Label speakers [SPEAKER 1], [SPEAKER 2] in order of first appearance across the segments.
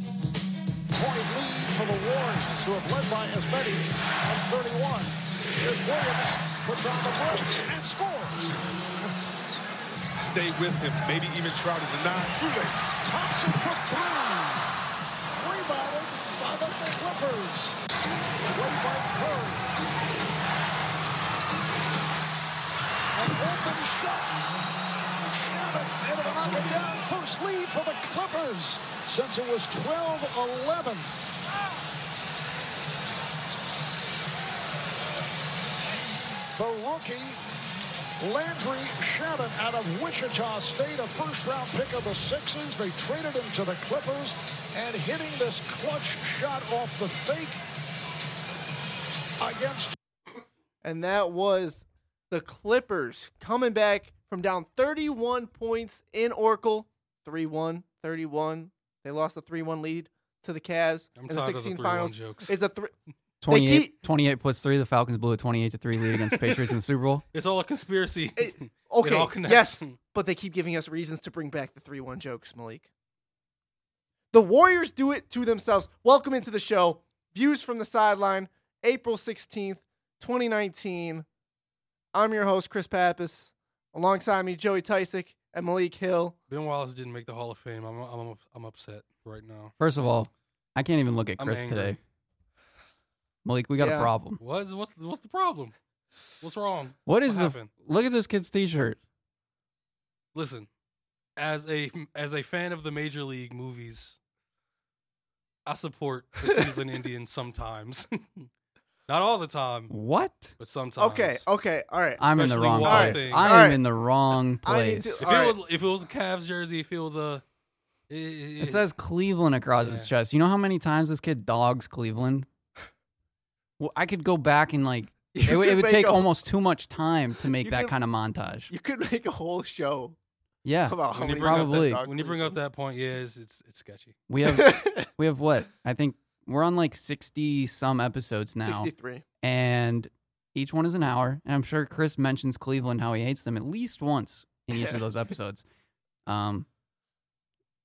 [SPEAKER 1] point lead for the Warriors, who have led by as many as 31. Here's Williams, puts on the brakes and scores.
[SPEAKER 2] Stay with him. Maybe even try to deny. Too late.
[SPEAKER 1] Thompson for three. Rebounded by the Clippers. Played by Curry. An open shot. Got it. And it'll knock it down. First lead for the Clippers since it was 12-11. The rookie, Landry Shannon out of Wichita State, a first-round pick of the Sixers. They traded him to the Clippers and hitting this clutch shot off the fake against
[SPEAKER 3] And that was the Clippers coming back from down 31 points in Oracle, 3 1, 31. They lost a 3 1 lead to the Cavs
[SPEAKER 2] I'm
[SPEAKER 3] in
[SPEAKER 2] tired
[SPEAKER 3] the
[SPEAKER 2] of the
[SPEAKER 3] 16
[SPEAKER 2] 3-1
[SPEAKER 3] finals.
[SPEAKER 2] jokes.
[SPEAKER 3] It's a three.
[SPEAKER 4] 28,
[SPEAKER 3] keep-
[SPEAKER 4] 28 plus 3. The Falcons blew a 28 to 3 lead against the Patriots in the Super Bowl.
[SPEAKER 2] It's all a conspiracy.
[SPEAKER 3] It, okay.
[SPEAKER 2] all connects.
[SPEAKER 3] yes, but they keep giving us reasons to bring back the 3 1 jokes, Malik. The Warriors do it to themselves. Welcome into the show. Views from the sideline, April 16th, 2019. I'm your host, Chris Pappas. Alongside me, Joey Tysick and Malik Hill.
[SPEAKER 2] ben Wallace didn't make the Hall of Fame. I'm I'm I'm upset right now.
[SPEAKER 4] First of all, I can't even look at
[SPEAKER 2] I'm
[SPEAKER 4] Chris
[SPEAKER 2] angry.
[SPEAKER 4] today. Malik, we got
[SPEAKER 3] Yeah.
[SPEAKER 4] a problem.
[SPEAKER 2] What's what's what's the problem? What's wrong?
[SPEAKER 4] What is
[SPEAKER 2] What
[SPEAKER 4] the.
[SPEAKER 2] happened?
[SPEAKER 4] Look at this kid's t shirt.
[SPEAKER 2] Listen, as a as a fan of the major league movies, I support the Cleveland Indians sometimes. Not all the time,
[SPEAKER 4] What?
[SPEAKER 2] but sometimes.
[SPEAKER 3] Okay, oh, okay, all right.
[SPEAKER 4] I'm in the
[SPEAKER 2] Especially
[SPEAKER 4] wrong
[SPEAKER 2] wild
[SPEAKER 4] place.
[SPEAKER 2] things.
[SPEAKER 4] I am
[SPEAKER 3] Alright.
[SPEAKER 4] in the wrong
[SPEAKER 3] I need to-
[SPEAKER 2] If
[SPEAKER 4] place.
[SPEAKER 2] it,
[SPEAKER 3] Alright.
[SPEAKER 2] was, if it was a Cavs jersey, if it was a, it, it-
[SPEAKER 4] It says Cleveland across his
[SPEAKER 2] Yeah.
[SPEAKER 4] chest. You know how many times this kid dogs Cleveland? Well, I could go back and like it,
[SPEAKER 3] You
[SPEAKER 4] would- it
[SPEAKER 3] could
[SPEAKER 4] would
[SPEAKER 3] make
[SPEAKER 4] take
[SPEAKER 3] a-
[SPEAKER 4] almost too much time to make
[SPEAKER 3] You
[SPEAKER 4] that
[SPEAKER 3] could-
[SPEAKER 4] kind of montage.
[SPEAKER 3] You could make a whole show
[SPEAKER 4] yeah,
[SPEAKER 3] about how
[SPEAKER 2] When you
[SPEAKER 3] many
[SPEAKER 2] bring up
[SPEAKER 4] Probably.
[SPEAKER 2] that, when you bring up that point, yeah, it's it's, it's sketchy.
[SPEAKER 4] we have we have what I think we're on like sixty some episodes now,
[SPEAKER 3] 63.
[SPEAKER 4] and each one is an hour. And I'm sure Chris mentions Cleveland how he hates them at least once in each of those episodes. Um,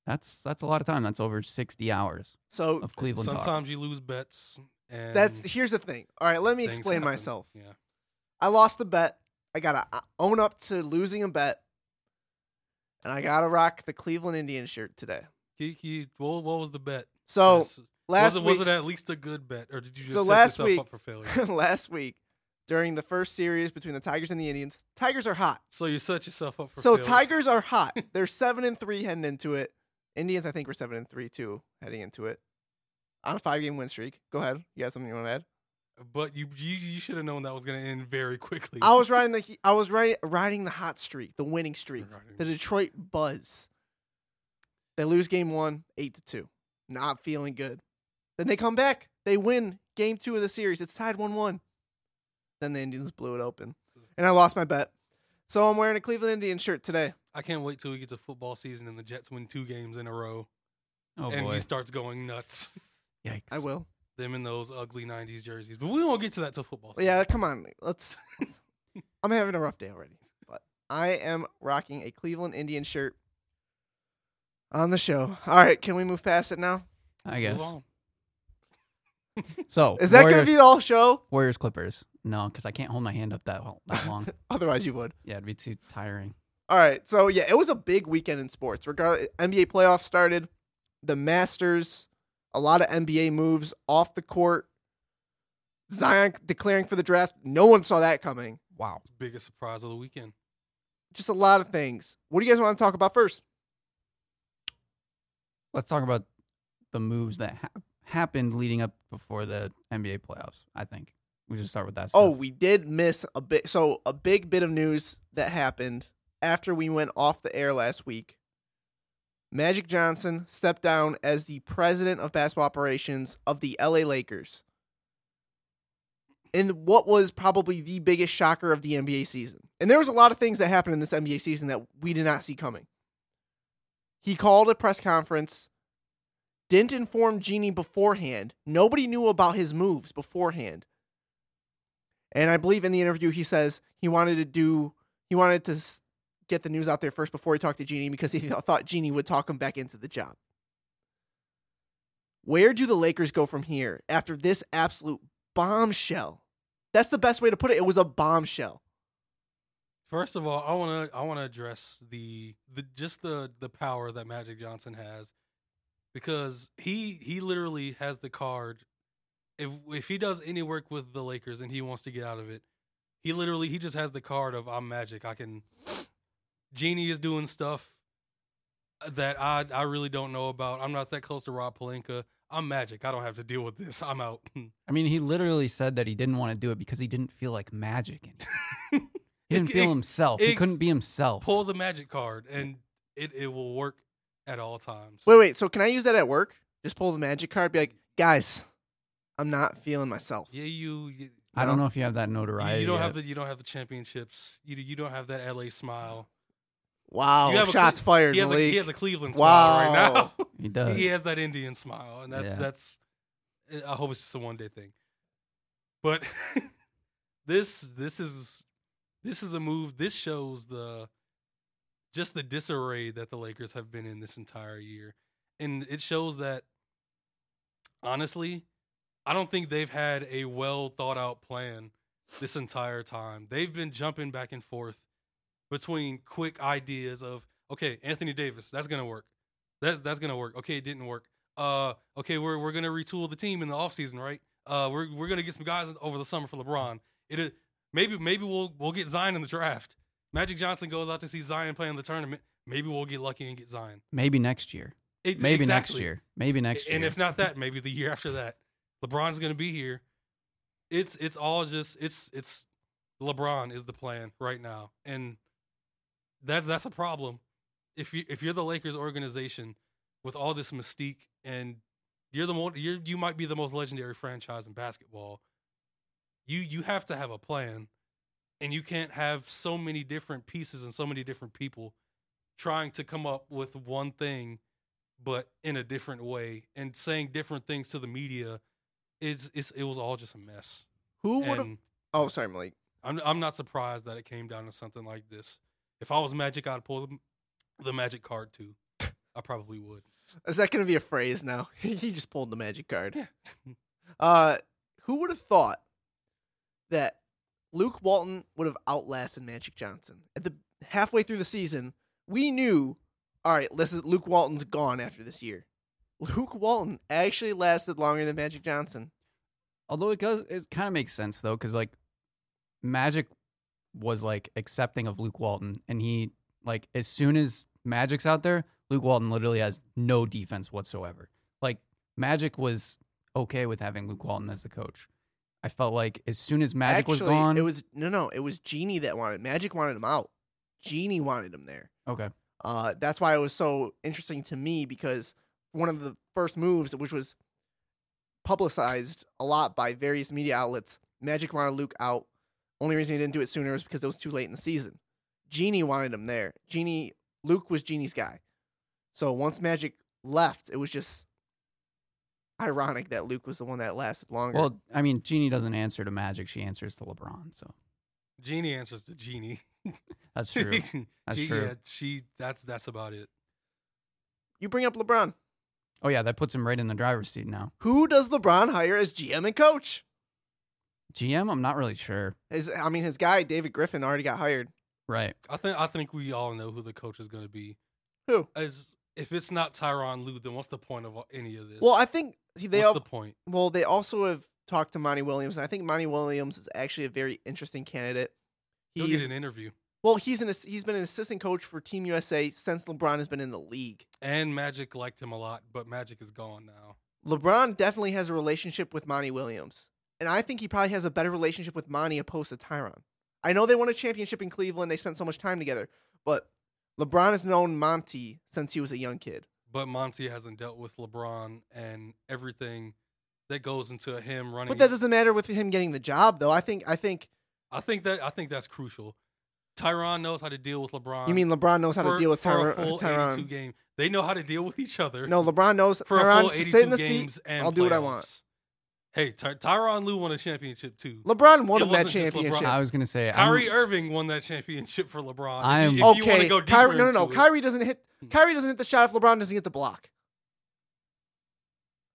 [SPEAKER 4] that's that's a lot of time. That's over sixty hours
[SPEAKER 3] So
[SPEAKER 4] of Cleveland talk.
[SPEAKER 2] Sometimes you lose bets, and
[SPEAKER 3] that's here's the thing. All right, let me
[SPEAKER 2] things
[SPEAKER 3] explain
[SPEAKER 2] happen.
[SPEAKER 3] myself.
[SPEAKER 2] Yeah,
[SPEAKER 3] I lost the bet. I gotta uh, own up to losing a bet, and I gotta rock the Cleveland Indians shirt today.
[SPEAKER 2] Kiki, what, what was the bet?
[SPEAKER 3] So
[SPEAKER 2] Yes.
[SPEAKER 3] last
[SPEAKER 2] was it,
[SPEAKER 3] week,
[SPEAKER 2] was it at least a good bet, or did you just
[SPEAKER 3] So
[SPEAKER 2] set
[SPEAKER 3] last
[SPEAKER 2] yourself
[SPEAKER 3] week-
[SPEAKER 2] up for failure?
[SPEAKER 3] last week during the first series between the Tigers and the Indians, Tigers are hot.
[SPEAKER 2] so you set yourself up for
[SPEAKER 3] so
[SPEAKER 2] failure.
[SPEAKER 3] Tigers are hot. They're seven and three heading into it. Indians, I think, were seven and three too heading into it on a five game win streak. Go ahead. You got something you want to add?
[SPEAKER 2] but you you, you should have known that was going to end very quickly.
[SPEAKER 3] I was riding the he- I was riding, riding the hot streak, the winning streak, the Detroit Buzz. They lose game one, eight to two, not feeling good. Then they come back, they win game two of the series. It's tied one one. Then the Indians blew it open, and I lost my bet. So I'm wearing a Cleveland Indian shirt today.
[SPEAKER 2] I can't wait till we get to football season and the Jets win two games in a row,
[SPEAKER 4] oh
[SPEAKER 2] and
[SPEAKER 4] boy!
[SPEAKER 2] he starts going nuts.
[SPEAKER 4] Yikes!
[SPEAKER 3] I will.
[SPEAKER 2] Them in those ugly '90s jerseys, but we won't get to that till football.
[SPEAKER 3] But
[SPEAKER 2] Season.
[SPEAKER 3] yeah, come on. Let's. I'm having a rough day already, but I am rocking a Cleveland Indian shirt on the show. All right, can we move past it now?
[SPEAKER 4] I
[SPEAKER 2] Let's move
[SPEAKER 4] guess.
[SPEAKER 2] on.
[SPEAKER 4] So
[SPEAKER 3] Is that
[SPEAKER 4] Warriors,
[SPEAKER 3] going to be the whole show?
[SPEAKER 4] Warriors Clippers? No, because I can't hold my hand up that ho- that long.
[SPEAKER 3] Otherwise, you would.
[SPEAKER 4] yeah, it'd be too tiring.
[SPEAKER 3] All right. So yeah, it was a big weekend in sports. Regardless, NBA playoffs started, the Masters, a lot of NBA moves off the court. Zion declaring for the draft. No one saw that coming.
[SPEAKER 4] Wow.
[SPEAKER 2] biggest surprise of the weekend.
[SPEAKER 3] Just a lot of things. What do you guys want to talk about first?
[SPEAKER 4] Let's talk about the moves that ha- happened leading up before the NBA playoffs. I think we should start with that.
[SPEAKER 3] Oh,
[SPEAKER 4] stuff.
[SPEAKER 3] we did miss a bit. So a big bit of news that happened after we went off the air last week. Magic Johnson stepped down as the president of basketball operations of the LA Lakers. in what was probably the biggest shocker of the NBA season. And there was a lot of things that happened in this NBA season that we did not see coming. He called a press conference, didn't inform Genie beforehand. Nobody knew about his moves beforehand. And I believe in the interview he says he wanted to do he wanted to s- get the news out there first before he talked to Genie because he thought Genie would talk him back into the job. Where do the Lakers go from here after this absolute bombshell? That's the best way to put it. It was a bombshell.
[SPEAKER 2] First of all, I want to I want to address the the just the the power that Magic Johnson has because he he literally has the card if if he does any work with the Lakers and he wants to get out of it, he literally he just has the card of I'm Magic. I can Genie is doing stuff uh, that I I really don't know about. I'm not that close to Rob Palenka. I'm Magic. I don't have to deal with this. I'm out.
[SPEAKER 4] I mean, he literally said that he didn't want to do it because he didn't feel like magic anymore. he didn't feel
[SPEAKER 2] Ex-
[SPEAKER 4] himself. he
[SPEAKER 2] ex-
[SPEAKER 4] couldn't be himself.
[SPEAKER 2] Pull the Magic card and it it will work at all times.
[SPEAKER 3] Wait, wait. So can I use that at work? Just pull the magic card. Be like, guys, I'm not feeling myself.
[SPEAKER 2] Yeah, you. you
[SPEAKER 4] I don't
[SPEAKER 3] No.
[SPEAKER 4] know if you have that notoriety.
[SPEAKER 2] you don't
[SPEAKER 4] yet.
[SPEAKER 2] have the you don't have the championships. You you don't have that LA smile.
[SPEAKER 3] Wow,
[SPEAKER 2] You have a
[SPEAKER 3] shots
[SPEAKER 2] Cle-
[SPEAKER 3] fired,
[SPEAKER 2] He has, a,
[SPEAKER 3] Malik.
[SPEAKER 2] he has a Cleveland smile
[SPEAKER 3] Wow.
[SPEAKER 2] right now.
[SPEAKER 4] He does.
[SPEAKER 2] He has that Indian smile, and that's
[SPEAKER 4] Yeah.
[SPEAKER 2] that's. I hope it's just a one day thing, but this this is this is a move. This shows the just the disarray that the Lakers have been in this entire year, and it shows that honestly, I don't think they've had a well thought out plan this entire time. They've been jumping back and forth between quick ideas of okay, Anthony Davis, that's gonna work. That that's gonna work. Okay, it didn't work. Uh, okay, we're we're gonna retool the team in the offseason, right? Uh, we're we're gonna get some guys over the summer for LeBron. It is- maybe maybe we'll we'll get Zion in the draft. Magic Johnson goes out to see Zion play in the tournament. Maybe we'll get lucky and get Zion.
[SPEAKER 4] Maybe next year.
[SPEAKER 2] It-
[SPEAKER 4] Maybe next
[SPEAKER 2] exactly.
[SPEAKER 4] year. Maybe next year.
[SPEAKER 2] And if not that, maybe the year after that. LeBron's gonna be here. It's it's all just it's it's LeBron is the plan right now. And that's that's a problem. If you if you're the Lakers organization with all this mystique and you're the one you're you might be the most legendary franchise in basketball, you you have to have a plan. And you can't have so many different pieces and so many different people trying to come up with one thing but in a different way and saying different things to the media is it's it was all just a mess.
[SPEAKER 3] Who would have?
[SPEAKER 2] And
[SPEAKER 3] Oh, sorry, Malik.
[SPEAKER 2] I'm I'm not surprised that it came down to something like this. If I was Magic, I'd pull the, the Magic card too. I probably would.
[SPEAKER 3] Is that going to be a phrase now? he just pulled the magic card.
[SPEAKER 2] Yeah.
[SPEAKER 3] Uh, who would have thought that Luke Walton would have outlasted Magic Johnson at the halfway through the season? We knew, all right, listen, Luke Walton's gone after this year. Luke Walton actually lasted longer than Magic Johnson.
[SPEAKER 4] Although it does, it kind of makes sense though, because like Magic was like accepting of Luke Walton, and he like as soon as Magic's out there, Luke Walton literally has no defense whatsoever. Like Magic was okay with having Luke Walton as the coach. I felt like as soon as Magic
[SPEAKER 3] actually,
[SPEAKER 4] was gone,
[SPEAKER 3] It was no, no. It was Genie that wanted Magic wanted him out. Genie wanted him there.
[SPEAKER 4] okay.
[SPEAKER 3] Uh, that's why it was so interesting to me because one of the first moves, which was publicized a lot by various media outlets, Magic wanted Luke out. Only reason he didn't do it sooner was because it was too late in the season. Genie wanted him there. Genie, Luke was Genie's guy. So once Magic left, it was just ironic that Luke was the one that lasted longer.
[SPEAKER 4] Well, I mean, Jeannie doesn't answer to Magic; she answers to LeBron. So
[SPEAKER 2] Genie answers to Genie.
[SPEAKER 4] that's true. That's
[SPEAKER 2] She-
[SPEAKER 4] true.
[SPEAKER 2] Yeah, she that's that's about it.
[SPEAKER 3] you bring up LeBron.
[SPEAKER 4] oh yeah, that puts him right in the driver's seat now.
[SPEAKER 3] Who does LeBron hire as GM and coach?
[SPEAKER 4] GM, I'm not really sure.
[SPEAKER 3] His, I mean, his guy David Griffin already got hired.
[SPEAKER 4] Right.
[SPEAKER 2] I think I think we all know who the coach is going to be.
[SPEAKER 3] Who?
[SPEAKER 2] As if it's not Tyron Lue, then what's the point of any of this?
[SPEAKER 3] Well, I think he, they
[SPEAKER 2] what's
[SPEAKER 3] all,
[SPEAKER 2] the point?
[SPEAKER 3] well they also have talked to Monty Williams, and I think Monty Williams is actually a very interesting candidate.
[SPEAKER 2] He'll get
[SPEAKER 3] He's
[SPEAKER 2] an interview.
[SPEAKER 3] well, he's an ass- he's been an assistant coach for Team USA since LeBron has been in the league.
[SPEAKER 2] And Magic liked him a lot, but Magic is gone now.
[SPEAKER 3] LeBron definitely has a relationship with Monty Williams, and I think he probably has a better relationship with Monty opposed to Tyron. I know they won a championship in Cleveland; they spent so much time together, but LeBron has known Monty since he was a young kid.
[SPEAKER 2] but Monty hasn't dealt with LeBron and everything that goes into him running.
[SPEAKER 3] But that doesn't matter with him getting the job, though. I think I think
[SPEAKER 2] I think that I think that's crucial. Tyron knows how to deal with LeBron.
[SPEAKER 3] you mean LeBron knows how to
[SPEAKER 2] for-
[SPEAKER 3] deal with
[SPEAKER 2] for
[SPEAKER 3] Tyron.
[SPEAKER 2] a full 82
[SPEAKER 3] Tyron.
[SPEAKER 2] game. They know how to deal with each other.
[SPEAKER 3] No, LeBron knows
[SPEAKER 2] for a
[SPEAKER 3] Tyron
[SPEAKER 2] full
[SPEAKER 3] sit
[SPEAKER 2] 82
[SPEAKER 3] in the
[SPEAKER 2] games
[SPEAKER 3] seat.
[SPEAKER 2] and
[SPEAKER 3] I'll do what I
[SPEAKER 2] playoffs.
[SPEAKER 3] want.
[SPEAKER 2] Hey, Ty- Tyron Lue won a championship too.
[SPEAKER 3] LeBron won
[SPEAKER 2] It
[SPEAKER 3] him that
[SPEAKER 2] wasn't just LeBron.
[SPEAKER 3] championship.
[SPEAKER 4] I was gonna say I'm-
[SPEAKER 2] Kyrie Irving won that championship for LeBron. If
[SPEAKER 4] I
[SPEAKER 2] you-
[SPEAKER 4] am-
[SPEAKER 2] if you wanna
[SPEAKER 3] okay,
[SPEAKER 2] go deeper
[SPEAKER 3] Kyrie, no, no, no.
[SPEAKER 2] into it. Hmm.
[SPEAKER 3] Kyrie doesn't hit. Kyrie doesn't hit the shot if LeBron doesn't get the block.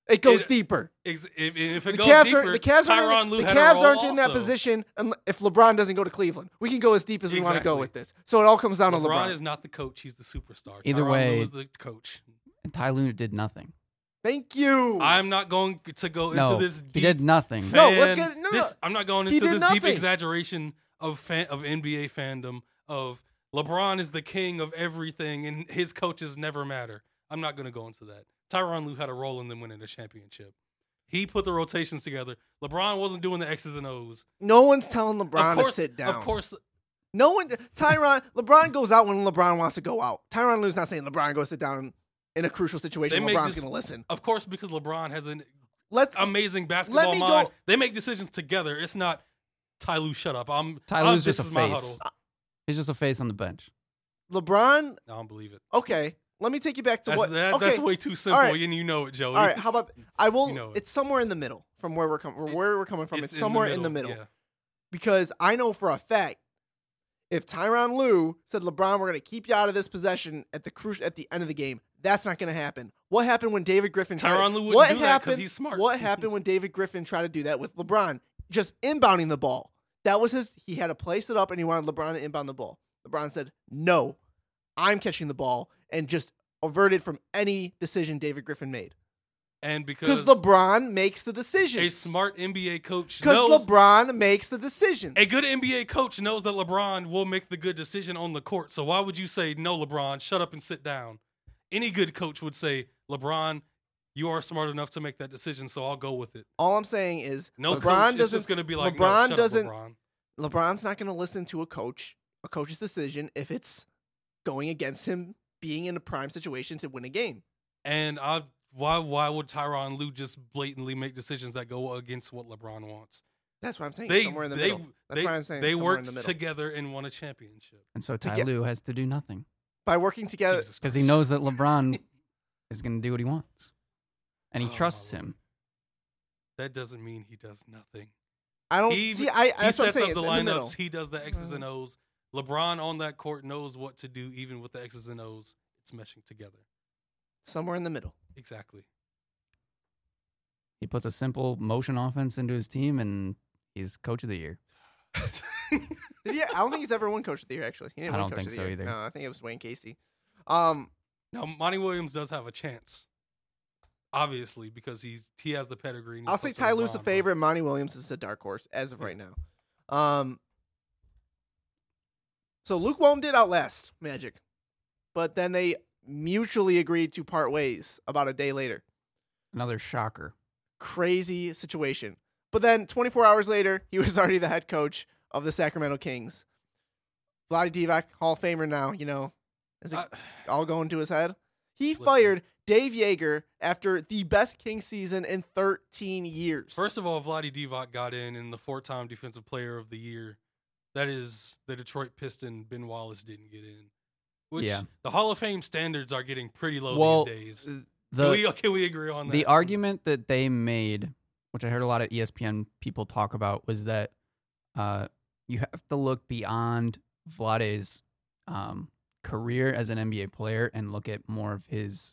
[SPEAKER 3] It goes
[SPEAKER 2] It-
[SPEAKER 3] deeper.
[SPEAKER 2] Ex- if, if it
[SPEAKER 3] The
[SPEAKER 2] goes
[SPEAKER 3] Cavs,
[SPEAKER 2] deeper,
[SPEAKER 3] are, the Cavs
[SPEAKER 2] Tyronn
[SPEAKER 3] aren't,
[SPEAKER 2] Lue
[SPEAKER 3] the
[SPEAKER 2] had a
[SPEAKER 3] Cavs
[SPEAKER 2] role
[SPEAKER 3] aren't in that
[SPEAKER 2] also.
[SPEAKER 3] position unle- if LeBron doesn't go to Cleveland. We can go as deep as we want to go
[SPEAKER 2] Exactly.
[SPEAKER 3] with this. So it all comes down to
[SPEAKER 2] LeBron
[SPEAKER 3] LeBron.
[SPEAKER 2] is not the coach; he's the superstar.
[SPEAKER 4] Either
[SPEAKER 2] Tyronn Lue
[SPEAKER 4] way-
[SPEAKER 2] is the coach.
[SPEAKER 4] Ty Lue did nothing.
[SPEAKER 3] Thank you.
[SPEAKER 2] I'm not going to go into
[SPEAKER 4] No,
[SPEAKER 2] this.
[SPEAKER 4] he
[SPEAKER 2] Deep
[SPEAKER 4] did nothing.
[SPEAKER 3] No, let's
[SPEAKER 2] fan-
[SPEAKER 3] get- no, no,
[SPEAKER 2] this- I'm not going
[SPEAKER 3] he
[SPEAKER 2] into
[SPEAKER 3] did
[SPEAKER 2] this deep
[SPEAKER 3] nothing.
[SPEAKER 2] exaggeration of fan, of NBA fandom of LeBron is the king of everything and his coaches never matter. I'm not going to go into that. Tyronn Lue had a role in them winning the championship. He put the rotations together. LeBron wasn't doing the X's and O's.
[SPEAKER 3] no one's telling
[SPEAKER 2] of
[SPEAKER 3] LeBron
[SPEAKER 2] course,
[SPEAKER 3] to sit down.
[SPEAKER 2] Of course,
[SPEAKER 3] No one. Tyron. LeBron goes out when LeBron wants to go out. Tyron Lue's not saying LeBron go sit down in a crucial situation.
[SPEAKER 2] They make
[SPEAKER 3] LeBron's
[SPEAKER 2] this-
[SPEAKER 3] going to listen.
[SPEAKER 2] of course, because LeBron has an
[SPEAKER 3] Let's.
[SPEAKER 2] amazing basketball
[SPEAKER 3] me go-
[SPEAKER 2] mind. They make decisions together. It's not Ty Lue, shut up. I'm
[SPEAKER 4] Ty
[SPEAKER 2] I'm-
[SPEAKER 4] Lue's
[SPEAKER 2] Oh, this
[SPEAKER 4] just a
[SPEAKER 2] is my
[SPEAKER 4] face.
[SPEAKER 2] huddle.
[SPEAKER 4] Uh, He's just a face on the bench.
[SPEAKER 3] LeBron.
[SPEAKER 2] I don't believe it.
[SPEAKER 3] Okay. Let me take you back to
[SPEAKER 2] That's,
[SPEAKER 3] what.
[SPEAKER 2] that-
[SPEAKER 3] okay.
[SPEAKER 2] that's way too simple,
[SPEAKER 3] right.
[SPEAKER 2] and you know it, Joey.
[SPEAKER 3] All right. How about I will?
[SPEAKER 2] You know it.
[SPEAKER 3] it's somewhere in the middle from where we're coming from.
[SPEAKER 2] It-
[SPEAKER 3] Where we're coming from. It's,
[SPEAKER 2] in the
[SPEAKER 3] somewhere in the middle
[SPEAKER 2] yeah.
[SPEAKER 3] because I know for a fact if Tyron Lue said LeBron, we're going to keep you out of this possession at the crucial at the end of the game. That's not going to happen. What happened when David Griffin? tried-
[SPEAKER 2] Tyronn Lue wouldn't
[SPEAKER 3] what
[SPEAKER 2] do that 'cause
[SPEAKER 3] happened?
[SPEAKER 2] he's smart.
[SPEAKER 3] What happened when David Griffin tried to do that with LeBron? Just inbounding the ball. That was his. He had to place it up, and he wanted LeBron to inbound the ball. LeBron said, "No, I'm catching the ball," and just averted from any decision David Griffin made
[SPEAKER 2] And because
[SPEAKER 3] because LeBron makes the decision.
[SPEAKER 2] a smart NBA coach knows
[SPEAKER 3] because LeBron makes the decisions.
[SPEAKER 2] a good NBA coach knows that LeBron will make the good decision on the court. So why would you say no, LeBron? Shut up and sit down. Any good coach would say, LeBron, you are smart enough to make that decision, so I'll go with it.
[SPEAKER 3] All I'm saying is
[SPEAKER 2] No
[SPEAKER 3] LeBron
[SPEAKER 2] coach is
[SPEAKER 3] doesn't.
[SPEAKER 2] just going to be like, no,
[SPEAKER 3] LeBron
[SPEAKER 2] shut up,
[SPEAKER 3] doesn't.
[SPEAKER 2] LeBron.
[SPEAKER 3] LeBron's not going to listen to a coach, a coach's decision if it's going against him being in a prime situation to win a game.
[SPEAKER 2] And I, why why would Tyron Lue just blatantly make decisions that go against what LeBron wants?
[SPEAKER 3] That's what I'm saying.
[SPEAKER 2] They
[SPEAKER 3] somewhere in the
[SPEAKER 2] they
[SPEAKER 3] middle. That's
[SPEAKER 2] they,
[SPEAKER 3] why I'm saying
[SPEAKER 2] they
[SPEAKER 3] somewhere
[SPEAKER 2] worked
[SPEAKER 3] in the middle.
[SPEAKER 2] together and won a championship.
[SPEAKER 4] And so
[SPEAKER 3] To
[SPEAKER 4] Ty
[SPEAKER 3] get-
[SPEAKER 4] Lue has to do nothing
[SPEAKER 3] By working together,
[SPEAKER 2] Jesus
[SPEAKER 4] because he
[SPEAKER 2] Christ.
[SPEAKER 4] knows that LeBron is going to do what he wants, and he
[SPEAKER 2] Oh,
[SPEAKER 4] trusts
[SPEAKER 2] my
[SPEAKER 4] him.
[SPEAKER 2] That doesn't mean he does nothing.
[SPEAKER 3] I don't
[SPEAKER 2] He-
[SPEAKER 3] see. I,
[SPEAKER 2] he
[SPEAKER 3] that's what I'm
[SPEAKER 2] sets
[SPEAKER 3] saying.
[SPEAKER 2] up the
[SPEAKER 3] it's in the middle. Mm-hmm.
[SPEAKER 2] lineups. he does the X's and O's. LeBron on that court knows what to do, even with the X's and O's. It's meshing together.
[SPEAKER 3] somewhere in the middle.
[SPEAKER 2] Exactly.
[SPEAKER 4] He puts a simple motion offense into his team, and he's coach of the year.
[SPEAKER 3] Did he, I don't think he's ever won Coach of the Year. Actually, he didn't
[SPEAKER 4] I
[SPEAKER 3] win
[SPEAKER 4] don't
[SPEAKER 3] Coach
[SPEAKER 4] think
[SPEAKER 3] of the
[SPEAKER 4] so
[SPEAKER 3] Year.
[SPEAKER 4] either.
[SPEAKER 3] No, I think it was Wayne Casey. Um,
[SPEAKER 2] Now, Monty Williams does have a chance, obviously, because he's he has the pedigree. and he's
[SPEAKER 3] I'll say
[SPEAKER 2] close to
[SPEAKER 3] Ty Lue's a
[SPEAKER 2] LeBron, but
[SPEAKER 3] favorite. Monty Williams is a dark horse as of right now. Um, so Luke Walton did outlast Magic, but then they mutually agreed to part ways about a day later.
[SPEAKER 4] Another shocker.
[SPEAKER 3] Crazy situation. But then 24 hours later, he was already the head coach of the Sacramento Kings. Vlade Divac, Hall of Famer now, you know. Is it
[SPEAKER 2] I-
[SPEAKER 3] all going to his head? He
[SPEAKER 2] Listen.
[SPEAKER 3] fired Dave Yeager after the best Kings season in 13 years.
[SPEAKER 2] first of all, Vladi Divac got in and the four-time Defensive Player of the Year. That is the Detroit Piston. Ben Wallace didn't get in. Which
[SPEAKER 4] Yeah.
[SPEAKER 2] the Hall of Fame standards are getting pretty low
[SPEAKER 4] Well,
[SPEAKER 2] these days.
[SPEAKER 4] The
[SPEAKER 2] can, we, can we agree on that?
[SPEAKER 4] the argument that they made, which I heard a lot of E ESPN people talk about, was that uh, you have to look beyond Vlade's um, career as an NBA player and look at more of his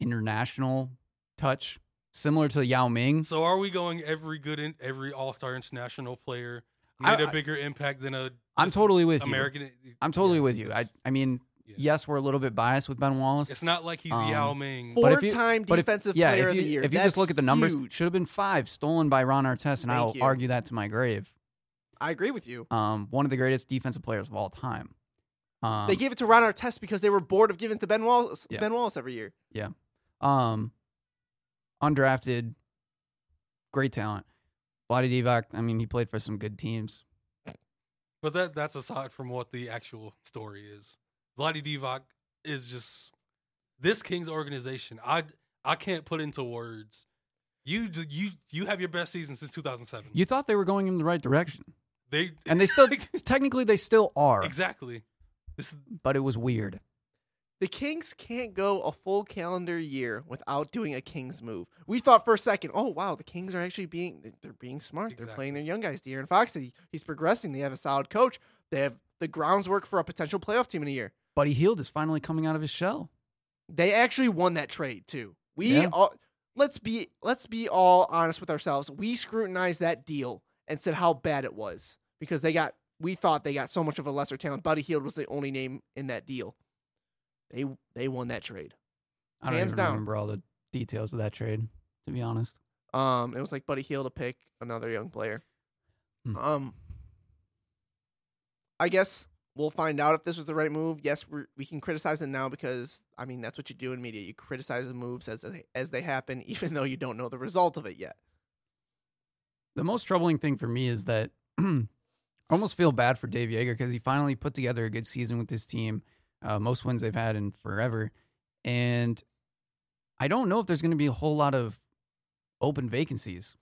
[SPEAKER 4] international touch, similar to Yao Ming.
[SPEAKER 2] So are we going every good in every All Star international player
[SPEAKER 4] I-
[SPEAKER 2] made a
[SPEAKER 4] I-
[SPEAKER 2] bigger impact than a
[SPEAKER 4] I'm
[SPEAKER 2] just
[SPEAKER 4] totally with
[SPEAKER 2] American?
[SPEAKER 4] you. I'm totally
[SPEAKER 2] Yeah,
[SPEAKER 4] with you. I,
[SPEAKER 2] it's-
[SPEAKER 4] I mean,
[SPEAKER 2] yeah.
[SPEAKER 4] yes, we're a little bit biased with Ben Wallace.
[SPEAKER 2] It's not like he's
[SPEAKER 4] Um,
[SPEAKER 2] Yao Ming.
[SPEAKER 4] but if you-
[SPEAKER 3] Four-time
[SPEAKER 4] but if-
[SPEAKER 3] defensive
[SPEAKER 4] yeah,
[SPEAKER 3] player
[SPEAKER 4] if
[SPEAKER 3] of
[SPEAKER 4] you,
[SPEAKER 3] the year.
[SPEAKER 4] If you
[SPEAKER 3] That's
[SPEAKER 4] just look at the numbers,
[SPEAKER 3] huge.
[SPEAKER 4] should have been five stolen by Ron Artest, and
[SPEAKER 3] Thank
[SPEAKER 4] I'll
[SPEAKER 3] you.
[SPEAKER 4] argue that to my grave.
[SPEAKER 3] I agree with you.
[SPEAKER 4] um, one of the greatest defensive players of all time. Um,
[SPEAKER 3] they gave it to Ron Artest because they were bored of giving it to Ben Wallace.
[SPEAKER 4] Yeah.
[SPEAKER 3] Ben Wallace every year.
[SPEAKER 4] um, undrafted, great talent. Vlade Divac, I mean, he played for some good teams.
[SPEAKER 2] But that that's aside from what the actual story is. Vladi Divac is just this Kings organization. I I can't put into words You d- you you have your best season since 2007.
[SPEAKER 4] You thought they were going in the right direction,
[SPEAKER 2] they
[SPEAKER 4] and they still technically they still are,
[SPEAKER 2] exactly. This
[SPEAKER 4] but it was weird.
[SPEAKER 3] The Kings can't go a full calendar year without doing a Kings move. We thought for a second, oh wow, the Kings are actually being they're being smart. They're playing
[SPEAKER 2] Exactly.
[SPEAKER 3] their young guys. De'Aaron Foxy, he's progressing. They have a solid coach. They have the groundwork for a potential playoff team in a year.
[SPEAKER 4] Buddy Healed is finally coming out of his shell.
[SPEAKER 3] They actually won that trade too. We
[SPEAKER 4] Yeah.
[SPEAKER 3] all let's be let's be all honest with ourselves. We scrutinized that deal and said how bad it was because they got we thought they got so much of a lesser talent. Buddy Hield was the only name in that deal. They they won that trade.
[SPEAKER 4] I don't
[SPEAKER 3] Hands
[SPEAKER 4] even
[SPEAKER 3] down.
[SPEAKER 4] remember all the details of that trade, to be honest.
[SPEAKER 3] Um, it was like Buddy Heel to pick another young player.
[SPEAKER 4] Hmm.
[SPEAKER 3] Um, I guess we'll find out if this was the right move. Yes, we we can criticize it now because I mean that's what you do in media. You criticize the moves as they, as they happen, even though you don't know the result of it yet.
[SPEAKER 4] The most troubling thing for me is that I almost feel bad for Dave Yeager because he finally put together a good season with his team, uh, most wins they've had in forever, and I don't know if there's going to be a whole lot of open vacancies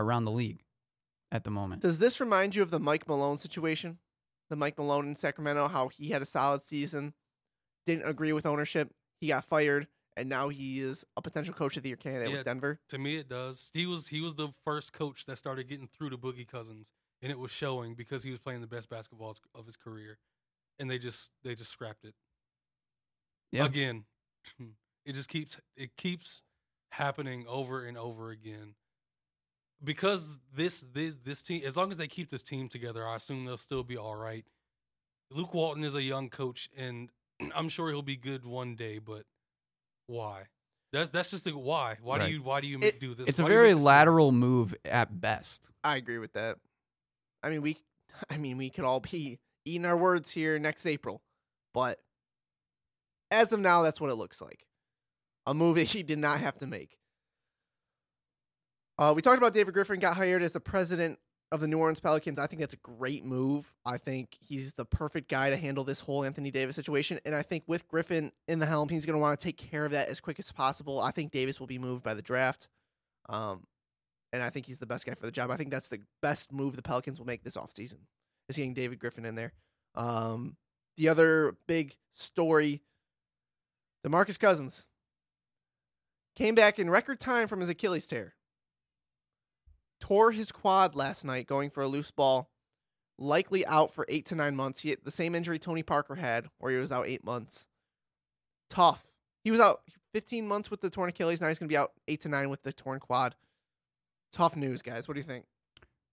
[SPEAKER 4] around the league at the moment.
[SPEAKER 3] Does this remind you of the Mike Malone situation? The Mike Malone in Sacramento, how he had a solid season, didn't agree with ownership, he got fired, and now he is a potential coach of the year candidate
[SPEAKER 2] Yeah.
[SPEAKER 3] with Denver.
[SPEAKER 2] to me it does. He was he was the first coach that started getting through to Boogie Cousins, and it was showing because he was playing the best basketball of his career, and they just they just scrapped it.
[SPEAKER 4] Yeah.
[SPEAKER 2] Again, it just keeps it keeps happening over and over again. Because this this this team, as long as they keep this team together, I assume they'll still be all right. Luke Walton is a young coach, and I'm sure he'll be good one day. But why? That's that's just the why. Why
[SPEAKER 4] Right.
[SPEAKER 2] do you why do you
[SPEAKER 3] It-
[SPEAKER 2] do this?
[SPEAKER 4] It's a
[SPEAKER 2] Why do you
[SPEAKER 4] very
[SPEAKER 2] make this
[SPEAKER 4] lateral move at best.
[SPEAKER 3] I agree with that. I mean, we, I mean, we could all be eating our words here next April, but as of now, that's what it looks like. A move that he did not have to make. Uh, we talked about David Griffin got hired as the president of the New Orleans Pelicans. I think that's a great move. I think he's the perfect guy to handle this whole Anthony Davis situation. And I think with Griffin in the helm, he's going to want to take care of that as quick as possible. I think Davis will be moved by the draft. Um, and I think he's the best guy for the job. I think that's the best move the Pelicans will make this offseason is getting David Griffin in there. Um, the other big story, DeMarcus Cousins came back in record time from his Achilles tear. Tore his quad last night going for a loose ball, likely out for eight to nine months. He had the same injury Tony Parker had, where he was out eight months. Tough. He was out 15 months with the torn Achilles. Now he's going to be out eight to nine with the torn quad tough news, guys. What do you think?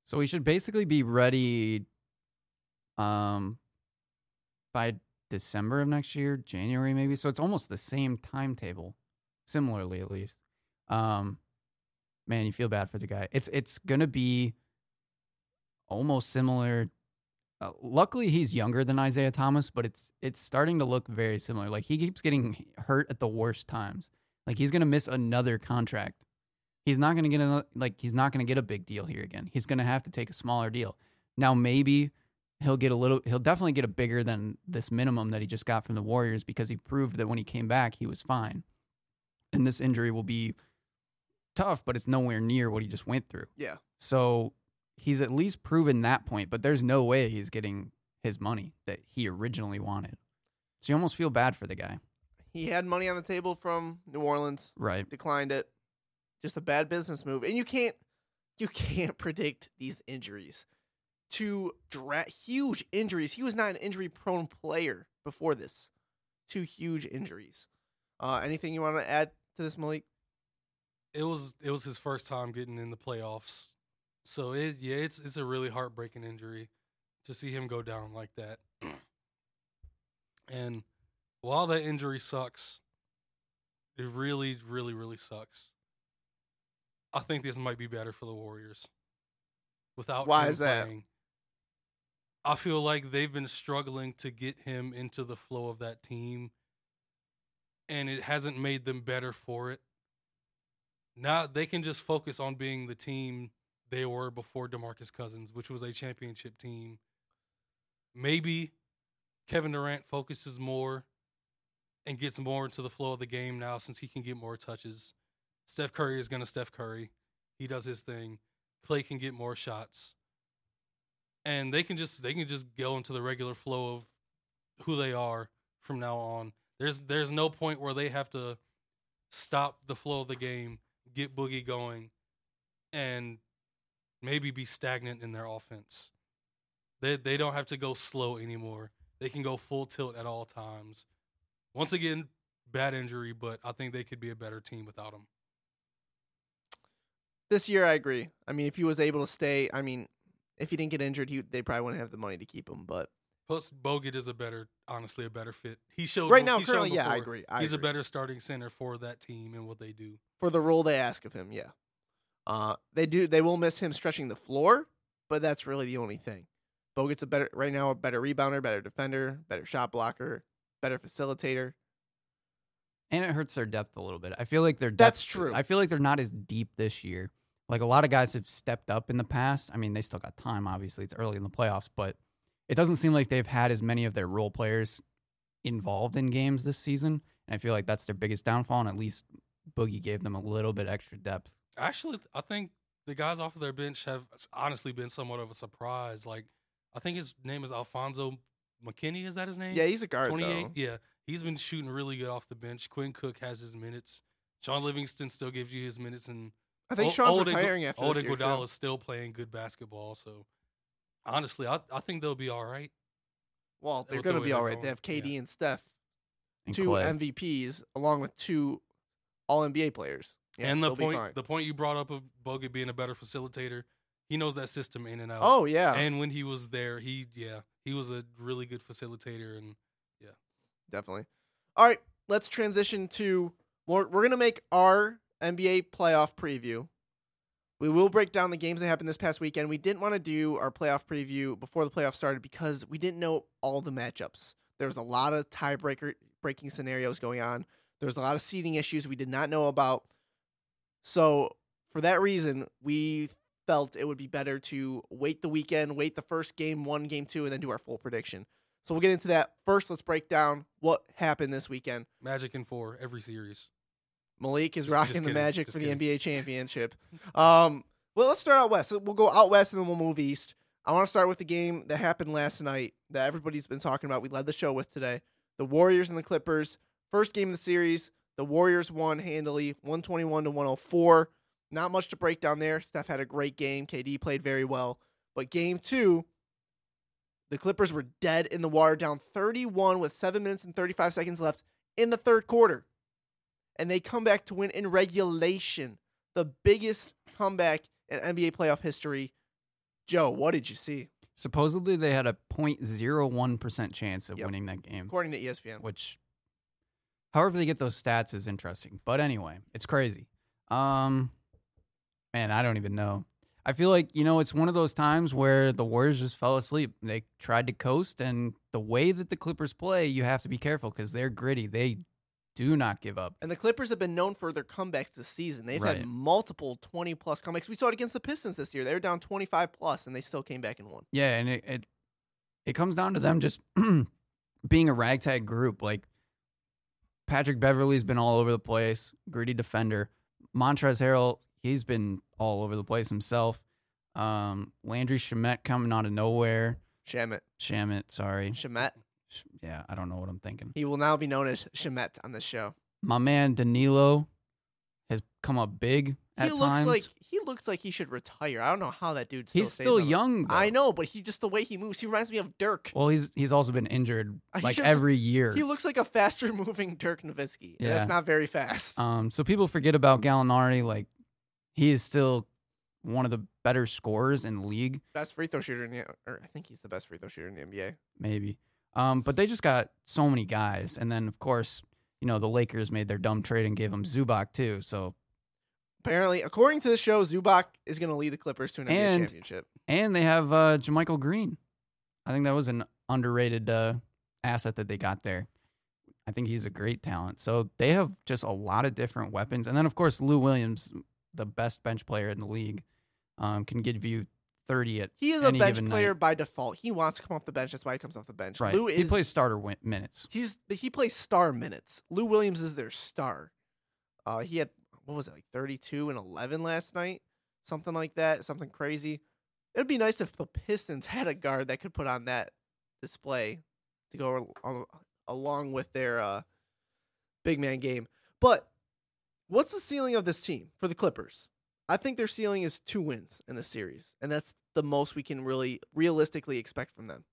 [SPEAKER 4] So we should basically be ready um by December of next year, January maybe. So it's almost the same timetable, similarly at least. Um man, you feel bad for the guy. It's it's going to be almost similar uh, luckily he's younger than Isaiah Thomas, but it's it's starting to look very similar. Like he keeps getting hurt at the worst times. Like he's going to miss another contract he's not going to get another like he's not going to get a big deal here again. He's going to have to take a smaller deal. Now maybe he'll get a little he'll definitely get a bigger than this minimum that he just got from the Warriors because he proved that when he came back he was fine. And this injury will be tough, but it's nowhere near what he just went through.
[SPEAKER 3] Yeah.
[SPEAKER 4] So he's at least proven that point, but there's no way he's getting his money that he originally wanted. So you almost feel bad for the guy,
[SPEAKER 3] He had money on the table from New Orleans,
[SPEAKER 4] right?
[SPEAKER 3] declined it. Just a bad business move. And you can't you can't predict these injuries. Two dra- huge injuries. He was not an injury prone player before this. Two huge injuries. Uh, anything you want to add to this, Malik?
[SPEAKER 2] it was it was his first time getting in the playoffs. So it yeah, it's it's a really heartbreaking injury to see him go down like that. and while that injury sucks, it really, really, really sucks. I think this might be better for the Warriors. Without
[SPEAKER 3] Why
[SPEAKER 2] him
[SPEAKER 3] is that?
[SPEAKER 2] playing. I feel like they've been struggling to get him into the flow of that team, and it hasn't made them better for it. Now they can just focus on being the team they were before DeMarcus Cousins, which was a championship team. Maybe Kevin Durant focuses more and gets more into the flow of the game now since he can get more touches. Steph Curry is going to Steph Curry. He does his thing. Clay can get more shots. And they can just they can just go into the regular flow of who they are from now on. There's there's no point where they have to stop the flow of the game, get Boogie going, and maybe be stagnant in their offense. They they don't have to go slow anymore. They can go full tilt at all times. Once again, bad injury, but I think they could be a better team without him.
[SPEAKER 3] This year, I agree. I mean, if he was able to stay, I mean, if he didn't get injured, he, they probably wouldn't have the money to keep him. But
[SPEAKER 2] Plus, Bogut is a better, honestly, a better fit. He showed
[SPEAKER 3] right now,
[SPEAKER 2] he showed
[SPEAKER 3] currently, yeah, I
[SPEAKER 2] before.
[SPEAKER 3] agree. I
[SPEAKER 2] He's a
[SPEAKER 3] agree.
[SPEAKER 2] better starting center for that team and what they do.
[SPEAKER 3] for the role they ask of him. Yeah, uh, they do. They will miss him stretching the floor, but that's really the only thing. Bogut's a better right now, a better rebounder, better defender, better shot blocker, better facilitator.
[SPEAKER 4] and it hurts their depth a little bit. I feel like their depth,
[SPEAKER 3] That's true.
[SPEAKER 4] I feel like they're not as deep this year. Like a lot of guys have stepped up in the past. I mean, they still got time. Obviously, it's early in the playoffs, but it doesn't seem like they've had as many of their role players involved in games this season. And I feel like that's their biggest downfall. And at least Boogie gave them a little bit extra depth.
[SPEAKER 2] Actually, I think the guys off of their bench have honestly been somewhat of a surprise. Like, I think his name is Alfonso McKinney. Is that his name?
[SPEAKER 3] Yeah, he's a guard
[SPEAKER 2] 28.
[SPEAKER 3] though.
[SPEAKER 2] Yeah, he's been shooting really good off the bench. Quinn Cook has his minutes. John Livingston still gives you his minutes, and
[SPEAKER 3] I think
[SPEAKER 2] Ol-
[SPEAKER 3] Sean's
[SPEAKER 2] Old Iguod-
[SPEAKER 3] retiring after
[SPEAKER 2] Old
[SPEAKER 3] this year.
[SPEAKER 2] Iguodala
[SPEAKER 3] Too.
[SPEAKER 2] is still playing good basketball. So, honestly, I, I think they'll be all right.
[SPEAKER 3] Well, they're
[SPEAKER 2] with the
[SPEAKER 3] going to
[SPEAKER 2] way
[SPEAKER 3] be
[SPEAKER 2] they're
[SPEAKER 3] all right.
[SPEAKER 2] going,
[SPEAKER 3] They have KD
[SPEAKER 2] yeah.
[SPEAKER 3] and Steph,
[SPEAKER 4] And
[SPEAKER 3] two
[SPEAKER 4] Clay.
[SPEAKER 3] MVPs, along with two All NBA players. Yeah,
[SPEAKER 2] and the
[SPEAKER 3] they'll be
[SPEAKER 2] point
[SPEAKER 3] fine.
[SPEAKER 2] the point you brought up of Bogut being a better facilitator, he knows that system in and out.
[SPEAKER 3] oh yeah,
[SPEAKER 2] and when he was there, he yeah, he was a really good facilitator and
[SPEAKER 3] definitely. All right, let's transition to more. We're gonna make our NBA playoff preview. We will break down the games that happened this past weekend. We didn't want to do our playoff preview before the playoffs started because we didn't know all the matchups. There was a lot of tiebreaker breaking scenarios going on. There was a lot of seating issues we did not know about. So for that reason, we felt it would be better to wait the weekend, wait the first game one, game two, and then do our full prediction. So we'll get into that. First, let's break down what happened this weekend.
[SPEAKER 2] Magic in four every series.
[SPEAKER 3] Malik is
[SPEAKER 2] Just-
[SPEAKER 3] rocking
[SPEAKER 2] just
[SPEAKER 3] the
[SPEAKER 2] kidding,
[SPEAKER 3] Magic
[SPEAKER 2] just
[SPEAKER 3] for the
[SPEAKER 2] kidding.
[SPEAKER 3] NBA championship. Um, well, let's start out west. So we'll go out west and then we'll move east. I want to start with the game that happened last night that everybody's been talking about. We led the show with today. The Warriors and the Clippers. First game of the series. The Warriors won handily, 121 to 104. Not much to break down there. Steph had a great game. KD played very well. But game two, the Clippers were dead in the water, down 31 with seven minutes and 35 seconds left in the third quarter and they come back to win in regulation. The biggest comeback in NBA playoff history. Joe, what did you see?
[SPEAKER 4] Supposedly, they had a 0.01% chance of
[SPEAKER 3] Yep.
[SPEAKER 4] winning that game.
[SPEAKER 3] According to E ESPN.
[SPEAKER 4] which however they get those stats is interesting. But anyway, it's crazy. Um man, I don't even know. I feel like, you know, it's one of those times where the Warriors just fell asleep. They tried to coast and the way that the Clippers play, you have to be careful cuz they're gritty. They do not give up.
[SPEAKER 3] And the Clippers have been known for their comebacks this season. They've had
[SPEAKER 4] Right.
[SPEAKER 3] multiple 20 plus comebacks. We saw it against the Pistons this year. They were down 25 plus and they still came back and won.
[SPEAKER 4] Yeah, and it it, it comes down to them just being a ragtag group. Like Patrick Beverly's been all over the place, gritty defender. Montrez Harrell, he's been all over the place himself. Um, Landry Shamet coming out of nowhere.
[SPEAKER 3] Shemet.
[SPEAKER 4] Shamit, sorry.
[SPEAKER 3] Shemet.
[SPEAKER 4] Sh- Yeah, I don't know what I'm thinking.
[SPEAKER 3] He will now be known as Shemet on this show.
[SPEAKER 4] My man Danilo has come up big
[SPEAKER 3] He
[SPEAKER 4] at
[SPEAKER 3] looks
[SPEAKER 4] times.
[SPEAKER 3] like he looks like he should retire. I don't know how that dude still
[SPEAKER 4] he's
[SPEAKER 3] stays
[SPEAKER 4] still
[SPEAKER 3] on the-
[SPEAKER 4] young.
[SPEAKER 3] I
[SPEAKER 4] though.
[SPEAKER 3] know, but he just the way he moves, he reminds me of Dirk.
[SPEAKER 4] Well, he's he's also been injured
[SPEAKER 3] He
[SPEAKER 4] like
[SPEAKER 3] just-
[SPEAKER 4] every year.
[SPEAKER 3] He looks like a faster moving Dirk Nowitzki. and
[SPEAKER 4] Yeah.
[SPEAKER 3] That's not very fast.
[SPEAKER 4] Um, so people forget about Gallinari. Like he is still one of the better scorers in the league,
[SPEAKER 3] best free throw shooter in the or I think he's the best free throw shooter in the NBA.
[SPEAKER 4] maybe. Um, but they just got so many guys, and then of course, you know, the Lakers made their dumb trade and gave him Zubac too. So
[SPEAKER 3] Apparently, according to the show, Zubac is going to lead the Clippers to an NBA
[SPEAKER 4] And-
[SPEAKER 3] championship.
[SPEAKER 4] and they have uh, Jamichael Green. I think that was an underrated uh, asset that they got there. I think he's a great talent. So they have just a lot of different weapons, and then of course Lou Williams, the best bench player in the league, um, can give you thirty at
[SPEAKER 3] He is a
[SPEAKER 4] Any
[SPEAKER 3] bench
[SPEAKER 4] given
[SPEAKER 3] player by default. He wants to come off the bench. That's why he comes off the bench.
[SPEAKER 4] Right.
[SPEAKER 3] Lou
[SPEAKER 4] he
[SPEAKER 3] is
[SPEAKER 4] plays starter win- minutes.
[SPEAKER 3] he's he plays star minutes. Lou Williams is their star. Uh, he had what was it like thirty two and eleven last night. something like that, something crazy. It would be nice if the Pistons had a guard that could put on that display to go al- al- along with their uh, big man game. But what's the ceiling of this team for the Clippers? I think their ceiling is two wins in the series, and that's the most we can really realistically expect from them.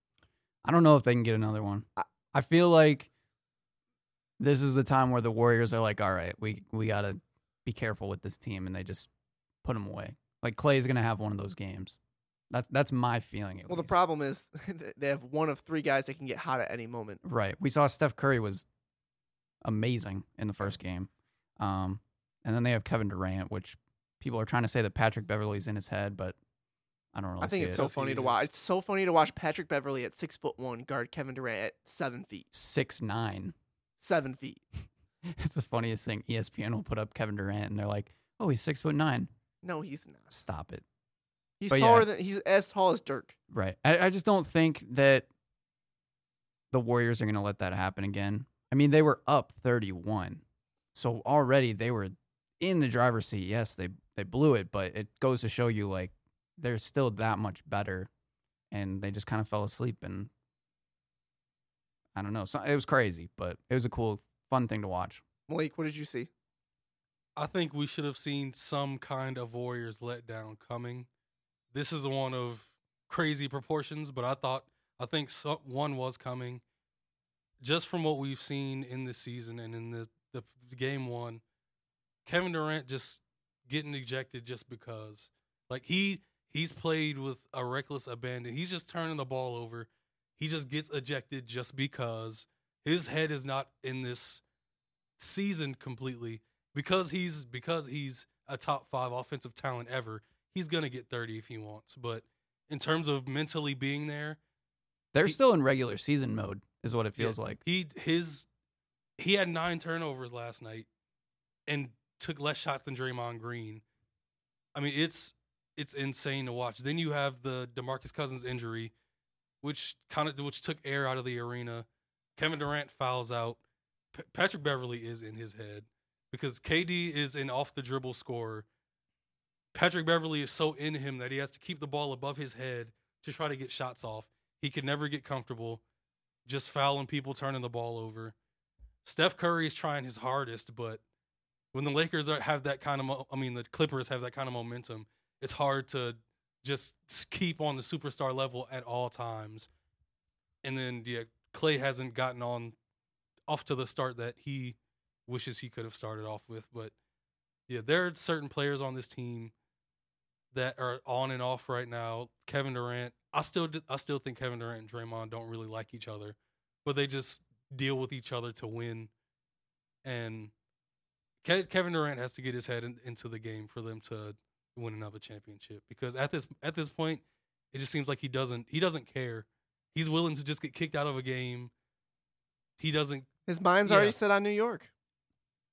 [SPEAKER 4] I don't know if they can get another one. I, I feel like this is the time where the Warriors are like, all right, we we gotta be careful with this team, and they just put them away. Like Clay's gonna have one of those games. That's that's my feeling. at
[SPEAKER 3] Well, the
[SPEAKER 4] least.
[SPEAKER 3] problem is they have one of three guys that can get hot at any moment.
[SPEAKER 4] Right. We saw Steph Curry was amazing in the first game. Um, and then they have Kevin Durant, which people are trying to say that Patrick Beverly's in his head, but I don't really
[SPEAKER 3] I think
[SPEAKER 4] Oh, see
[SPEAKER 3] it's
[SPEAKER 4] it.
[SPEAKER 3] so
[SPEAKER 2] That's who
[SPEAKER 3] funny
[SPEAKER 2] it
[SPEAKER 3] to watch.
[SPEAKER 2] is.
[SPEAKER 3] It's so funny to watch Patrick Beverly at six foot one guard Kevin Durant at seven feet,
[SPEAKER 4] six nine.
[SPEAKER 3] seven feet.
[SPEAKER 4] It's the funniest thing. E ESPN will put up Kevin Durant and they're like, Oh, he's six foot nine.
[SPEAKER 3] No, he's not.
[SPEAKER 4] Stop it.
[SPEAKER 3] He's
[SPEAKER 4] But yeah.
[SPEAKER 3] taller than he's as tall as Dirk.
[SPEAKER 4] Right. I, I just don't think that the Warriors are gonna let that happen again. I mean, they were up thirty one. So already they were in the driver's seat. Yes, they they blew it, but it goes to show you like they're still that much better and they just kind of fell asleep and I don't know. So it was crazy, but it was a cool fun thing to watch.
[SPEAKER 3] Malik, what did you see?
[SPEAKER 2] I think we should have seen some kind of Warriors letdown coming. This is one of crazy proportions, but I thought I think so, one was coming. Just from what we've seen in this season and in the, the, the game one, Kevin Durant just getting ejected just because, like he he's played with a reckless abandon. He's just turning the ball over. He just gets ejected just because his head is not in this season completely because he's because he's a top five offensive talent ever, he's gonna get thirty if he wants. But in terms of mentally being there,
[SPEAKER 4] They're
[SPEAKER 2] He-
[SPEAKER 4] still in regular season mode is what it feels like.
[SPEAKER 2] he his he had nine turnovers last night and took less shots than Draymond Green. I mean, it's it's insane to watch. Then you have the DeMarcus Cousins injury, which kind of which took air out of the arena. Kevin Durant fouls out. P- Patrick Beverly is in his head because KD is an off the dribble scorer. Patrick Beverly is so in him that he has to keep the ball above his head to try to get shots off. He can never get comfortable, just fouling people, turning the ball over. Steph Curry is trying his hardest, but when the Lakers are, have that kind of, mo- I mean, the Clippers have that kind of momentum, it's hard to just s- keep on the superstar level at all times. And then, yeah, Clay hasn't gotten on off to the start that he wishes he could have started off with. But yeah, there are certain players on this team that are on and off right now. Kevin Durant, I still d- I still think Kevin Durant and Draymond don't really like each other, but they just deal with each other to win. And Ke- Kevin Durant has to get his head in, into the game for them to win another championship because at this at this point, it just seems like he doesn't he doesn't care. He's willing to just get kicked out of a game. He doesn't.
[SPEAKER 3] His mind's
[SPEAKER 2] Yeah.
[SPEAKER 3] already set on New York.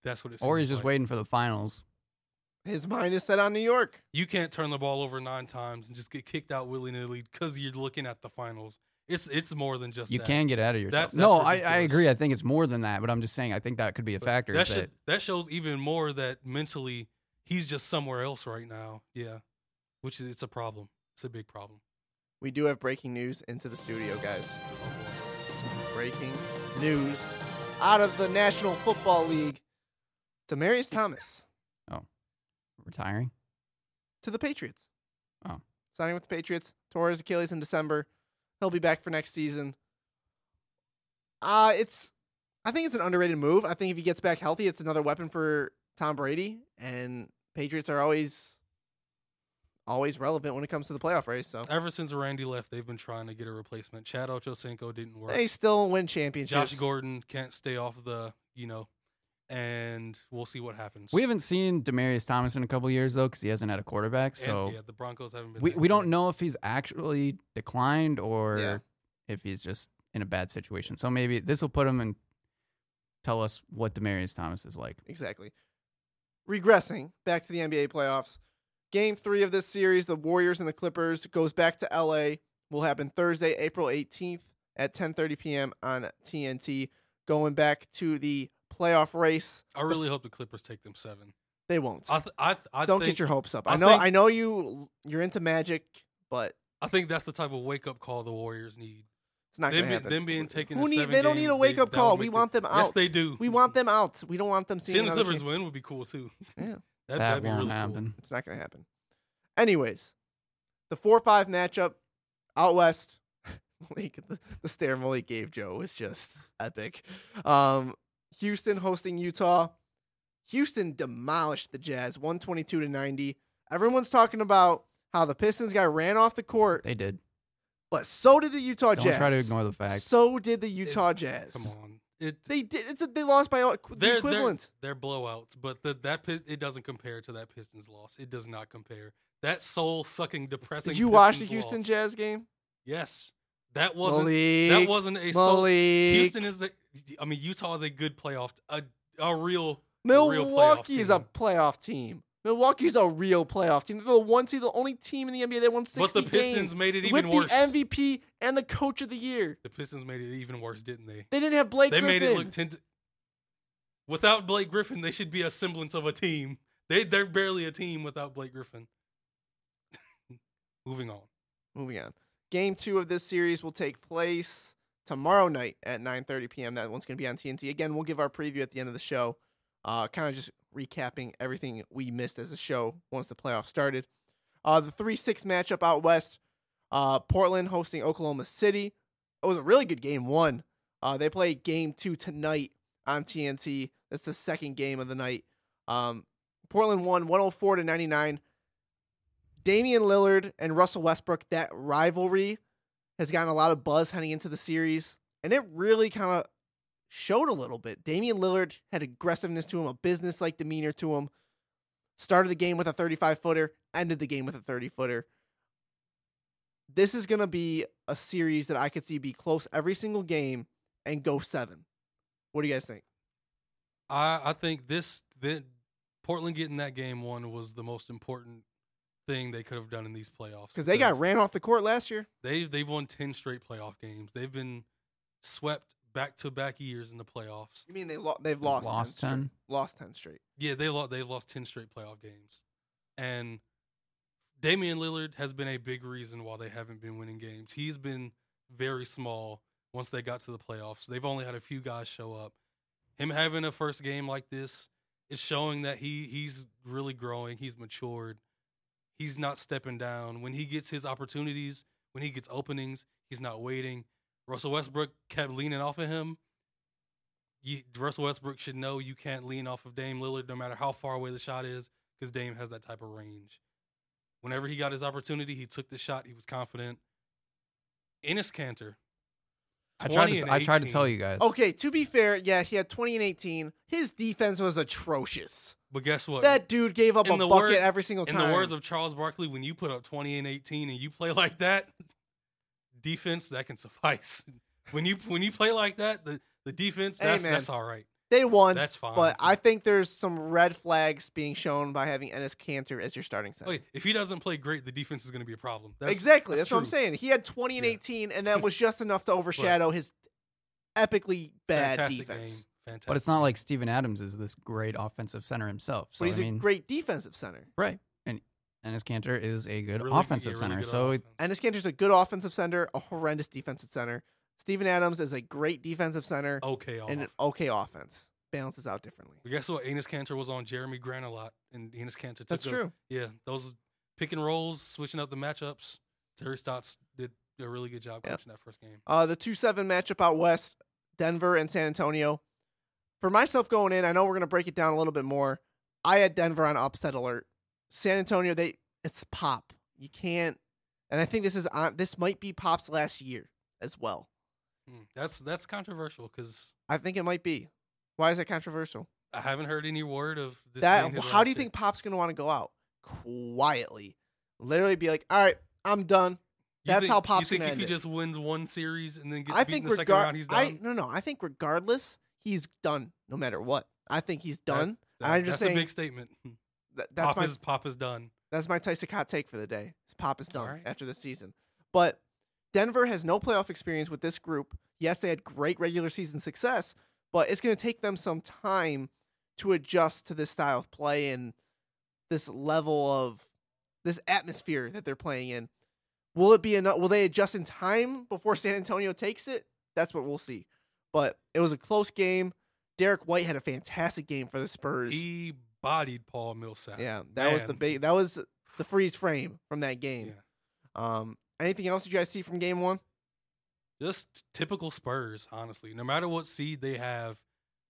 [SPEAKER 2] That's what it.
[SPEAKER 4] or he's
[SPEAKER 2] seems
[SPEAKER 4] just
[SPEAKER 2] like.
[SPEAKER 4] waiting for the finals.
[SPEAKER 3] His mind is set on New York.
[SPEAKER 2] you can't turn the ball over nine times and just get kicked out willy nilly because you're looking at the finals. It's it's more than just
[SPEAKER 4] You
[SPEAKER 2] that.
[SPEAKER 4] can get out of yourself.
[SPEAKER 2] That's- that's
[SPEAKER 4] no, I, I
[SPEAKER 2] ridiculous.
[SPEAKER 4] agree. I think it's more than that, but I'm just saying I think that could be a
[SPEAKER 2] But
[SPEAKER 4] factor.
[SPEAKER 2] That
[SPEAKER 4] is that-
[SPEAKER 2] should, that shows even more that mentally he's just somewhere else right now. Yeah, which is it's a problem. It's a big problem.
[SPEAKER 3] We do have breaking news into the studio, guys.
[SPEAKER 2] Oh, boy.
[SPEAKER 3] Breaking news out of the National Football League. Demarius Thomas
[SPEAKER 4] retiring.
[SPEAKER 3] to the Patriots.
[SPEAKER 4] Oh.
[SPEAKER 3] Signing with the Patriots. Tore his Achilles in December. He'll be back for next season. Uh, it's I think it's an underrated move. I think if he gets back healthy, it's another weapon for Tom Brady. And Patriots are always always relevant when it comes to the playoff race. So
[SPEAKER 2] Ever since Randy left, they've been trying to get a replacement. Chad Ochocinco didn't work.
[SPEAKER 3] they still win championships.
[SPEAKER 2] Josh Gordon can't stay off the you know, and we'll see what happens.
[SPEAKER 4] We haven't seen Demarius Thomas in a couple years though, because he hasn't had a quarterback.
[SPEAKER 2] And,
[SPEAKER 4] So
[SPEAKER 2] yeah, the Broncos haven't been.
[SPEAKER 4] we,
[SPEAKER 2] that
[SPEAKER 4] we
[SPEAKER 2] good.
[SPEAKER 4] don't know if he's actually declined or
[SPEAKER 3] Yeah.
[SPEAKER 4] if he's just in a bad situation. So maybe this will put him and tell us what Demarius Thomas is like.
[SPEAKER 3] Exactly. Regressing back to the NBA playoffs. Game three of this series, the Warriors and the Clippers, goes back to LA. Will happen Thursday, April 18th at 10:30 p.m. on TNT. Going back to the playoff race.
[SPEAKER 2] I really hope the Clippers take them seven.
[SPEAKER 3] They won't.
[SPEAKER 2] I th- I th- I
[SPEAKER 3] Don't
[SPEAKER 2] think,
[SPEAKER 3] get your hopes up.
[SPEAKER 2] I
[SPEAKER 3] I, know.
[SPEAKER 2] think-
[SPEAKER 3] I know you. You're into magic, but
[SPEAKER 2] I think that's the type of wake up call the Warriors need.
[SPEAKER 3] it's not
[SPEAKER 2] Them,
[SPEAKER 3] gonna
[SPEAKER 2] be-
[SPEAKER 3] happen.
[SPEAKER 2] them being taken.
[SPEAKER 3] Who
[SPEAKER 2] to
[SPEAKER 3] need?
[SPEAKER 2] seven
[SPEAKER 3] they don't need a
[SPEAKER 2] games,
[SPEAKER 3] wake up
[SPEAKER 2] that'll
[SPEAKER 3] call. We
[SPEAKER 2] make
[SPEAKER 3] want them
[SPEAKER 2] the,
[SPEAKER 3] out.
[SPEAKER 2] Yes, they do.
[SPEAKER 3] We want them out. We don't want them seeing,
[SPEAKER 2] Seeing the
[SPEAKER 3] another
[SPEAKER 2] Clippers
[SPEAKER 3] team.
[SPEAKER 2] win would be cool too.
[SPEAKER 3] Yeah.
[SPEAKER 2] That,
[SPEAKER 4] that
[SPEAKER 2] that'd be
[SPEAKER 4] won't
[SPEAKER 2] really
[SPEAKER 4] happen.
[SPEAKER 3] It's not gonna happen. Anyways, the four five matchup out west. Malik, the, the stare Malik gave Joe was just epic. Um, Houston hosting Utah. Houston demolished the Jazz, one twenty two to ninety. Everyone's talking about how the Pistons guy ran off the court,
[SPEAKER 4] They did.
[SPEAKER 3] but so did the Utah
[SPEAKER 4] Don't
[SPEAKER 3] Jazz.
[SPEAKER 4] try to ignore the fact.
[SPEAKER 3] So did the Utah Jazz.
[SPEAKER 2] Cool. Come on, it
[SPEAKER 3] They did. It's a, they lost by all- the
[SPEAKER 2] they're,
[SPEAKER 3] equivalent.
[SPEAKER 2] They're, they're blowouts, but the, that Pis- it doesn't compare to that Pistons loss. It does not compare. That soul sucking, depressing.
[SPEAKER 3] Did you watch the
[SPEAKER 2] Pistons
[SPEAKER 3] Houston
[SPEAKER 2] loss-
[SPEAKER 3] Jazz game?
[SPEAKER 2] Yes, that wasn't that
[SPEAKER 3] Malik,
[SPEAKER 2] wasn't a soul.
[SPEAKER 3] Malik.
[SPEAKER 2] Houston is. A, I mean, Utah is a good playoff. A a real real playoff
[SPEAKER 3] Milwaukee is a
[SPEAKER 2] team.
[SPEAKER 3] playoff team. Milwaukee's a real playoff team. They're the one seed, the only team in the NBA that won 60
[SPEAKER 2] But the Pistons
[SPEAKER 3] games
[SPEAKER 2] made it even
[SPEAKER 3] with
[SPEAKER 2] worse.
[SPEAKER 3] the MVP and the coach of the year.
[SPEAKER 2] The Pistons made it even worse, didn't they?
[SPEAKER 3] They didn't have Blake
[SPEAKER 2] They
[SPEAKER 3] Griffin.
[SPEAKER 2] made it look ten. to- without Blake Griffin, they should be a semblance of a team. They they're barely a team without Blake Griffin. Moving on.
[SPEAKER 3] Moving on. Game two of this series will take place tomorrow night at 9:30 p.m. That one's going to be on TNT. Again, we'll give our preview at the end of the show. Uh, kind of just recapping everything we missed as a show once the playoffs started. Uh, the three six matchup out west. Uh, Portland hosting Oklahoma City. It was a really good game one. Uh, they play game two tonight on TNT. That's the second game of the night. Um, Portland won 104 to 99. Damian Lillard and Russell Westbrook, that rivalry has gotten a lot of buzz heading into the series, and it really kind of showed a little bit. Damian Lillard had aggressiveness to him, a business like demeanor to him. Started the game with a 35 footer, ended the game with a 30 footer. This is going to be a series that I could see be close every single game and go seven. What do you guys think?
[SPEAKER 2] I I think this the Portland getting that game one was the most important thing they could have done in these playoffs
[SPEAKER 3] Because they got ran off the court last year.
[SPEAKER 2] They've they've won ten straight playoff games. They've been swept back to back years in the playoffs.
[SPEAKER 3] You mean they lo- they've
[SPEAKER 4] They
[SPEAKER 3] lost
[SPEAKER 4] lost
[SPEAKER 3] 10?
[SPEAKER 4] 10?
[SPEAKER 3] Straight. Lost 10 straight.
[SPEAKER 2] Yeah, they lost. They've lost ten straight playoff games, and Damian Lillard has been a big reason why they haven't been winning games. He's been very small once they got to the playoffs. They've only had a few guys show up. Him having a first game like this is showing that he he's really growing. He's matured. He's not stepping down. When he gets his opportunities, when he gets openings, he's not waiting. Russell Westbrook kept leaning off of him you, Russell Westbrook should know you can't lean off of Dame Lillard no matter how far away the shot is because Dame has that type of range. Whenever he got his opportunity, he took the shot. He was confident. Ennis Cantor.
[SPEAKER 4] I tried.
[SPEAKER 2] 20
[SPEAKER 4] To,
[SPEAKER 2] and
[SPEAKER 4] I tried to
[SPEAKER 2] 18.
[SPEAKER 4] tell you guys.
[SPEAKER 3] Okay, to be fair, yeah, he had 20 and 18. His defense was atrocious.
[SPEAKER 2] But guess what?
[SPEAKER 3] That dude gave up
[SPEAKER 2] In
[SPEAKER 3] a
[SPEAKER 2] the
[SPEAKER 3] bucket
[SPEAKER 2] words-
[SPEAKER 3] every single
[SPEAKER 2] In
[SPEAKER 3] time.
[SPEAKER 2] the words of Charles Barkley, when you put up 20 and 18 and you play like that, defense, that can suffice. When you when you play like that, the, the defense,
[SPEAKER 3] Hey,
[SPEAKER 2] that's,
[SPEAKER 3] man.
[SPEAKER 2] that's all right.
[SPEAKER 3] they won,
[SPEAKER 2] That's fine.
[SPEAKER 3] but I think there's some red flags being shown by having Ennis Cantor as your starting center.
[SPEAKER 2] Okay, Oh, if he doesn't play great, the defense is going to be a problem. That's,
[SPEAKER 3] exactly. That's, what I'm
[SPEAKER 2] true.
[SPEAKER 3] saying. He had 20 and
[SPEAKER 2] Yeah.
[SPEAKER 3] 18, and that was just enough to overshadow his epically bad
[SPEAKER 2] Fantastic
[SPEAKER 3] defense.
[SPEAKER 2] game. Fantastic.
[SPEAKER 4] But it's not like Steven Adams is this great offensive center himself. So
[SPEAKER 3] But he's
[SPEAKER 4] I mean,
[SPEAKER 3] a great defensive center.
[SPEAKER 4] right. And Ennis Cantor is a good
[SPEAKER 2] Really good-
[SPEAKER 4] offensive
[SPEAKER 2] yeah, really
[SPEAKER 4] center.
[SPEAKER 2] good
[SPEAKER 4] so
[SPEAKER 2] offense.
[SPEAKER 3] Ennis Cantor's a good offensive center, a horrendous defensive center. Steven Adams is a great defensive center
[SPEAKER 2] okay,
[SPEAKER 3] and
[SPEAKER 2] off.
[SPEAKER 3] an okay offense. Balances out differently.
[SPEAKER 2] But guess what? Enos Cantor was on Jeremy Grant a lot, and Enos Cantor took
[SPEAKER 3] That's
[SPEAKER 2] the-
[SPEAKER 3] true.
[SPEAKER 2] Yeah, those pick and rolls, switching up the matchups. Terry Stotts did a really good job
[SPEAKER 3] Yeah.
[SPEAKER 2] coaching that first game.
[SPEAKER 3] Uh, the 2 7 matchup out west, Denver and San Antonio. For myself going in, I know we're going to break it down a little bit more. I had Denver on upset alert. San Antonio, they it's pop. You can't, and I think this is on. This might be Pop's last year as well.
[SPEAKER 2] Mm, That's that's controversial because
[SPEAKER 3] I think it might be. Why is that controversial?
[SPEAKER 2] I haven't heard any word of this.
[SPEAKER 3] that
[SPEAKER 2] being his
[SPEAKER 3] how do you
[SPEAKER 2] last day.
[SPEAKER 3] think Pop's going to want to go out quietly, literally be like, all right, I'm done.
[SPEAKER 2] You
[SPEAKER 3] that's
[SPEAKER 2] think-
[SPEAKER 3] how Pop's
[SPEAKER 2] You think
[SPEAKER 3] gonna
[SPEAKER 2] if
[SPEAKER 3] end
[SPEAKER 2] he
[SPEAKER 3] it.
[SPEAKER 2] just wins one series and then gets
[SPEAKER 3] I
[SPEAKER 2] beat
[SPEAKER 3] think
[SPEAKER 2] in the second
[SPEAKER 3] regard-
[SPEAKER 2] round, he's done.
[SPEAKER 3] I no no. I think regardless, he's done no matter what. I think he's done.
[SPEAKER 2] That-
[SPEAKER 3] I'm
[SPEAKER 2] that's
[SPEAKER 3] just
[SPEAKER 2] a
[SPEAKER 3] saying
[SPEAKER 2] big statement.
[SPEAKER 3] th- that's
[SPEAKER 2] Pop
[SPEAKER 3] my
[SPEAKER 2] is Pop is done.
[SPEAKER 3] that's my Tyson Cott take for the day. His pop is done
[SPEAKER 2] Alright.
[SPEAKER 3] after the season. But Denver has no playoff experience with this group. Yes, they had great regular season success, but it's going to take them some time to adjust to this style of play and this level of this atmosphere that they're playing in. Will it be enough? Will they adjust in time before San Antonio takes it? That's what we'll see. But it was a close game. Derek White had a fantastic game for the Spurs.
[SPEAKER 2] He bodied Paul Millsap.
[SPEAKER 3] yeah, that was the
[SPEAKER 2] Man.
[SPEAKER 3] big. That was the freeze frame from that
[SPEAKER 2] Yeah.
[SPEAKER 3] game. Um, anything else did you guys see from game one?
[SPEAKER 2] Just typical Spurs, honestly. No matter what seed they have,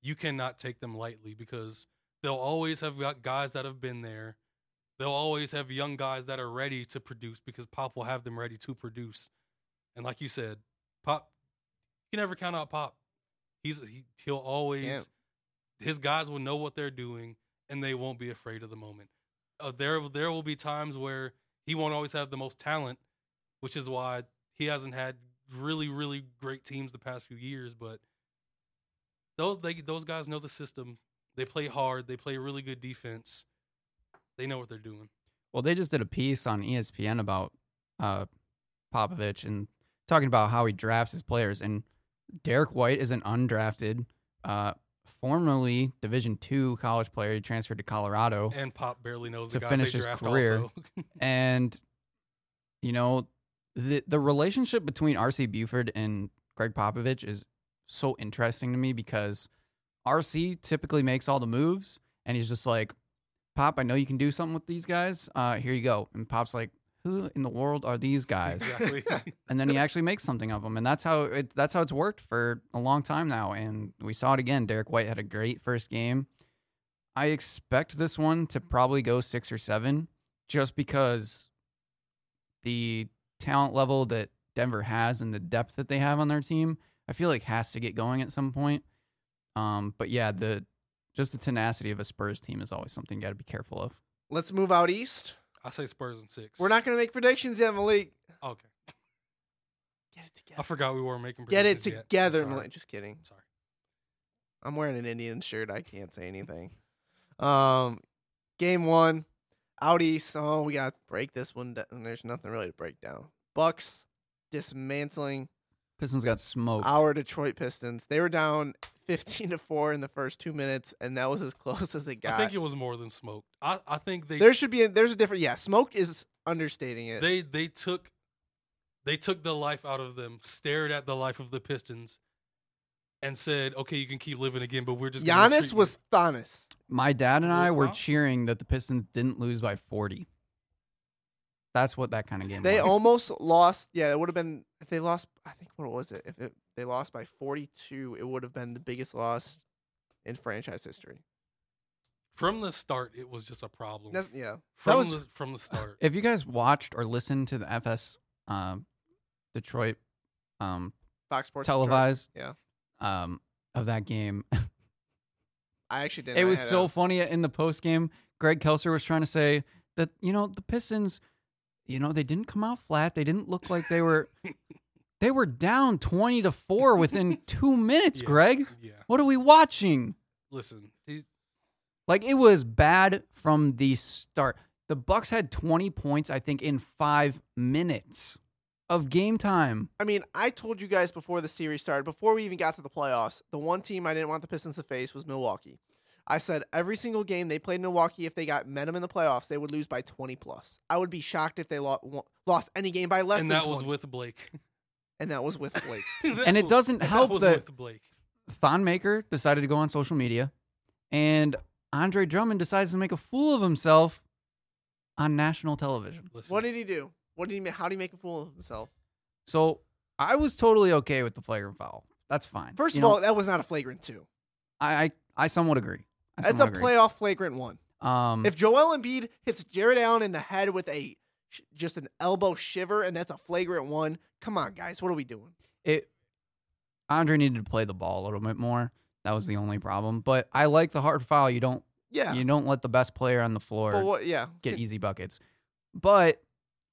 [SPEAKER 2] you cannot take them lightly because they'll always have got guys that have been there. They'll always have young guys that are ready to produce because Pop will have them ready to produce. And like you said, Pop, you can never count out Pop. He's he, he'll always his guys will know what they're doing and they won't be afraid of the moment. Uh, there there will be times where he won't always have the most talent, which is why he hasn't had really really great teams the past few years. But those they, those guys know the system. They play hard. They play really good defense. They know what they're doing.
[SPEAKER 4] Well, they just did a piece on E ESPN about uh, Popovich and talking about how he drafts his players. And Derek White is an undrafted, uh, formerly Division two college player. He transferred to Colorado,
[SPEAKER 2] And Pop barely knows
[SPEAKER 4] To
[SPEAKER 2] the guys
[SPEAKER 4] finish
[SPEAKER 2] they
[SPEAKER 4] his
[SPEAKER 2] draft.
[SPEAKER 4] career.
[SPEAKER 2] Also,
[SPEAKER 4] and you know the the relationship between RC Buford and Greg Popovich is so interesting to me because RC typically makes all the moves, and he's just like, "Pop, I know you can do something with these guys. Uh, here you go." And Pop's like, "Who in the world are these guys?"
[SPEAKER 2] exactly.
[SPEAKER 4] and then he actually makes something of them, and that's how it, that's how it's worked for a long time now. And we saw it again. Derek White had a great first game. I expect this one to probably go six or seven, just because the talent level that Denver has and the depth that they have on their team, I feel like has to get going at some point. Um, but yeah, the just the tenacity of a Spurs team is always something you got to be careful of.
[SPEAKER 3] Let's move out east.
[SPEAKER 2] I say Spurs in six.
[SPEAKER 3] We're not going to make predictions yet, Malik.
[SPEAKER 2] okay.
[SPEAKER 3] Get it
[SPEAKER 2] I
[SPEAKER 3] together.
[SPEAKER 2] forgot we weren't making.
[SPEAKER 3] Get it
[SPEAKER 2] predictions yet. I'm
[SPEAKER 3] together,
[SPEAKER 2] sorry.
[SPEAKER 3] Malik. Just kidding.
[SPEAKER 2] I'm sorry.
[SPEAKER 3] I'm wearing an Indian shirt. I can't say anything. Um, game one, out east. Oh, we got to break this one. down. There's nothing really to break down. Bucks dismantling
[SPEAKER 4] Pistons got smoked.
[SPEAKER 3] our Detroit Pistons. They were down 15 to four in the first two minutes, and that was as close as it
[SPEAKER 2] I
[SPEAKER 3] got.
[SPEAKER 2] think it was more than smoked. I, I think they
[SPEAKER 3] there should be a, there's a different. Yeah, smoke is understating it.
[SPEAKER 2] they they took they took the life out of them, stared at the life of the Pistons, and said, "Okay, you can keep living again, but we're just gonna treat
[SPEAKER 3] Giannis
[SPEAKER 2] you-
[SPEAKER 3] was Thanos.
[SPEAKER 4] My dad and
[SPEAKER 3] Oh,
[SPEAKER 4] I were
[SPEAKER 2] Huh?
[SPEAKER 4] cheering that the Pistons didn't lose by 40. That's what that kind of game
[SPEAKER 3] They
[SPEAKER 4] was.
[SPEAKER 3] almost lost. Yeah, it would have been if they lost. I think what was it? If it, they lost by forty-two, it would have been the biggest loss in franchise history.
[SPEAKER 2] from the start. It was just a problem.
[SPEAKER 3] That's, yeah,
[SPEAKER 2] from
[SPEAKER 4] was-
[SPEAKER 2] the, from the start.
[SPEAKER 4] if you guys watched or listened to the FS um, Detroit um,
[SPEAKER 3] Fox Sports Detroit.
[SPEAKER 4] televised
[SPEAKER 3] Yeah.
[SPEAKER 4] um, of that game,
[SPEAKER 3] I actually did.
[SPEAKER 4] it was
[SPEAKER 3] uh,
[SPEAKER 4] so funny in the post game. Greg Kelser was trying to say that, you know, the Pistons, you know, they didn't come out flat. They didn't look like they were. They were down 20 to 4 within two minutes,
[SPEAKER 2] Yeah.
[SPEAKER 4] Greg.
[SPEAKER 2] Yeah,
[SPEAKER 4] What are we watching?
[SPEAKER 2] listen, he-
[SPEAKER 4] Like it was bad from the start. The Bucks had 20 points, I think, in five minutes of game time.
[SPEAKER 3] I mean, I told you guys before the series started, before we even got to the playoffs, the one team I didn't want the Pistons to face was Milwaukee. I said every single game they played Milwaukee, if they got met them in the playoffs, they would lose by twenty plus. I would be shocked if they lo- wo- lost any game by less
[SPEAKER 2] and
[SPEAKER 3] than
[SPEAKER 2] that was
[SPEAKER 3] 20.
[SPEAKER 2] with Blake.
[SPEAKER 3] and that was with Blake.
[SPEAKER 2] That
[SPEAKER 4] And it
[SPEAKER 2] was-
[SPEAKER 4] doesn't
[SPEAKER 2] that
[SPEAKER 4] help
[SPEAKER 2] was
[SPEAKER 4] that-
[SPEAKER 2] with Blake.
[SPEAKER 4] Thon Maker decided to go on social media, and Andre Drummond decides to make a fool of himself on national television.
[SPEAKER 2] Listen,
[SPEAKER 3] what did he do? What did he? ma- How did he make a fool of himself?
[SPEAKER 4] So I was totally okay with the flagrant foul. That's fine.
[SPEAKER 3] First of
[SPEAKER 4] You know,
[SPEAKER 3] all, that was not a flagrant two.
[SPEAKER 4] I, I I somewhat agree. I
[SPEAKER 3] That's a
[SPEAKER 4] somewhat agree.
[SPEAKER 3] playoff flagrant one.
[SPEAKER 4] Um,
[SPEAKER 3] If Joel Embiid hits Jared Allen in the head with a sh- just an elbow shiver, and that's a flagrant one. Come on, guys, what are we doing?
[SPEAKER 4] it Andre needed to play the ball a little bit more. That was the only problem. But I like the hard foul. You don't
[SPEAKER 3] Yeah,
[SPEAKER 4] You don't let the best player on the floor
[SPEAKER 3] but what? Yeah,
[SPEAKER 4] get easy buckets. But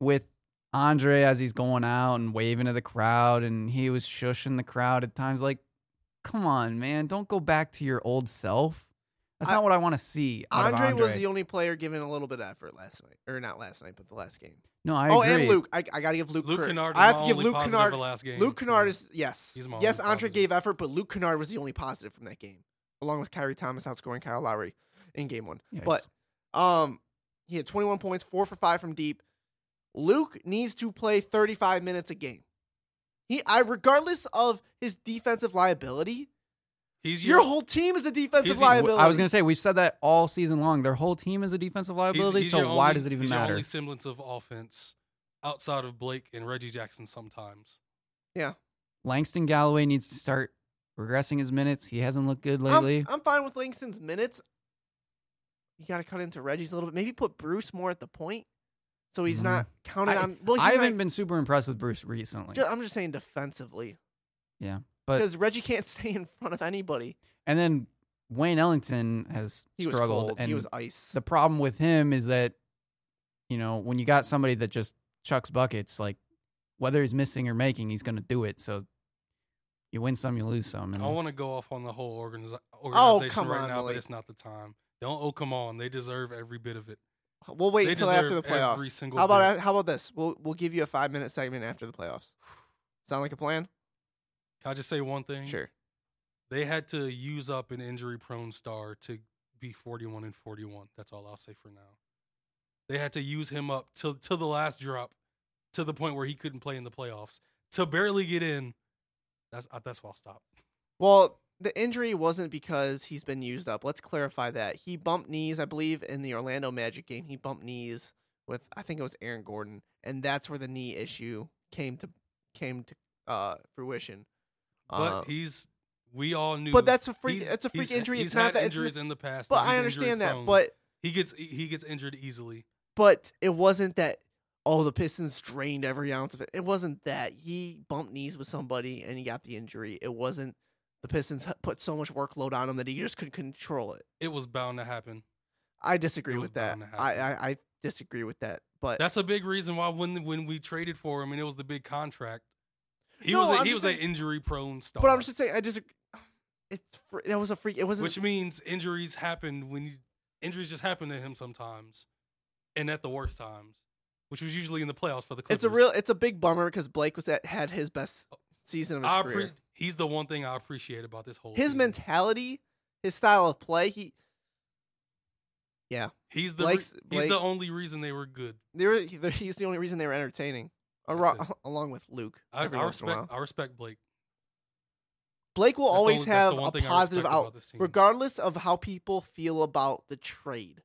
[SPEAKER 4] with Andre as he's going out and waving to the crowd and he was shushing the crowd at times like come on man, don't go back to your old self. That's
[SPEAKER 3] I-
[SPEAKER 4] not what I want to see. out of
[SPEAKER 3] Andre, was
[SPEAKER 4] Andre.
[SPEAKER 3] the only player giving a little bit of effort last night, or not last night, but the last game.
[SPEAKER 4] No, I
[SPEAKER 3] oh,
[SPEAKER 4] agree.
[SPEAKER 3] and Luke, I, I gotta give Luke.
[SPEAKER 2] Luke
[SPEAKER 3] credit.
[SPEAKER 2] Kennard.
[SPEAKER 3] I have
[SPEAKER 2] was
[SPEAKER 3] to
[SPEAKER 2] my
[SPEAKER 3] give
[SPEAKER 2] only
[SPEAKER 3] Luke
[SPEAKER 2] positive
[SPEAKER 3] Kennard.
[SPEAKER 2] of last game.
[SPEAKER 3] Luke Kennard
[SPEAKER 2] Yeah.
[SPEAKER 3] is yes,
[SPEAKER 2] He's my
[SPEAKER 3] yes.
[SPEAKER 2] only
[SPEAKER 3] Andre
[SPEAKER 2] positive.
[SPEAKER 3] gave effort, but Luke Kennard was the only positive from that game. along with Kyrie Thomas outscoring Kyle Lowry in game one.
[SPEAKER 4] Yikes.
[SPEAKER 3] But um, he had 21 points, four for five from deep. Luke needs to play 35 minutes a game. He, I, regardless of his defensive liability,
[SPEAKER 2] He's
[SPEAKER 3] your whole team is a defensive
[SPEAKER 2] he's your- I
[SPEAKER 3] liability.
[SPEAKER 4] I was gonna say we've said that all season long. Their whole team is a defensive liability,
[SPEAKER 2] he's
[SPEAKER 4] so
[SPEAKER 2] your
[SPEAKER 4] why
[SPEAKER 2] only-
[SPEAKER 4] does it even
[SPEAKER 2] he's your
[SPEAKER 4] matter?
[SPEAKER 2] only semblance of offense outside of Blake and Reggie Jackson sometimes.
[SPEAKER 4] Langston Galloway needs to start regressing his minutes. He hasn't looked good
[SPEAKER 3] I'm-
[SPEAKER 4] lately.
[SPEAKER 3] I'm, fine with Langston's minutes. You got to cut into Reggie's a little bit. Maybe put Bruce more at the point, so he's
[SPEAKER 4] Mhm.
[SPEAKER 3] not counted
[SPEAKER 4] I-
[SPEAKER 3] on. Well, he
[SPEAKER 4] I
[SPEAKER 3] might-
[SPEAKER 4] haven't been super impressed with Bruce recently.
[SPEAKER 3] ju- I'm just saying defensively.
[SPEAKER 4] Yeah, but-
[SPEAKER 3] because Reggie can't stay in front of anybody.
[SPEAKER 4] and then Wayne Ellington has
[SPEAKER 3] He was
[SPEAKER 4] struggled,
[SPEAKER 3] cold.
[SPEAKER 4] and
[SPEAKER 3] He was ice.
[SPEAKER 4] the problem with him is that you know when you got somebody that just chucks buckets like whether he's missing or making he's going to do it so you win some you lose some and
[SPEAKER 2] I want to go off on the whole organiz- organization
[SPEAKER 3] Oh, come
[SPEAKER 2] right
[SPEAKER 3] on,
[SPEAKER 2] now,
[SPEAKER 3] Malik.
[SPEAKER 2] but it's not the time. Don't oh come on. They deserve every bit of it.
[SPEAKER 3] We'll wait
[SPEAKER 2] They
[SPEAKER 3] until after the
[SPEAKER 2] deserve
[SPEAKER 3] playoffs.
[SPEAKER 2] every single
[SPEAKER 3] how about
[SPEAKER 2] bit.
[SPEAKER 3] how about this? We'll we'll give you a five minute segment after the playoffs. Sound like a plan?
[SPEAKER 2] Can I just say one thing?
[SPEAKER 3] Sure.
[SPEAKER 2] They had to use up an injury prone star to be 41 and 41. That's all I'll say for now. They had to use him up till till the last drop to the point where he couldn't play in the playoffs to barely get in. That's uh, that's why I'll stop.
[SPEAKER 3] Well, the injury wasn't because he's been used up. Let's clarify that. He bumped knees, I believe, in the Orlando Magic game. He bumped knees with I think it was Aaron Gordon, and that's where the knee issue came to came to uh, fruition.
[SPEAKER 2] But
[SPEAKER 3] Uh,
[SPEAKER 2] he's we all knew
[SPEAKER 3] but that's a freak.
[SPEAKER 2] he's-
[SPEAKER 3] That's a freak
[SPEAKER 2] he's-
[SPEAKER 3] injury.
[SPEAKER 2] he's
[SPEAKER 3] It's not
[SPEAKER 2] had
[SPEAKER 3] that. It's,
[SPEAKER 2] injuries in the past.
[SPEAKER 3] but
[SPEAKER 2] and he's
[SPEAKER 3] I
[SPEAKER 2] injury
[SPEAKER 3] understand that.
[SPEAKER 2] prone.
[SPEAKER 3] But
[SPEAKER 2] he gets he gets injured easily.
[SPEAKER 3] but it wasn't that oh the pistons drained every ounce of it it wasn't that he bumped knees with somebody and he got the injury it wasn't the pistons h- put so much workload on him that he just couldn't control it
[SPEAKER 2] It was bound to happen.
[SPEAKER 3] i
[SPEAKER 2] It
[SPEAKER 3] disagree
[SPEAKER 2] was
[SPEAKER 3] with that
[SPEAKER 2] bound to
[SPEAKER 3] I,
[SPEAKER 2] happen.
[SPEAKER 3] I i disagree with that but
[SPEAKER 2] That's a big reason why when when we traded for him and it was the big contract. He
[SPEAKER 3] No,
[SPEAKER 2] was a,
[SPEAKER 3] I'm
[SPEAKER 2] he was
[SPEAKER 3] just
[SPEAKER 2] an
[SPEAKER 3] saying-
[SPEAKER 2] injury prone star.
[SPEAKER 3] but i'm just saying i disagree it's fr- that was a freak it wasn't
[SPEAKER 2] which means injuries happen when you, injuries just happen to him sometimes, and at the worst times, which was usually in the playoffs for the Clippers.
[SPEAKER 3] it's a real it's a big bummer because blake was at had his best season of his
[SPEAKER 2] Oh, I appre-
[SPEAKER 3] career
[SPEAKER 2] he's the one thing I appreciate about this whole
[SPEAKER 3] his
[SPEAKER 2] season.
[SPEAKER 3] mentality his style of play he
[SPEAKER 2] He's the
[SPEAKER 3] Blake's-
[SPEAKER 2] re- he's
[SPEAKER 3] Blake-
[SPEAKER 2] the only reason they were good.
[SPEAKER 3] they were, he- he's the only reason they were entertaining
[SPEAKER 2] That's
[SPEAKER 3] aro- along with luke
[SPEAKER 2] I,
[SPEAKER 3] every
[SPEAKER 2] I
[SPEAKER 3] once in a
[SPEAKER 2] respect
[SPEAKER 3] while.
[SPEAKER 2] I respect Blake.
[SPEAKER 3] Blake will
[SPEAKER 2] That's the
[SPEAKER 3] always
[SPEAKER 2] one- that's
[SPEAKER 3] have
[SPEAKER 2] the one
[SPEAKER 3] a
[SPEAKER 2] thing I
[SPEAKER 3] positive
[SPEAKER 2] respect about
[SPEAKER 3] out,
[SPEAKER 2] this team.
[SPEAKER 3] regardless of how people feel about the trade.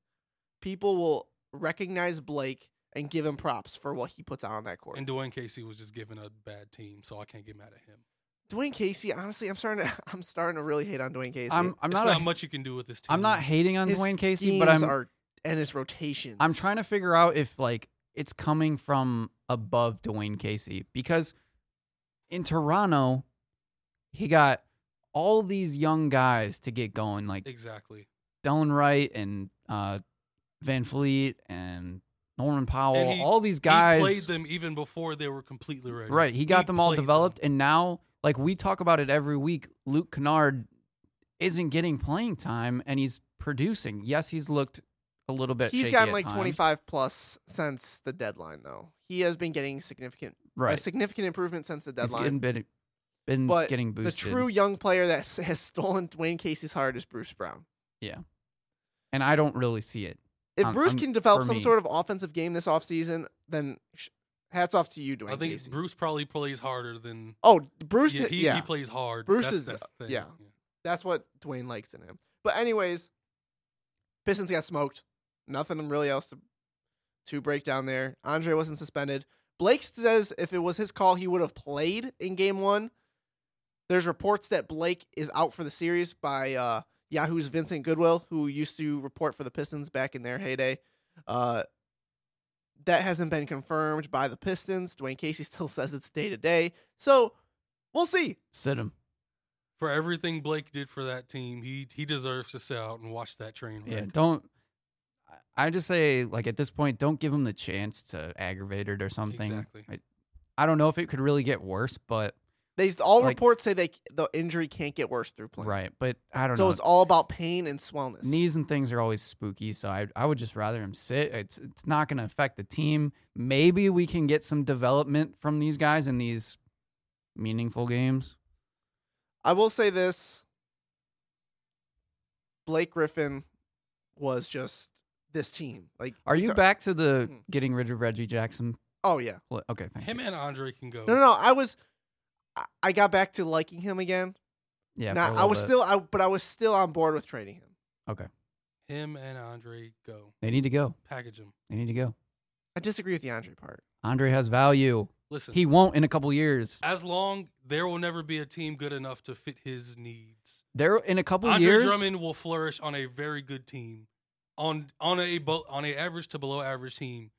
[SPEAKER 3] People will recognize Blake and give him props for what he puts out on that court.
[SPEAKER 2] And Dwayne Casey was just given a bad team, so I can't get mad at him.
[SPEAKER 3] Dwayne Casey, honestly, I'm starting to I'm starting to really hate on Dwayne Casey.
[SPEAKER 4] i'm i'm
[SPEAKER 2] it's
[SPEAKER 4] not,
[SPEAKER 2] not
[SPEAKER 4] a,
[SPEAKER 2] much you can do with this team.
[SPEAKER 4] i'm not hating on
[SPEAKER 3] His
[SPEAKER 4] Dwayne Casey but
[SPEAKER 3] schemes
[SPEAKER 4] i'm
[SPEAKER 3] are, and his rotations.
[SPEAKER 4] i'm trying to figure out if like it's coming from above Dwayne Casey because in Toronto he got all these young guys to get going like
[SPEAKER 2] exactly.
[SPEAKER 4] Dylan Wright and uh, Van Fleet and Norman Powell,
[SPEAKER 2] And he-
[SPEAKER 4] all these
[SPEAKER 2] He
[SPEAKER 4] guys.
[SPEAKER 2] played them even before they were completely ready.
[SPEAKER 4] right, he got them all
[SPEAKER 2] played
[SPEAKER 4] developed, and now, like we talk about it every week, Luke Kennard isn't getting playing time, and he's producing. Yes, he's looked a little bit.
[SPEAKER 3] He's
[SPEAKER 4] shaky
[SPEAKER 3] gotten
[SPEAKER 4] at
[SPEAKER 3] like
[SPEAKER 4] times.
[SPEAKER 3] 25 plus since the deadline though. He has been getting significant a
[SPEAKER 4] Right,
[SPEAKER 3] significant improvement since the
[SPEAKER 4] he's
[SPEAKER 3] deadline.
[SPEAKER 4] getting been, been
[SPEAKER 3] But
[SPEAKER 4] getting
[SPEAKER 3] the
[SPEAKER 4] boosted.
[SPEAKER 3] true young player that s- has stolen Dwayne Casey's heart is Bruce Brown.
[SPEAKER 4] and I don't really see it.
[SPEAKER 3] If
[SPEAKER 4] Um,
[SPEAKER 3] Bruce
[SPEAKER 4] I'm-
[SPEAKER 3] can develop
[SPEAKER 4] for
[SPEAKER 3] some
[SPEAKER 4] me.
[SPEAKER 3] sort of offensive game this offseason, then sh- hats off to you, Dwayne
[SPEAKER 2] I think
[SPEAKER 3] Casey.
[SPEAKER 2] Bruce probably plays harder than
[SPEAKER 3] oh, Bruce,
[SPEAKER 2] yeah,
[SPEAKER 3] yeah,
[SPEAKER 2] he, he plays hard.
[SPEAKER 3] Bruce
[SPEAKER 2] that's,
[SPEAKER 3] is- uh,
[SPEAKER 2] that's the thing.
[SPEAKER 3] yeah. that's what Dwayne likes in him. But anyways, Pistons got smoked. Nothing really else to to break down there. Andre wasn't suspended. Blake says if it was his call, he would have played in game one. There's reports that Blake is out for the series by uh, Yahoo's Vincent Goodwill, who used to report for the Pistons back in their heyday. Uh, that hasn't been confirmed by the Pistons. Dwayne Casey still says it's day to day. So we'll see.
[SPEAKER 4] Sit him.
[SPEAKER 2] For everything Blake did for that team, he he deserves to sit out and watch that train
[SPEAKER 4] Yeah,
[SPEAKER 2] wreck.
[SPEAKER 4] don't. I- I just say like at this point, don't give him the chance to aggravate it or something.
[SPEAKER 2] Exactly.
[SPEAKER 4] I, I don't know if it could really get worse, but
[SPEAKER 3] They all
[SPEAKER 4] Like-
[SPEAKER 3] reports say they the injury can't get worse through playing.
[SPEAKER 4] right. But I don't
[SPEAKER 3] So
[SPEAKER 4] know.
[SPEAKER 3] it's all about pain and swellness.
[SPEAKER 4] Knees and things are always spooky, so I I would just rather him sit. It's it's not going to affect the team. Maybe we can get some development from these guys in these meaningful games.
[SPEAKER 3] I will say this. Blake Griffin was just this team. Like,
[SPEAKER 4] Are you
[SPEAKER 3] so-
[SPEAKER 4] back to the
[SPEAKER 3] Mm.
[SPEAKER 4] getting rid of Reggie Jackson?
[SPEAKER 3] Oh yeah.
[SPEAKER 4] pl- Okay, thank
[SPEAKER 2] Him
[SPEAKER 4] you.
[SPEAKER 2] and Andre can
[SPEAKER 4] Oh.
[SPEAKER 2] go.
[SPEAKER 3] No, no, no. I was. I- I got back to liking him again.
[SPEAKER 4] Yeah, for
[SPEAKER 3] Nah,
[SPEAKER 4] a
[SPEAKER 3] I
[SPEAKER 4] little
[SPEAKER 3] was
[SPEAKER 4] bit.
[SPEAKER 3] still, I but I was still on board with trading him.
[SPEAKER 2] Him and Andre go.
[SPEAKER 4] They need to go.
[SPEAKER 2] Package him.
[SPEAKER 4] They need to go.
[SPEAKER 3] I disagree with the Andre part.
[SPEAKER 4] Andre has value.
[SPEAKER 2] Listen,
[SPEAKER 4] He won't in a couple years.
[SPEAKER 2] as long there will never be a team good enough to fit his needs.
[SPEAKER 4] There in a couple
[SPEAKER 2] Andre
[SPEAKER 4] years.
[SPEAKER 2] Drummond will flourish on a very good team, on on a bo- on a average to below average team.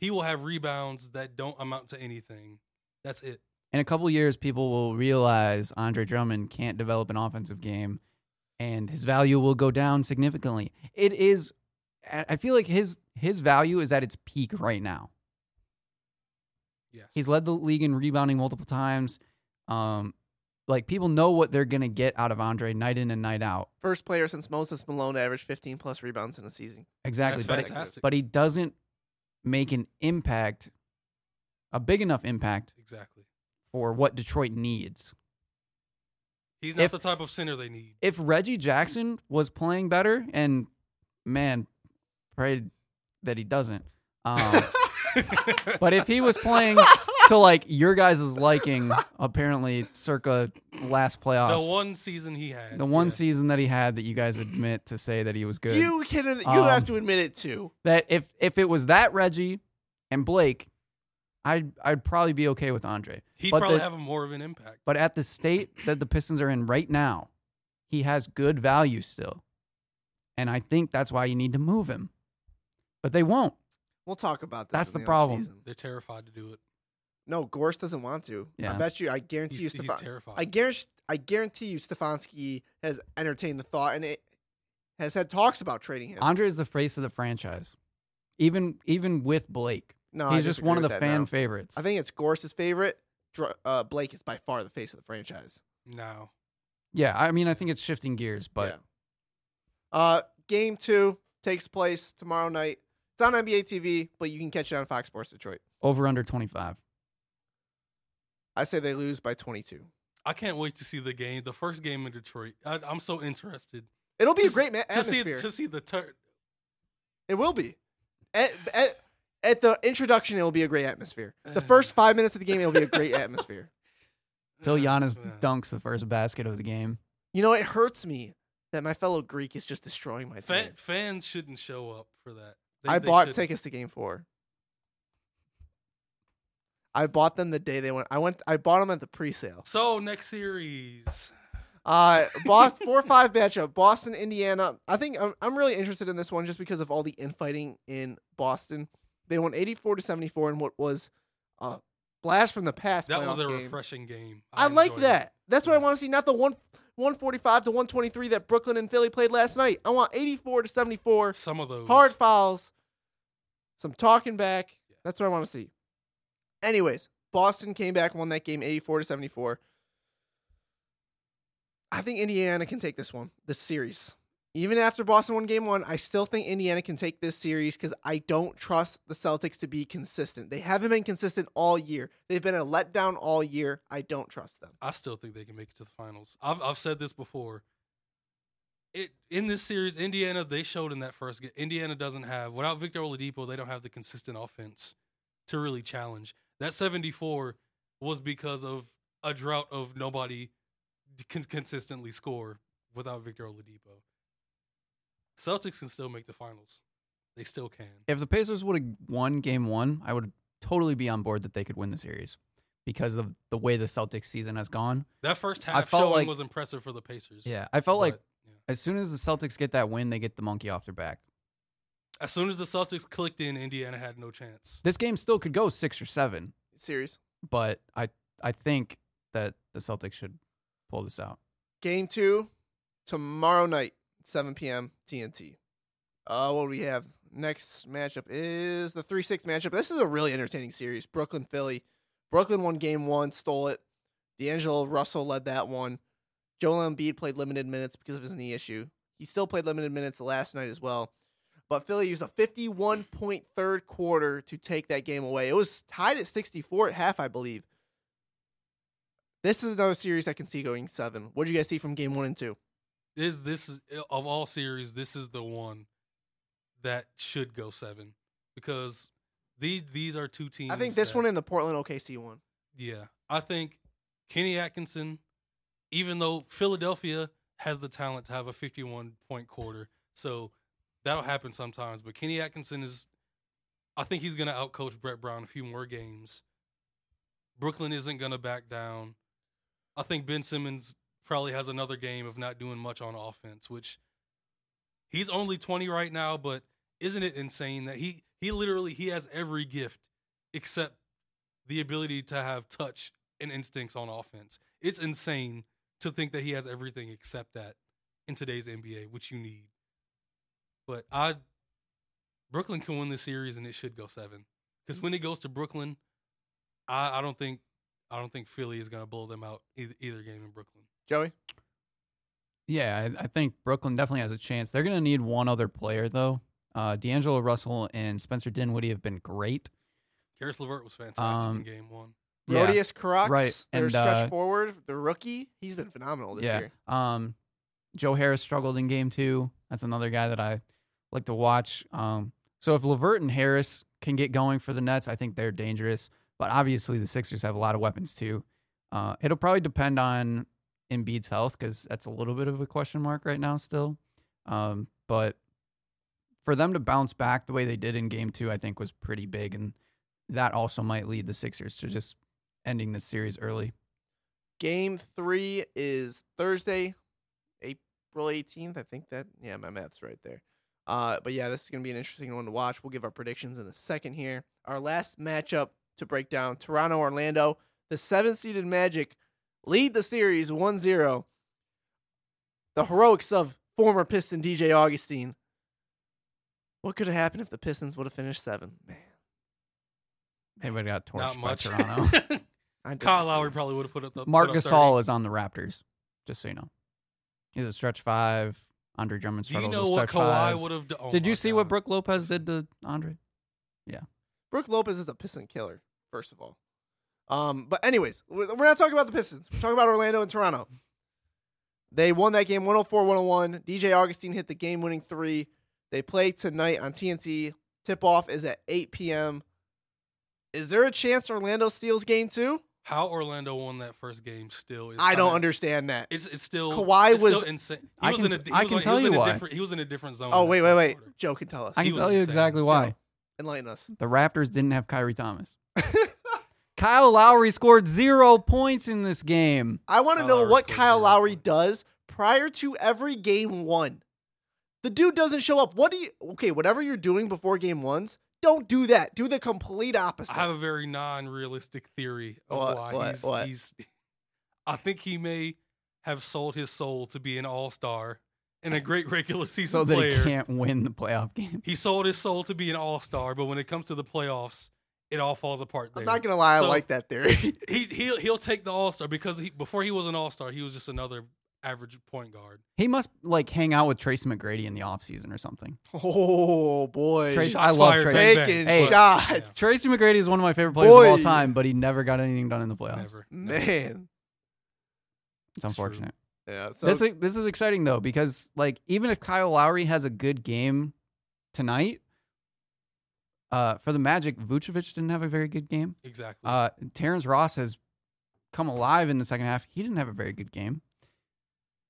[SPEAKER 2] He will have rebounds that don't amount to anything. That's it.
[SPEAKER 4] in a couple years, people will realize Andre Drummond can't develop an offensive game, and his value will go down significantly. It is. I I feel like his his value is at its peak right now.
[SPEAKER 2] Yes.
[SPEAKER 4] He's led the league in rebounding multiple times. Um, like people know what they're gonna get out of Andre night in and night out.
[SPEAKER 3] First player since Moses Malone to average 15 plus rebounds in a season.
[SPEAKER 4] Exactly,
[SPEAKER 2] That's
[SPEAKER 4] but
[SPEAKER 2] fantastic.
[SPEAKER 4] but he doesn't make an impact, a big enough impact
[SPEAKER 2] exactly.
[SPEAKER 4] for what Detroit needs.
[SPEAKER 2] He's not
[SPEAKER 4] If-
[SPEAKER 2] the type of center they need.
[SPEAKER 4] If Reggie Jackson was playing better, and man, pray that he doesn't. Um, but if he was playing to like your guys' liking, apparently circa last
[SPEAKER 2] the
[SPEAKER 4] playoffs,
[SPEAKER 2] one season he had.
[SPEAKER 4] the one
[SPEAKER 2] yeah.
[SPEAKER 4] season that he had that you guys admit to say that he was good.
[SPEAKER 3] You can, you
[SPEAKER 4] Um,
[SPEAKER 3] have to admit it too.
[SPEAKER 4] that if if it was that Reggie and Blake, I'd I'd probably be okay with Andre.
[SPEAKER 2] He'd
[SPEAKER 4] but
[SPEAKER 2] probably
[SPEAKER 4] the-
[SPEAKER 2] have a more of an impact.
[SPEAKER 4] But at the state that the Pistons are in right now, he has good value still. And I think that's why you need to move him. But they won't.
[SPEAKER 3] We'll talk about this.
[SPEAKER 4] That's
[SPEAKER 3] in
[SPEAKER 4] the
[SPEAKER 3] the
[SPEAKER 4] problem.
[SPEAKER 3] offseason.
[SPEAKER 2] They're terrified to do it.
[SPEAKER 3] No, Gorse doesn't want to. I
[SPEAKER 4] Yeah.
[SPEAKER 3] bet you. I guarantee
[SPEAKER 2] He's,
[SPEAKER 3] you,
[SPEAKER 2] he's
[SPEAKER 3] Stefan.
[SPEAKER 2] terrified.
[SPEAKER 3] I guarantee. I guarantee you, Stefanski has entertained the thought and it has had talks about trading him.
[SPEAKER 4] Andre is the face of the franchise. Even even with Blake.
[SPEAKER 3] no, I
[SPEAKER 4] He's just
[SPEAKER 3] disagree
[SPEAKER 4] one of the
[SPEAKER 3] with that
[SPEAKER 4] fan
[SPEAKER 3] now.
[SPEAKER 4] favorites.
[SPEAKER 3] I think it's Gorse's favorite. Dr- Uh, Blake is by far the face of the franchise.
[SPEAKER 2] no.
[SPEAKER 4] yeah, I mean I think it's shifting gears, but
[SPEAKER 3] Yeah. Uh, game two takes place tomorrow night. It's on NBA TV, but you can catch it on Fox Sports Detroit.
[SPEAKER 4] over under twenty five.
[SPEAKER 3] I say they lose by 22.
[SPEAKER 2] I can't wait to see the game. The first game in Detroit. I, I'm so interested
[SPEAKER 3] It'll be
[SPEAKER 2] To
[SPEAKER 3] a
[SPEAKER 2] s-
[SPEAKER 3] great ma-
[SPEAKER 2] to see
[SPEAKER 3] atmosphere.
[SPEAKER 2] to see the tur-
[SPEAKER 3] it will be. At, at, at the introduction, it will be a great atmosphere. The first five minutes of the game, it'll be a great atmosphere.
[SPEAKER 4] Till Giannis
[SPEAKER 2] uh, Yeah.
[SPEAKER 4] dunks the first basket of the game.
[SPEAKER 3] You know, it hurts me that my fellow Greek is just destroying my team.
[SPEAKER 2] Fan, fans shouldn't show up for that. They-
[SPEAKER 3] I
[SPEAKER 2] they
[SPEAKER 3] bought
[SPEAKER 2] shouldn't.
[SPEAKER 3] tickets to game four. I bought them the day they went. I went. I bought them at the pre-sale.
[SPEAKER 2] So next series,
[SPEAKER 3] Uh, Boston four five matchup. Boston, Indiana. I think I'm, I'm really interested in this one just because of all the infighting in Boston. They won 84 to 74 in what was a blast from the past.
[SPEAKER 2] that was
[SPEAKER 3] playoff
[SPEAKER 2] a
[SPEAKER 3] game.
[SPEAKER 2] refreshing game.
[SPEAKER 3] I, like
[SPEAKER 2] enjoyed it.
[SPEAKER 3] that. That's what I want to see. Not the one 145 to 123 that Brooklyn and Philly played last night. I want 84 to 74.
[SPEAKER 2] Some of those
[SPEAKER 3] Hard fouls. Some talking back. That's what I want to see. Anyways, Boston came back, won that game 84 to 74. I think Indiana can take this one, this series. Even after Boston won game one, I still think Indiana can take this series because I don't trust the Celtics to be consistent. They haven't been consistent all year. They've been a letdown all year. I don't trust them.
[SPEAKER 2] I still think they can make it to the finals. I've I've said this before. It in this series, Indiana they showed in that first game. Indiana doesn't have without Victor Oladipo, they don't have the consistent offense to really challenge. That seventy four was because of a drought of nobody can consistently score without Victor Oladipo. Celtics can still make the finals. They still can.
[SPEAKER 4] if the Pacers would have won game one, I would totally be on board that they could win the series because of the way the Celtics season has gone.
[SPEAKER 2] That first
[SPEAKER 4] I
[SPEAKER 2] half
[SPEAKER 4] felt
[SPEAKER 2] showing
[SPEAKER 4] like-
[SPEAKER 2] was impressive for the Pacers.
[SPEAKER 4] Yeah. I felt like
[SPEAKER 2] But, yeah.
[SPEAKER 4] as soon as the Celtics get that win, they get the monkey off their back.
[SPEAKER 2] as soon as the Celtics clicked in, Indiana had no chance.
[SPEAKER 4] This game still could go six or seven,
[SPEAKER 3] Series.
[SPEAKER 4] but I I think that the Celtics should pull this out.
[SPEAKER 3] Game two tomorrow night, 7 p.m. TNT. Uh, what do we have? Next matchup is the 3 6 matchup. This is a really entertaining series. Brooklyn, Philly. Brooklyn won game one, stole it. D'Angelo Russell led that one. Joel Embiid played limited minutes because of his knee issue. He still played limited minutes last night as well. But Philly used a 51 point third quarter to take that game away. It was tied at 64 at half, I believe. This is another series I can see going seven. What did you guys see from game one and two?
[SPEAKER 2] is this is- eh, of all series this is the one that should go seven because these these are two teams
[SPEAKER 3] I think this
[SPEAKER 2] that-
[SPEAKER 3] one and the Portland OKC one.
[SPEAKER 2] yeah i think kenny atkinson even though philadelphia has the talent to have a 51 point quarter so that'll happen sometimes but kenny atkinson is i think he's going to outcoach brett brown a few more games brooklyn isn't going to back down i think ben simmons probably has another game of not doing much on offense which he's only 20 right now but isn't it insane that he he literally he has every gift except the ability to have touch and instincts on offense. It's insane to think that he has everything except that in today's NBA, which you need. But I Brooklyn can win this series and it should go seven. Because when it goes to Brooklyn, I, I don't think I don't think Philly is gonna blow them out either, either game in Brooklyn.
[SPEAKER 3] Joey,
[SPEAKER 4] Yeah, I, I think Brooklyn definitely has a chance. They're going to need one other player, though. Uh, D'Angelo Russell and Spencer Dinwiddie have been great.
[SPEAKER 2] Karis LeVert was fantastic in
[SPEAKER 4] Um,
[SPEAKER 2] game one.
[SPEAKER 4] Yeah.
[SPEAKER 3] Rodius Karax,
[SPEAKER 4] Right,
[SPEAKER 3] their
[SPEAKER 4] and,
[SPEAKER 3] stretch
[SPEAKER 4] uh,
[SPEAKER 3] forward, the rookie, he's been phenomenal this
[SPEAKER 4] yeah.
[SPEAKER 3] year.
[SPEAKER 4] Um, Joe Harris struggled in game two. That's another guy that I like to watch. Um, so if Lavert and Harris can get going for the Nets, I think they're dangerous. But obviously, the Sixers have a lot of weapons too. Uh, it'll probably depend on Embiid's health because that's a little bit of a question mark right now still. Um, but for them to bounce back the way they did in game two, I think was pretty big, and that also might lead the Sixers to just ending this series early.
[SPEAKER 3] Game three is Thursday, April 18th. I think that, yeah, my math's right there. Uh, but yeah, this is going to be an interesting one to watch. We'll give our predictions in a second here. Our last matchup to break down Toronto Orlando. The seven seeded Magic lead the series 1 0. The heroics of former Piston DJ Augustine. What could have happened if the Pistons would have finished seven? Man,
[SPEAKER 4] They would have got
[SPEAKER 2] Not
[SPEAKER 4] torched by
[SPEAKER 2] much.
[SPEAKER 4] Toronno.
[SPEAKER 2] Kyle
[SPEAKER 3] I'm disappointed.
[SPEAKER 2] Lowry probably would have put up the
[SPEAKER 4] Mark
[SPEAKER 2] put up 30.
[SPEAKER 4] Gasol is on the Raptors, just so you know. He's a stretch five. Andre Drummond
[SPEAKER 2] Do you
[SPEAKER 4] struggles
[SPEAKER 2] know
[SPEAKER 4] with
[SPEAKER 2] what
[SPEAKER 4] stretch
[SPEAKER 2] Kawhi
[SPEAKER 4] fives.
[SPEAKER 2] would have done? Oh
[SPEAKER 4] did
[SPEAKER 2] my
[SPEAKER 4] you see
[SPEAKER 2] God.
[SPEAKER 4] what Brooke Lopez did to Andre?
[SPEAKER 3] Brooke Lopez is a Piston killer, first of all. Um, but anyways, we're we're not talking about the Pistons. We're talking about Orlando and Toronto. They won that game 104-101. DJ Augustine hit the game-winning three. They play tonight on TNT. Tip-off is at 8 p.m. Is there a chance Orlando steals game two?
[SPEAKER 2] How Orlando won that first game still is
[SPEAKER 3] I don't
[SPEAKER 2] kinda-
[SPEAKER 3] understand that.
[SPEAKER 2] It's it's still
[SPEAKER 3] Kawhi
[SPEAKER 2] it's still
[SPEAKER 3] was-
[SPEAKER 2] insane. He
[SPEAKER 4] I
[SPEAKER 2] was
[SPEAKER 4] can
[SPEAKER 2] in
[SPEAKER 4] t-
[SPEAKER 2] a, he
[SPEAKER 4] I
[SPEAKER 2] was
[SPEAKER 4] can
[SPEAKER 2] on-
[SPEAKER 4] tell
[SPEAKER 2] he was in
[SPEAKER 4] you
[SPEAKER 2] a
[SPEAKER 4] why.
[SPEAKER 2] different- He was in a different zone.
[SPEAKER 3] Oh,
[SPEAKER 2] in
[SPEAKER 3] wait,
[SPEAKER 2] that
[SPEAKER 3] wait,
[SPEAKER 2] fourth
[SPEAKER 3] wait.
[SPEAKER 2] quarter.
[SPEAKER 3] Joe can tell us.
[SPEAKER 4] I
[SPEAKER 2] He
[SPEAKER 4] can
[SPEAKER 2] was
[SPEAKER 4] tell you
[SPEAKER 2] insane.
[SPEAKER 4] exactly why.
[SPEAKER 3] Enlighten us.
[SPEAKER 4] The Raptors didn't have Kyrie Thomas. Kyle Lowry scored zero points in this game.
[SPEAKER 3] I want to
[SPEAKER 2] Kyle
[SPEAKER 3] know
[SPEAKER 2] Lowry
[SPEAKER 3] what
[SPEAKER 2] scored
[SPEAKER 3] Kyle
[SPEAKER 2] zero
[SPEAKER 3] Lowry
[SPEAKER 2] points.
[SPEAKER 3] does prior to every game one. The dude doesn't show up. What do you? Okay, whatever you're doing before game ones, don't do that. Do the complete opposite.
[SPEAKER 2] I have a very non-realistic theory of
[SPEAKER 3] What-
[SPEAKER 2] why
[SPEAKER 3] what-
[SPEAKER 2] he's,
[SPEAKER 3] what?
[SPEAKER 2] he's. I think he may have sold his soul to be an all-star and a great regular season
[SPEAKER 4] So that
[SPEAKER 2] player.
[SPEAKER 4] he can't win the playoff game.
[SPEAKER 2] He sold his soul to be an all-star, but when it comes to the playoffs, it all falls apart. There.
[SPEAKER 3] I'm not gonna lie.
[SPEAKER 2] So-
[SPEAKER 3] I like that theory.
[SPEAKER 2] he he'll he'll take the all star because he before he was an all star he was just another average point guard.
[SPEAKER 4] He must like hang out with Tracy McGrady in the offseason or something.
[SPEAKER 3] oh boy,
[SPEAKER 4] Trace-
[SPEAKER 2] Shots
[SPEAKER 4] I love
[SPEAKER 2] fired,
[SPEAKER 4] Trace.
[SPEAKER 2] bang, bang.
[SPEAKER 3] taking
[SPEAKER 4] Hey.
[SPEAKER 3] shots,
[SPEAKER 2] Yeah.
[SPEAKER 4] Tracy McGrady is one of my favorite players of all
[SPEAKER 3] Boy.
[SPEAKER 4] time, but he never got anything done in the playoffs.
[SPEAKER 2] Never.
[SPEAKER 3] man.
[SPEAKER 4] It's
[SPEAKER 2] It's true.
[SPEAKER 4] unfortunate.
[SPEAKER 3] Yeah, so
[SPEAKER 4] this is, this is exciting though because like even if Kyle Lowry has a good game tonight, uh, for the Magic, Vucevic didn't have a very good game.
[SPEAKER 2] Exactly.
[SPEAKER 4] Uh, Terrence Ross has come alive in the second half. He didn't have a very good game,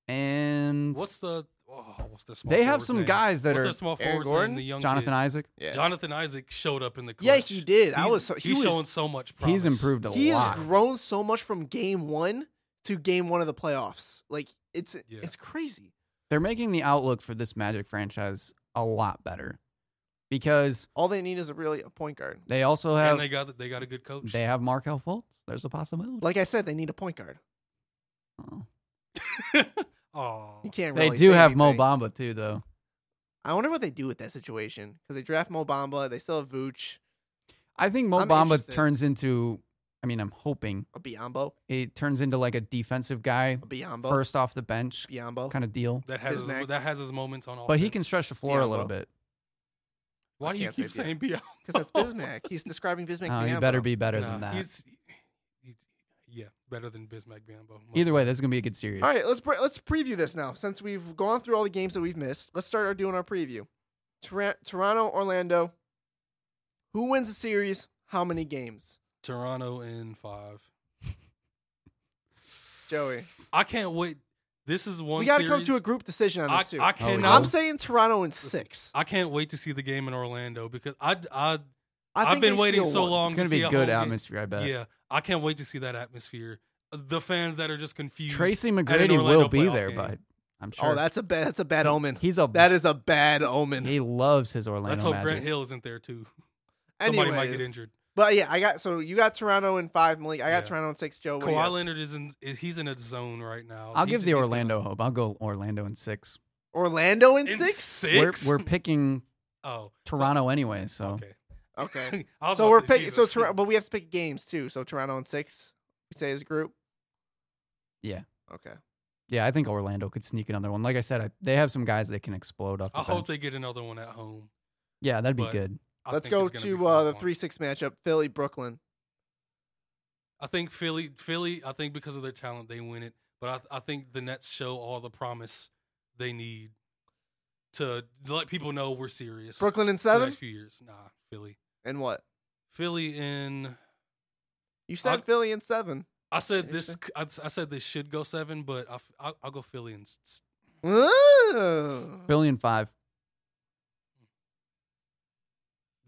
[SPEAKER 4] and
[SPEAKER 2] what's the oh, what's their small
[SPEAKER 4] they have
[SPEAKER 2] forward's
[SPEAKER 4] some
[SPEAKER 2] name?
[SPEAKER 4] guys that
[SPEAKER 2] what's
[SPEAKER 4] are
[SPEAKER 2] their small
[SPEAKER 3] Aaron
[SPEAKER 2] forward's
[SPEAKER 3] Gordon?
[SPEAKER 2] name? The young
[SPEAKER 4] Jonathan
[SPEAKER 2] kid?
[SPEAKER 4] Isaac.
[SPEAKER 3] yeah.
[SPEAKER 2] Jonathan Isaac showed up in the clutch.
[SPEAKER 3] yeah, he did. I
[SPEAKER 2] He's-
[SPEAKER 3] was so he
[SPEAKER 2] he's
[SPEAKER 3] was
[SPEAKER 2] showing so much promise.
[SPEAKER 4] He's improved a
[SPEAKER 3] he
[SPEAKER 4] lot.
[SPEAKER 3] has grown so much from game one to game one of the playoffs. Like it's
[SPEAKER 2] Yeah.
[SPEAKER 3] it's crazy.
[SPEAKER 4] They're making the outlook for this Magic franchise a lot better because
[SPEAKER 3] All they need is a really a point guard.
[SPEAKER 4] they also have
[SPEAKER 2] And they got they got a good coach.
[SPEAKER 4] they have Markel Fultz. There's a possibility.
[SPEAKER 3] Like I said, they need a point guard.
[SPEAKER 4] Oh.
[SPEAKER 2] oh,
[SPEAKER 3] You can't.
[SPEAKER 4] They
[SPEAKER 3] Really
[SPEAKER 4] do
[SPEAKER 3] say
[SPEAKER 4] have Mo
[SPEAKER 3] anything.
[SPEAKER 4] Bamba too, though.
[SPEAKER 3] I wonder what they do with that situation because they draft Mo Bamba. They still have Vooch,
[SPEAKER 4] I think Mo
[SPEAKER 3] I'm
[SPEAKER 4] Bamba
[SPEAKER 3] interested.
[SPEAKER 4] turns into. I mean, I'm hoping
[SPEAKER 3] a Biombo,
[SPEAKER 4] it turns into like a defensive guy,
[SPEAKER 3] a Biombo,
[SPEAKER 4] first off the bench
[SPEAKER 3] Biombo.
[SPEAKER 4] kind of deal.
[SPEAKER 2] that has his,
[SPEAKER 3] Bismack.
[SPEAKER 2] that has his moments on all.
[SPEAKER 4] But he can stretch the floor a little
[SPEAKER 3] Biombo.
[SPEAKER 4] bit.
[SPEAKER 2] Why
[SPEAKER 3] I
[SPEAKER 2] do you
[SPEAKER 3] can't
[SPEAKER 2] keep
[SPEAKER 3] say
[SPEAKER 2] saying Biombo?
[SPEAKER 3] Because that's Bismack. He's describing Bismack.
[SPEAKER 4] Uh, he
[SPEAKER 3] Biyombo.
[SPEAKER 4] better be better
[SPEAKER 2] Nah,
[SPEAKER 4] than that.
[SPEAKER 2] He's, he- yeah, better than Bismack Biyombo. much
[SPEAKER 4] Either way,
[SPEAKER 2] better.
[SPEAKER 4] this is gonna be a good series.
[SPEAKER 3] All right, let's pre- let's preview this now. Since we've gone through all the games that we've missed, let's start our doing our preview. Tor- Toronto, Orlando. Who wins the series? How many games?
[SPEAKER 2] Toronto in five.
[SPEAKER 3] Joey,
[SPEAKER 2] I can't wait. This is one.
[SPEAKER 3] we got to come
[SPEAKER 2] series-
[SPEAKER 3] to a group decision on
[SPEAKER 2] I,
[SPEAKER 3] this too.
[SPEAKER 2] I
[SPEAKER 4] Oh, yeah.
[SPEAKER 2] cannot.
[SPEAKER 3] I'm saying Toronto in six.
[SPEAKER 2] I can't wait to see the game in Orlando because I I
[SPEAKER 3] I
[SPEAKER 2] I've
[SPEAKER 3] think
[SPEAKER 2] been
[SPEAKER 3] they
[SPEAKER 2] waiting
[SPEAKER 3] steal
[SPEAKER 2] so
[SPEAKER 3] one.
[SPEAKER 2] long.
[SPEAKER 4] It's gonna
[SPEAKER 2] to
[SPEAKER 4] be
[SPEAKER 2] see a home
[SPEAKER 4] good
[SPEAKER 2] game.
[SPEAKER 4] atmosphere, I bet.
[SPEAKER 2] Yeah, I can't wait to see that atmosphere. The fans that are just confused.
[SPEAKER 4] Tracy
[SPEAKER 2] Orlando
[SPEAKER 4] McGrady will be
[SPEAKER 2] playoff
[SPEAKER 4] there,
[SPEAKER 2] game.
[SPEAKER 4] but I'm sure
[SPEAKER 3] Oh, that's a bad. That's a bad omen.
[SPEAKER 4] he's a
[SPEAKER 3] That is a bad omen.
[SPEAKER 4] he loves his Orlando
[SPEAKER 2] Let's hope
[SPEAKER 4] Magic.
[SPEAKER 2] Grant Hill isn't there too.
[SPEAKER 3] Anyways,
[SPEAKER 2] Somebody might get injured.
[SPEAKER 3] But yeah, I got so you got Toronto in five, Malik. I got
[SPEAKER 2] Yeah.
[SPEAKER 3] Toronto in six. Joe, what do you
[SPEAKER 2] Kawhi
[SPEAKER 3] have?
[SPEAKER 2] Leonard is in. is- He's in a zone right now.
[SPEAKER 4] I'll
[SPEAKER 2] He's-
[SPEAKER 4] give the
[SPEAKER 2] he's gonna-
[SPEAKER 4] Orlando hope. I'll go Orlando in six.
[SPEAKER 3] Orlando in,
[SPEAKER 2] in
[SPEAKER 3] 6
[SPEAKER 2] Six.
[SPEAKER 4] We're we're picking
[SPEAKER 2] oh
[SPEAKER 4] Toronto anyway, so
[SPEAKER 2] okay.
[SPEAKER 3] Okay.
[SPEAKER 2] I was
[SPEAKER 3] So
[SPEAKER 2] about
[SPEAKER 3] we're
[SPEAKER 2] to say,
[SPEAKER 3] picking. So
[SPEAKER 2] Jesus.
[SPEAKER 3] Toronto, but we have to pick games too. So Toronto in six. We say as a group.
[SPEAKER 4] Yeah.
[SPEAKER 3] Okay.
[SPEAKER 4] yeah, I think Orlando could sneak another one. Like I said, I, they have some guys that can explode off. The
[SPEAKER 2] I hope
[SPEAKER 4] bench.
[SPEAKER 2] they get another one at home.
[SPEAKER 4] yeah, that'd be
[SPEAKER 2] but-
[SPEAKER 4] good.
[SPEAKER 2] I
[SPEAKER 3] Let's
[SPEAKER 2] think
[SPEAKER 3] go
[SPEAKER 2] it's gonna be
[SPEAKER 3] to uh, the
[SPEAKER 2] five-one.
[SPEAKER 3] three six matchup: Philly Brooklyn.
[SPEAKER 2] I think Philly, Philly. I think because of their talent, they win it. But I, I think the Nets show all the promise they need to let people know we're serious.
[SPEAKER 3] Brooklyn in
[SPEAKER 2] for the
[SPEAKER 3] seven
[SPEAKER 2] next few years. Nah, Philly,
[SPEAKER 3] and what?
[SPEAKER 2] Philly in.
[SPEAKER 3] You said
[SPEAKER 2] I'll-
[SPEAKER 3] Philly in seven.
[SPEAKER 2] I said this.
[SPEAKER 3] Interesting.
[SPEAKER 2] I, I said this should go seven, but I, will I'll go Philly and. s-
[SPEAKER 3] Ooh.
[SPEAKER 4] Philly and five.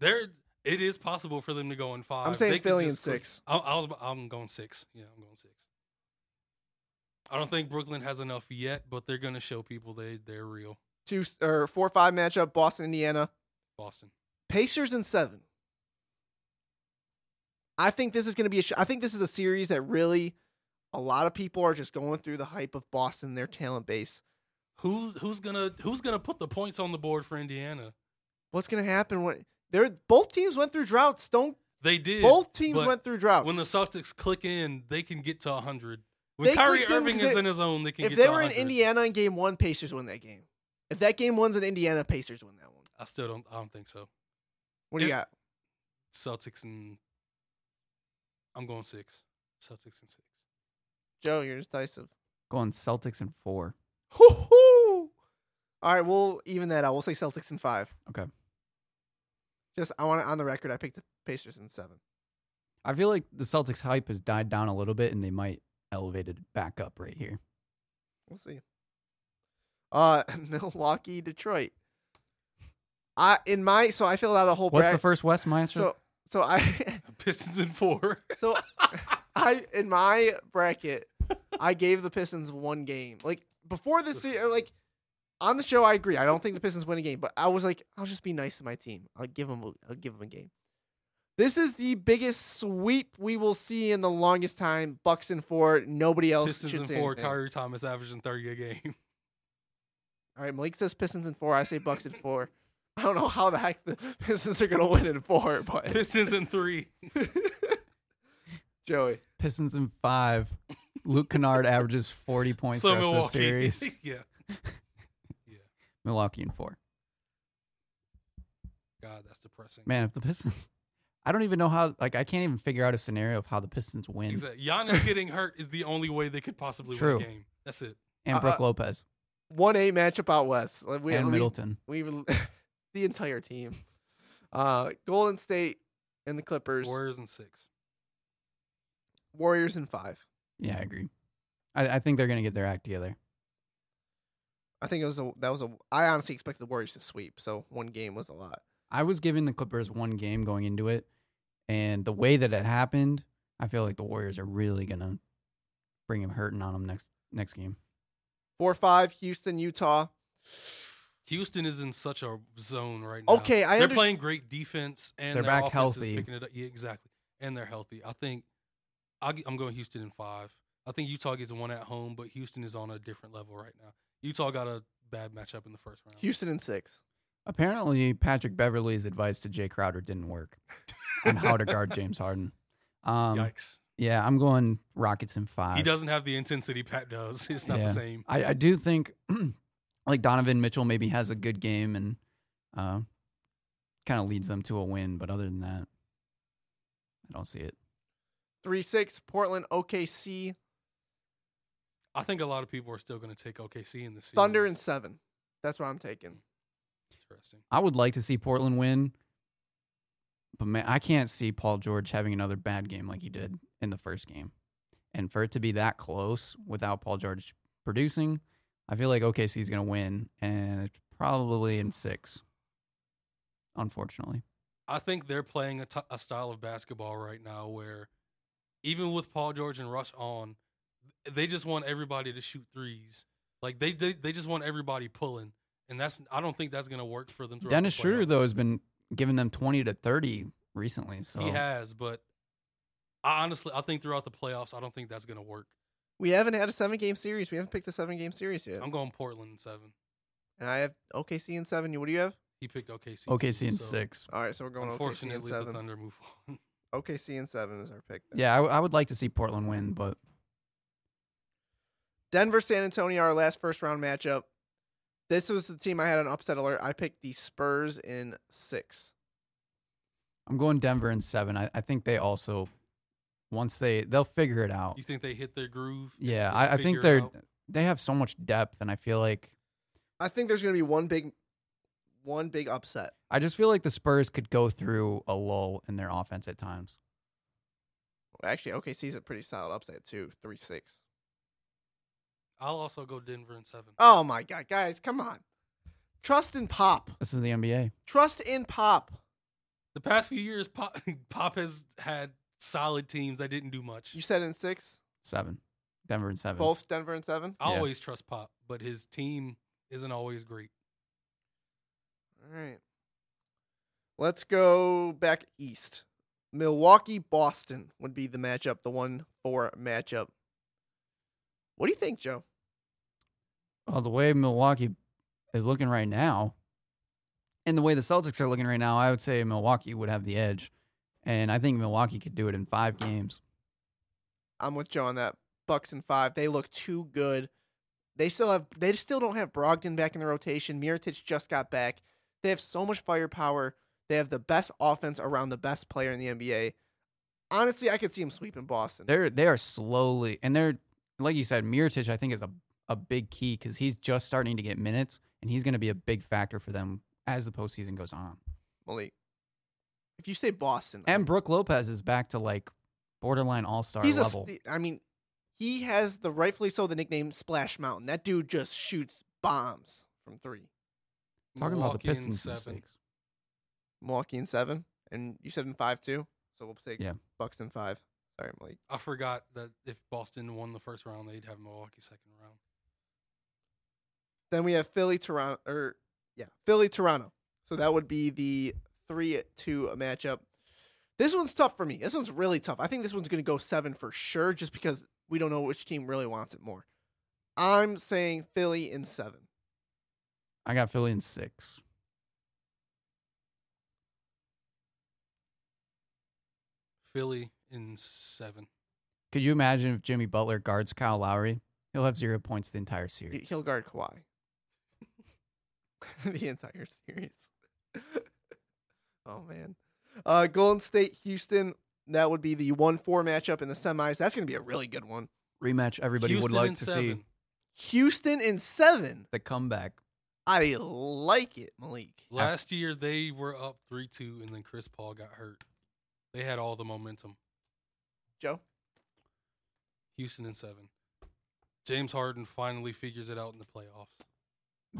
[SPEAKER 2] There, it is possible for them to go in five.
[SPEAKER 3] I'm saying
[SPEAKER 2] They could
[SPEAKER 3] Philly in
[SPEAKER 2] just sque-
[SPEAKER 3] six.
[SPEAKER 2] I, I was. about- I'm going six. Yeah, I'm going six. I don't think Brooklyn has enough yet, but they're gonna show people they they're real.
[SPEAKER 3] Two or four five matchup: Boston Indiana.
[SPEAKER 2] Boston.
[SPEAKER 3] Pacers in seven. I think this is going to be a. Sh- I think this is a series that really, a lot of people are just going through the hype of Boston, their talent base.
[SPEAKER 2] Who who's gonna who's gonna put the points on the board for Indiana?
[SPEAKER 3] What's going to happen when they're both teams went through droughts? Don't
[SPEAKER 2] They did.
[SPEAKER 3] both teams
[SPEAKER 2] but
[SPEAKER 3] went through droughts?
[SPEAKER 2] when the Celtics click in, they can get to hundred. When
[SPEAKER 3] They
[SPEAKER 2] Kyrie
[SPEAKER 3] clicked in
[SPEAKER 2] Irving
[SPEAKER 3] because
[SPEAKER 2] is
[SPEAKER 3] they-
[SPEAKER 2] in his own, they can
[SPEAKER 3] if
[SPEAKER 2] get
[SPEAKER 3] they
[SPEAKER 2] to
[SPEAKER 3] were in
[SPEAKER 2] 100.
[SPEAKER 3] Indiana in game one, Pacers win that game. If that game one's in Indiana, Pacers win that one.
[SPEAKER 2] I still don't. I don't think so.
[SPEAKER 3] What do you
[SPEAKER 2] If-
[SPEAKER 3] got?
[SPEAKER 2] Celtics and I'm going six. Celtics and six.
[SPEAKER 3] Joe, you're decisive.
[SPEAKER 4] Going Celtics and four.
[SPEAKER 3] Hoo-hoo! All right, we'll even that out. We'll say Celtics in five.
[SPEAKER 4] Okay.
[SPEAKER 3] Just I want it on the record. I picked the Pacers in seven.
[SPEAKER 4] I feel like the Celtics hype has died down a little bit, and they might elevate it back up right here.
[SPEAKER 3] We'll see. Uh, Milwaukee, Detroit. I in my so I filled out a whole
[SPEAKER 4] What's the
[SPEAKER 3] bracket.
[SPEAKER 4] first West matchup?
[SPEAKER 3] so so I
[SPEAKER 2] Pistons and four.
[SPEAKER 3] so I in my bracket I gave the Pistons one game. Like before this se- or, like on the show I agree. I don't think the Pistons win a game, but I was like I'll just be nice to my team. I'll give them I'll give them a game. This is the biggest sweep we will see in the longest time. Bucks and four. Nobody else
[SPEAKER 2] Pistons
[SPEAKER 3] should
[SPEAKER 2] and
[SPEAKER 3] say
[SPEAKER 2] four.
[SPEAKER 3] anything.
[SPEAKER 2] Kyrie Thomas averaging thirty a game.
[SPEAKER 3] All right, Malik says Pistons in four. I say Bucks in four. I don't know how the heck the Pistons are gonna win in four, but
[SPEAKER 2] Pistons and three.
[SPEAKER 3] Joey,
[SPEAKER 4] Pistons and five. Luke Kennard averages forty points
[SPEAKER 2] so
[SPEAKER 4] the rest of the
[SPEAKER 2] Milwaukee.
[SPEAKER 4] series.
[SPEAKER 2] yeah.
[SPEAKER 4] Milwaukee and four.
[SPEAKER 2] God, that's depressing.
[SPEAKER 4] Man, if the Pistons, I don't even know how. Like, I can't even figure out a scenario of how the Pistons win.
[SPEAKER 2] Exactly. Giannis getting hurt is the only way they could possibly
[SPEAKER 4] True.
[SPEAKER 2] win a game. That's it.
[SPEAKER 4] And
[SPEAKER 3] Uh,
[SPEAKER 4] Brooke
[SPEAKER 3] uh,
[SPEAKER 4] Lopez
[SPEAKER 3] one A matchup out west. Like, we,
[SPEAKER 4] and
[SPEAKER 3] we-
[SPEAKER 4] Middleton.
[SPEAKER 3] We, rel- the entire team. Uh, Golden State and the Clippers.
[SPEAKER 2] Warriors and six.
[SPEAKER 3] Warriors in five.
[SPEAKER 4] Yeah, I agree. I, I think they're gonna get their act together.
[SPEAKER 3] I think it was a that was a. I honestly expected the Warriors to sweep, so one game was a lot.
[SPEAKER 4] I was giving the Clippers one game going into it, and the way that it happened, I feel like the Warriors are really gonna bring him hurting on them next next game.
[SPEAKER 3] Four five. Houston, Utah.
[SPEAKER 2] Houston is in such a zone right now.
[SPEAKER 3] Okay, I
[SPEAKER 2] they're
[SPEAKER 3] underst-
[SPEAKER 2] playing great defense and
[SPEAKER 4] They're
[SPEAKER 2] their
[SPEAKER 4] back
[SPEAKER 2] offense
[SPEAKER 4] healthy.
[SPEAKER 2] Is picking it up. Yeah, exactly, and they're healthy. I think i am going Houston in five. I think Utah gets one at home, but Houston is on a different level right now. Utah got a bad matchup in the first round.
[SPEAKER 3] Houston in six.
[SPEAKER 4] Apparently, Patrick Beverly's advice to Jay Crowder didn't work on how to guard James Harden. Um,
[SPEAKER 2] Yikes!
[SPEAKER 4] Yeah, I'm going Rockets in five.
[SPEAKER 2] he doesn't have the intensity Pat does. It's not
[SPEAKER 4] Yeah.
[SPEAKER 2] the same.
[SPEAKER 4] I, I do think like Donovan Mitchell maybe has a good game and uh, kind of leads them to a win, but other than that, I don't see it.
[SPEAKER 3] Three six Portland OKC
[SPEAKER 2] I think a lot of people are still going to take OKC in the series.
[SPEAKER 3] Thunder and seven. That's what I'm taking.
[SPEAKER 2] interesting.
[SPEAKER 4] I would like to see Portland win, but man, I can't see Paul George having another bad game like he did in the first game. And for it to be that close without Paul George producing, I feel like OKC is going to win, and it's probably in six. Unfortunately,
[SPEAKER 2] I think they're playing a, t- a style of basketball right now where even with Paul George and Rush on, they just want everybody to shoot threes. Like they they, they just want everybody pulling, and that's I don't think that's going to work for them. throughout
[SPEAKER 4] Dennis
[SPEAKER 2] the
[SPEAKER 4] Schroeder though
[SPEAKER 2] playoffs.
[SPEAKER 4] has been giving them twenty to thirty recently. So
[SPEAKER 2] He has, but I honestly I think throughout the playoffs I don't think that's going to work.
[SPEAKER 3] We haven't had a seven game series. We haven't picked a seven game series
[SPEAKER 4] Uh,
[SPEAKER 3] yet.
[SPEAKER 2] I'm going Portland in seven.
[SPEAKER 3] and I have OKC in seven. You- What do you have?
[SPEAKER 2] He picked OKC.
[SPEAKER 4] OKC
[SPEAKER 2] too,
[SPEAKER 4] in
[SPEAKER 2] so
[SPEAKER 4] six.
[SPEAKER 3] All right, so we're going OKC in
[SPEAKER 2] Unfortunately, the
[SPEAKER 3] seven.
[SPEAKER 2] Thunder move on.
[SPEAKER 3] OKC in seven is our pick. Then.
[SPEAKER 4] Yeah, I, w- I would like to see Portland win, but
[SPEAKER 3] Denver, San Antonio, our last first round matchup. This was the team I had an upset alert. I picked the Spurs in six.
[SPEAKER 4] I'm going Denver in seven. I, I think they also once they they'll figure it out.
[SPEAKER 2] You think they hit their groove? They-
[SPEAKER 4] Yeah,
[SPEAKER 2] they
[SPEAKER 4] I, I
[SPEAKER 2] figure
[SPEAKER 4] think
[SPEAKER 2] it
[SPEAKER 4] they're
[SPEAKER 2] out?
[SPEAKER 4] they have so much depth, and I feel like
[SPEAKER 3] I think there's going to be one big, one big upset.
[SPEAKER 4] I just feel like the Spurs could go through a lull in their offense at times.
[SPEAKER 3] Well, actually, OKC's a pretty solid upset too. Three six.
[SPEAKER 2] I'll also go Denver in seven.
[SPEAKER 3] Oh my god, guys, come on! Trust in Pop.
[SPEAKER 4] This is the NBA.
[SPEAKER 3] Trust in Pop.
[SPEAKER 2] The past few years, Pop, Pop has had solid teams that didn't do much.
[SPEAKER 3] You said in six.
[SPEAKER 4] Seven, Denver and seven.
[SPEAKER 3] Both Denver and seven.
[SPEAKER 2] I
[SPEAKER 4] Yeah.
[SPEAKER 2] always trust Pop, but his team isn't always great.
[SPEAKER 3] All right. Let's go back east. Milwaukee Boston would be the matchup, the 1 4 matchup. What do you think, Joe?
[SPEAKER 4] Well, the way Milwaukee is looking right now, and the way the Celtics are looking right now, I would say Milwaukee would have the edge, and I think Milwaukee could do it in five games.
[SPEAKER 3] I'm with Joe on that. Bucks and five. They look too good. They still have they still don't have Brogdon back in the rotation. Miritich just got back. They have so much firepower. They have the best offense around the best player in the NBA. Honestly, I could see them sweeping Boston.
[SPEAKER 4] They're they are slowly, and they're like you said, Miritich. I think is a a big key because he's just starting to get minutes, and he's going to be a big factor for them as the postseason goes on.
[SPEAKER 3] Malik. If you say Boston, I
[SPEAKER 4] And
[SPEAKER 3] mean-
[SPEAKER 4] Brooke Lopez is back to like borderline all star
[SPEAKER 3] He's
[SPEAKER 4] level.
[SPEAKER 3] a. sp- I mean, he has the rightfully so the nickname Splash Mountain. That dude just shoots bombs from three.
[SPEAKER 4] Talking about the
[SPEAKER 2] Milwaukee in
[SPEAKER 4] Pistons in
[SPEAKER 2] seven.
[SPEAKER 4] six.
[SPEAKER 3] Milwaukee in seven, and you said in five too. So we'll take
[SPEAKER 4] Yeah.
[SPEAKER 3] Bucks in five. Sorry, Malik.
[SPEAKER 2] I forgot that if Boston won the first round, they'd have Milwaukee second round.
[SPEAKER 3] Then we have Philly, Toronto, or yeah, Philly, Toronto. So that would be the three two matchup. This one's tough for me. This one's really tough. I think this one's going to go seven for sure, just because we don't know which team really wants it more. I'm saying Philly in seven.
[SPEAKER 4] I got Philly in six.
[SPEAKER 2] Philly in seven.
[SPEAKER 4] Could you imagine if Jimmy Butler guards Kyle Lowry? He'll have zero points the entire
[SPEAKER 3] He-
[SPEAKER 4] series.
[SPEAKER 3] He'll guard Kawhi. the entire series. oh man. Uh Golden State Houston, that would be the 1-4 matchup in the semis. That's going to be a really good one.
[SPEAKER 4] Rematch everybody
[SPEAKER 2] Houston
[SPEAKER 4] would like
[SPEAKER 2] in
[SPEAKER 4] to see
[SPEAKER 2] seven.
[SPEAKER 3] Houston in 7.
[SPEAKER 4] the comeback.
[SPEAKER 3] I like it, Malik.
[SPEAKER 2] Last year, they were up 3 2, and then Chris Paul got hurt. They had all the momentum.
[SPEAKER 3] Joe.
[SPEAKER 2] Houston in seven. James Harden finally figures it out in the playoffs.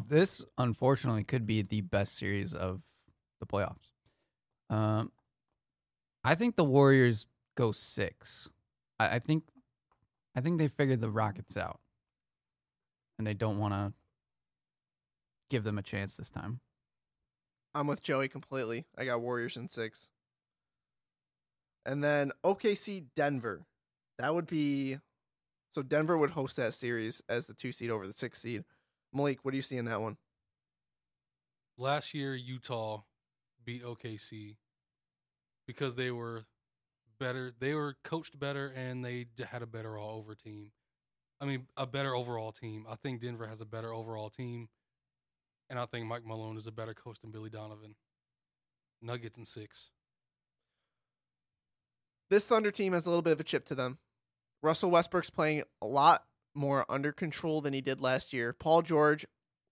[SPEAKER 4] This unfortunately could be the best series of the playoffs. Um, I think the Warriors go six. I, I think, I think they figured the Rockets out, and they don't want to give them a chance this time.
[SPEAKER 3] I'm with Joey completely. I got Warriors in 6. And then OKC Denver. That would be so Denver would host that series as the 2 seed over the 6 seed. Malik, what do you see in that one?
[SPEAKER 2] last year Utah beat OKC because they were better. They were coached better and they j- had a better all over team. I mean, a better overall team. I think Denver has a better overall team, and I think Mike Malone is a better coach than Billy Donovan. Nuggets and six.
[SPEAKER 3] this Thunder team has a little bit of a chip to them. Russell Westbrook's playing a lot more under control than he did last year. Paul George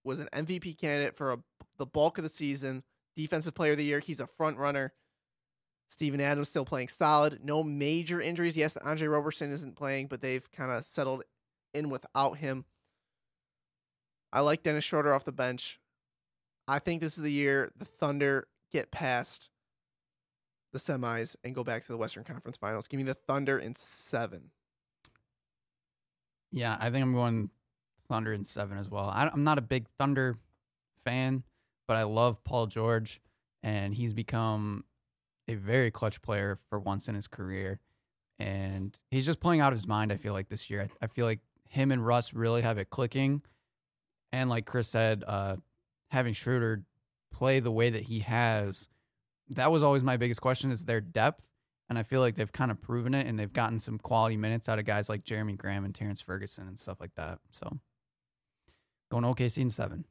[SPEAKER 3] was an MVP candidate for a, the bulk of the season, defensive player of the year. He's a front runner. Steven Adams still playing solid. No major injuries. Yes, Andre Roberson isn't playing, but they've kind of settled in without him. I like Dennis Schroeder off the bench. I think this is the year the Thunder get past the semis and go back to the Western Conference Finals. Give me the Thunder in seven.
[SPEAKER 4] Yeah, I think I'm going Thunder in seven as well. I, I'm not a big Thunder fan, but I love Paul George, and he's become a very clutch player for once in his career. And he's just playing out of his mind, I feel like, this year. I, I feel like him and Russ really have it clicking. And like Chris said, uh, having Schroeder play the way that he has, that was always my biggest question is their depth. And I feel like they've kind of proven it and they've gotten some quality minutes out of guys like Jeremy Graham and Terrence Ferguson and stuff like that. So going OKC in seven.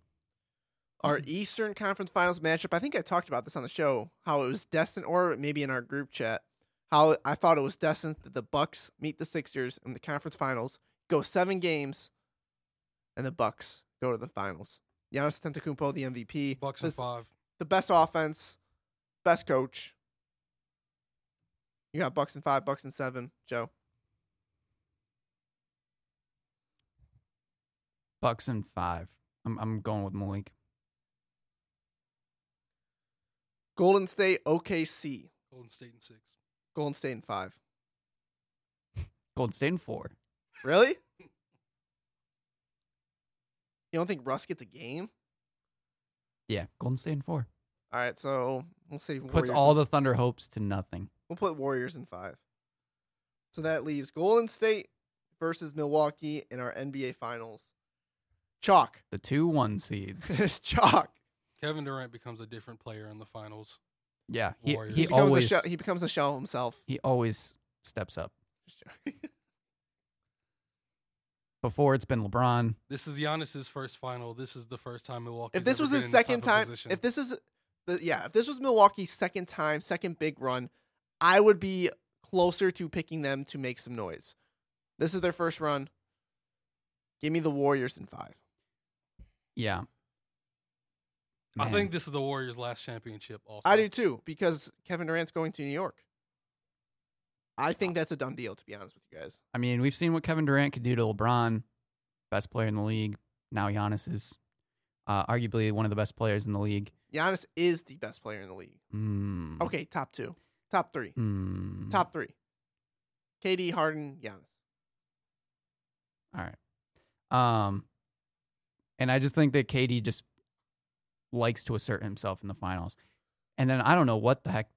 [SPEAKER 3] Our
[SPEAKER 2] Mm-hmm.
[SPEAKER 3] Eastern Conference Finals matchup, I think I talked about this on the show, how it was destined, or maybe in our group chat, how I thought it was destined that the Bucks meet the Sixers in the conference finals, go seven games, and the Bucks go to the finals. Giannis Antetokounmpo, the MVP,
[SPEAKER 2] Bucks
[SPEAKER 3] the,
[SPEAKER 2] and five.
[SPEAKER 3] the best offense, best coach. You got Bucks and five, Bucks and seven, Joe.
[SPEAKER 4] Bucks in five. I'm I'm going with Malik.
[SPEAKER 3] Golden State, OKC,
[SPEAKER 2] Golden State in six.
[SPEAKER 3] Golden State in five.
[SPEAKER 4] Golden State in four.
[SPEAKER 3] Really? You don't think Russ gets a game?
[SPEAKER 4] Yeah, Golden State in four.
[SPEAKER 3] All right, so we'll say
[SPEAKER 4] Puts
[SPEAKER 3] Warriors
[SPEAKER 4] all
[SPEAKER 3] in-
[SPEAKER 4] the Thunder hopes to nothing.
[SPEAKER 3] we'll put Warriors in five. So that leaves Golden State versus Milwaukee in our NBA Finals. Chalk.
[SPEAKER 4] The two one
[SPEAKER 3] This
[SPEAKER 4] seeds.
[SPEAKER 3] is chalk.
[SPEAKER 2] Kevin Durant becomes a different player in the finals.
[SPEAKER 4] yeah, he,
[SPEAKER 2] Warriors.
[SPEAKER 4] he
[SPEAKER 2] He
[SPEAKER 3] becomes a
[SPEAKER 4] always
[SPEAKER 3] shell, he becomes a shell of himself.
[SPEAKER 4] he always steps up. Before it's been LeBron.
[SPEAKER 2] This is Giannis's first final. This is the first time Milwaukee.
[SPEAKER 3] if this was his second time, if this is, the, yeah, if this was Milwaukee's second time, second big run, I would be closer to picking them to make some noise. This is their first run. Give me the Warriors in five.
[SPEAKER 4] Yeah.
[SPEAKER 2] I
[SPEAKER 4] Man.
[SPEAKER 2] think this is the Warriors' last championship. Also,
[SPEAKER 3] I do too because Kevin Durant's going to New York. I think that's a done deal. To be honest with you guys,
[SPEAKER 4] I mean, we've seen what Kevin Durant could do to LeBron, best player in the league. Now Giannis is uh, arguably one of the best players in the league.
[SPEAKER 3] Giannis is the best player in the league.
[SPEAKER 4] Mm.
[SPEAKER 3] Okay, top two, top three,
[SPEAKER 4] Mm.
[SPEAKER 3] top three. KD, Harden, Giannis.
[SPEAKER 4] All right. Um, and I just think that KD just likes to assert himself in the finals. And then I don't know what the heck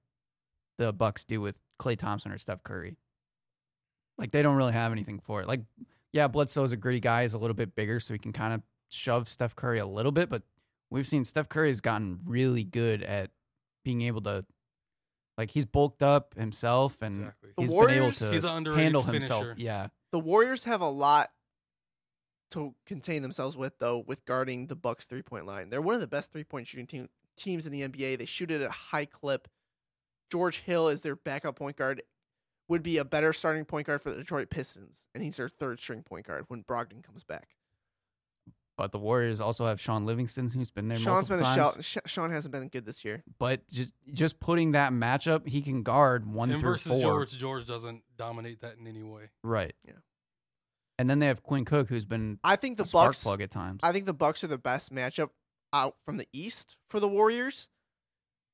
[SPEAKER 4] the Bucks do with Clay Thompson or Steph Curry. Like they don't really have anything for it. Like, yeah, Bledsoe's a gritty guy. He's a little bit bigger, so he can kind of shove Steph Curry a little bit. But we've seen Steph Curry has gotten really good at being able to, like, he's bulked up himself and
[SPEAKER 2] exactly.
[SPEAKER 3] The
[SPEAKER 4] he's
[SPEAKER 3] Warriors-
[SPEAKER 4] been able
[SPEAKER 2] He's
[SPEAKER 4] to
[SPEAKER 2] an underrated
[SPEAKER 4] handle
[SPEAKER 2] finisher.
[SPEAKER 4] himself. Yeah,
[SPEAKER 3] The Warriors have a lot to contain themselves with, though, with guarding the Bucks three point line. They're one of the best three point shooting team, teams in the NBA. They shoot it at a high clip. George Hill is their backup point guard. Would be a better starting point guard for the Detroit Pistons, and he's their third string point guard when Brogdon comes back.
[SPEAKER 4] But the Warriors also have Sean Livingston, who's been there
[SPEAKER 3] Sean's
[SPEAKER 4] multiple
[SPEAKER 3] been a
[SPEAKER 4] times.
[SPEAKER 3] shell. Sh- Sean hasn't been good this year.
[SPEAKER 4] But just, just putting that matchup, he can guard one
[SPEAKER 2] and
[SPEAKER 4] through
[SPEAKER 2] versus
[SPEAKER 4] four.
[SPEAKER 2] George, George doesn't dominate that in any way.
[SPEAKER 4] Right.
[SPEAKER 3] Yeah.
[SPEAKER 4] And then they have Quinn Cook, who's been
[SPEAKER 3] I think the
[SPEAKER 4] the spark
[SPEAKER 3] Bucks.
[SPEAKER 4] plug at times.
[SPEAKER 3] I think the Bucks are the best matchup out from the East for the Warriors.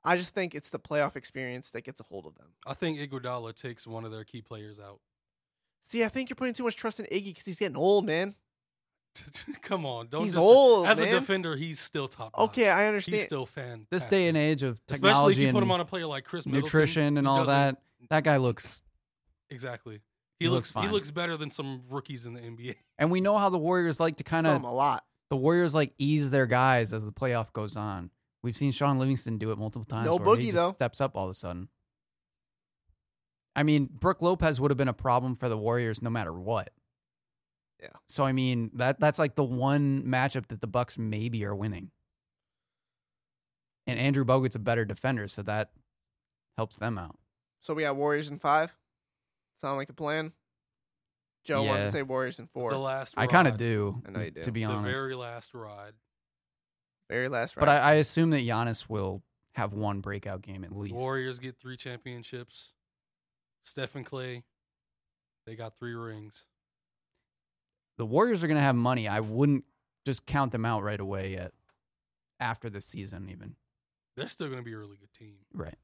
[SPEAKER 3] I just think it's the playoff experience that gets a hold of them.
[SPEAKER 2] I think Iguodala takes one of their key players out.
[SPEAKER 3] See, I think you're putting too much trust in Iggy because he's getting old, man.
[SPEAKER 2] Come on, don't.
[SPEAKER 3] he's
[SPEAKER 2] just-
[SPEAKER 3] old,
[SPEAKER 2] As
[SPEAKER 3] man.
[SPEAKER 2] a defender, he's still top. notch.
[SPEAKER 3] okay, I
[SPEAKER 2] he's
[SPEAKER 3] understand.
[SPEAKER 2] still fan.
[SPEAKER 4] this day and age of
[SPEAKER 2] especially if
[SPEAKER 4] technology
[SPEAKER 2] you put him on
[SPEAKER 4] and
[SPEAKER 2] a player like Chris Middleton,
[SPEAKER 4] nutrition and
[SPEAKER 2] he
[SPEAKER 4] all
[SPEAKER 2] doesn't-
[SPEAKER 4] that, that guy looks.
[SPEAKER 2] Exactly.
[SPEAKER 4] He
[SPEAKER 2] He,
[SPEAKER 4] looks
[SPEAKER 2] looks,
[SPEAKER 4] fine.
[SPEAKER 2] he looks better than some rookies in the NBA.
[SPEAKER 4] And we know how the Warriors like to kind
[SPEAKER 3] Saw him
[SPEAKER 4] of
[SPEAKER 3] a lot.
[SPEAKER 4] the Warriors like ease their guys as the playoff goes on. We've seen Sean Livingston do it multiple times.
[SPEAKER 3] No
[SPEAKER 4] where
[SPEAKER 3] boogie,
[SPEAKER 4] he just
[SPEAKER 3] though.
[SPEAKER 4] Steps up all of a sudden. I mean, Brooke Lopez would have been a problem for the Warriors no matter what.
[SPEAKER 3] Yeah.
[SPEAKER 4] So I mean that that's like the one matchup that the Bucks maybe are winning. And Andrew Bogut's a better defender, so that helps them out.
[SPEAKER 3] So we got Warriors in five. Sound like a plan? Joe wants
[SPEAKER 4] Yeah.
[SPEAKER 3] to say Warriors in four.
[SPEAKER 2] The last.
[SPEAKER 4] I kind of
[SPEAKER 2] ride.
[SPEAKER 4] do.
[SPEAKER 3] I know you do.
[SPEAKER 4] To be
[SPEAKER 2] The
[SPEAKER 4] honest,
[SPEAKER 2] very last ride.
[SPEAKER 3] Very last round.
[SPEAKER 4] but I, I assume that Giannis will have one breakout game at least.
[SPEAKER 2] Warriors get three championships. Steph and Clay, they got three rings.
[SPEAKER 4] The Warriors are gonna have money. I wouldn't just count them out right away yet. After the season, even
[SPEAKER 2] They're still going to be a really good team.
[SPEAKER 4] right.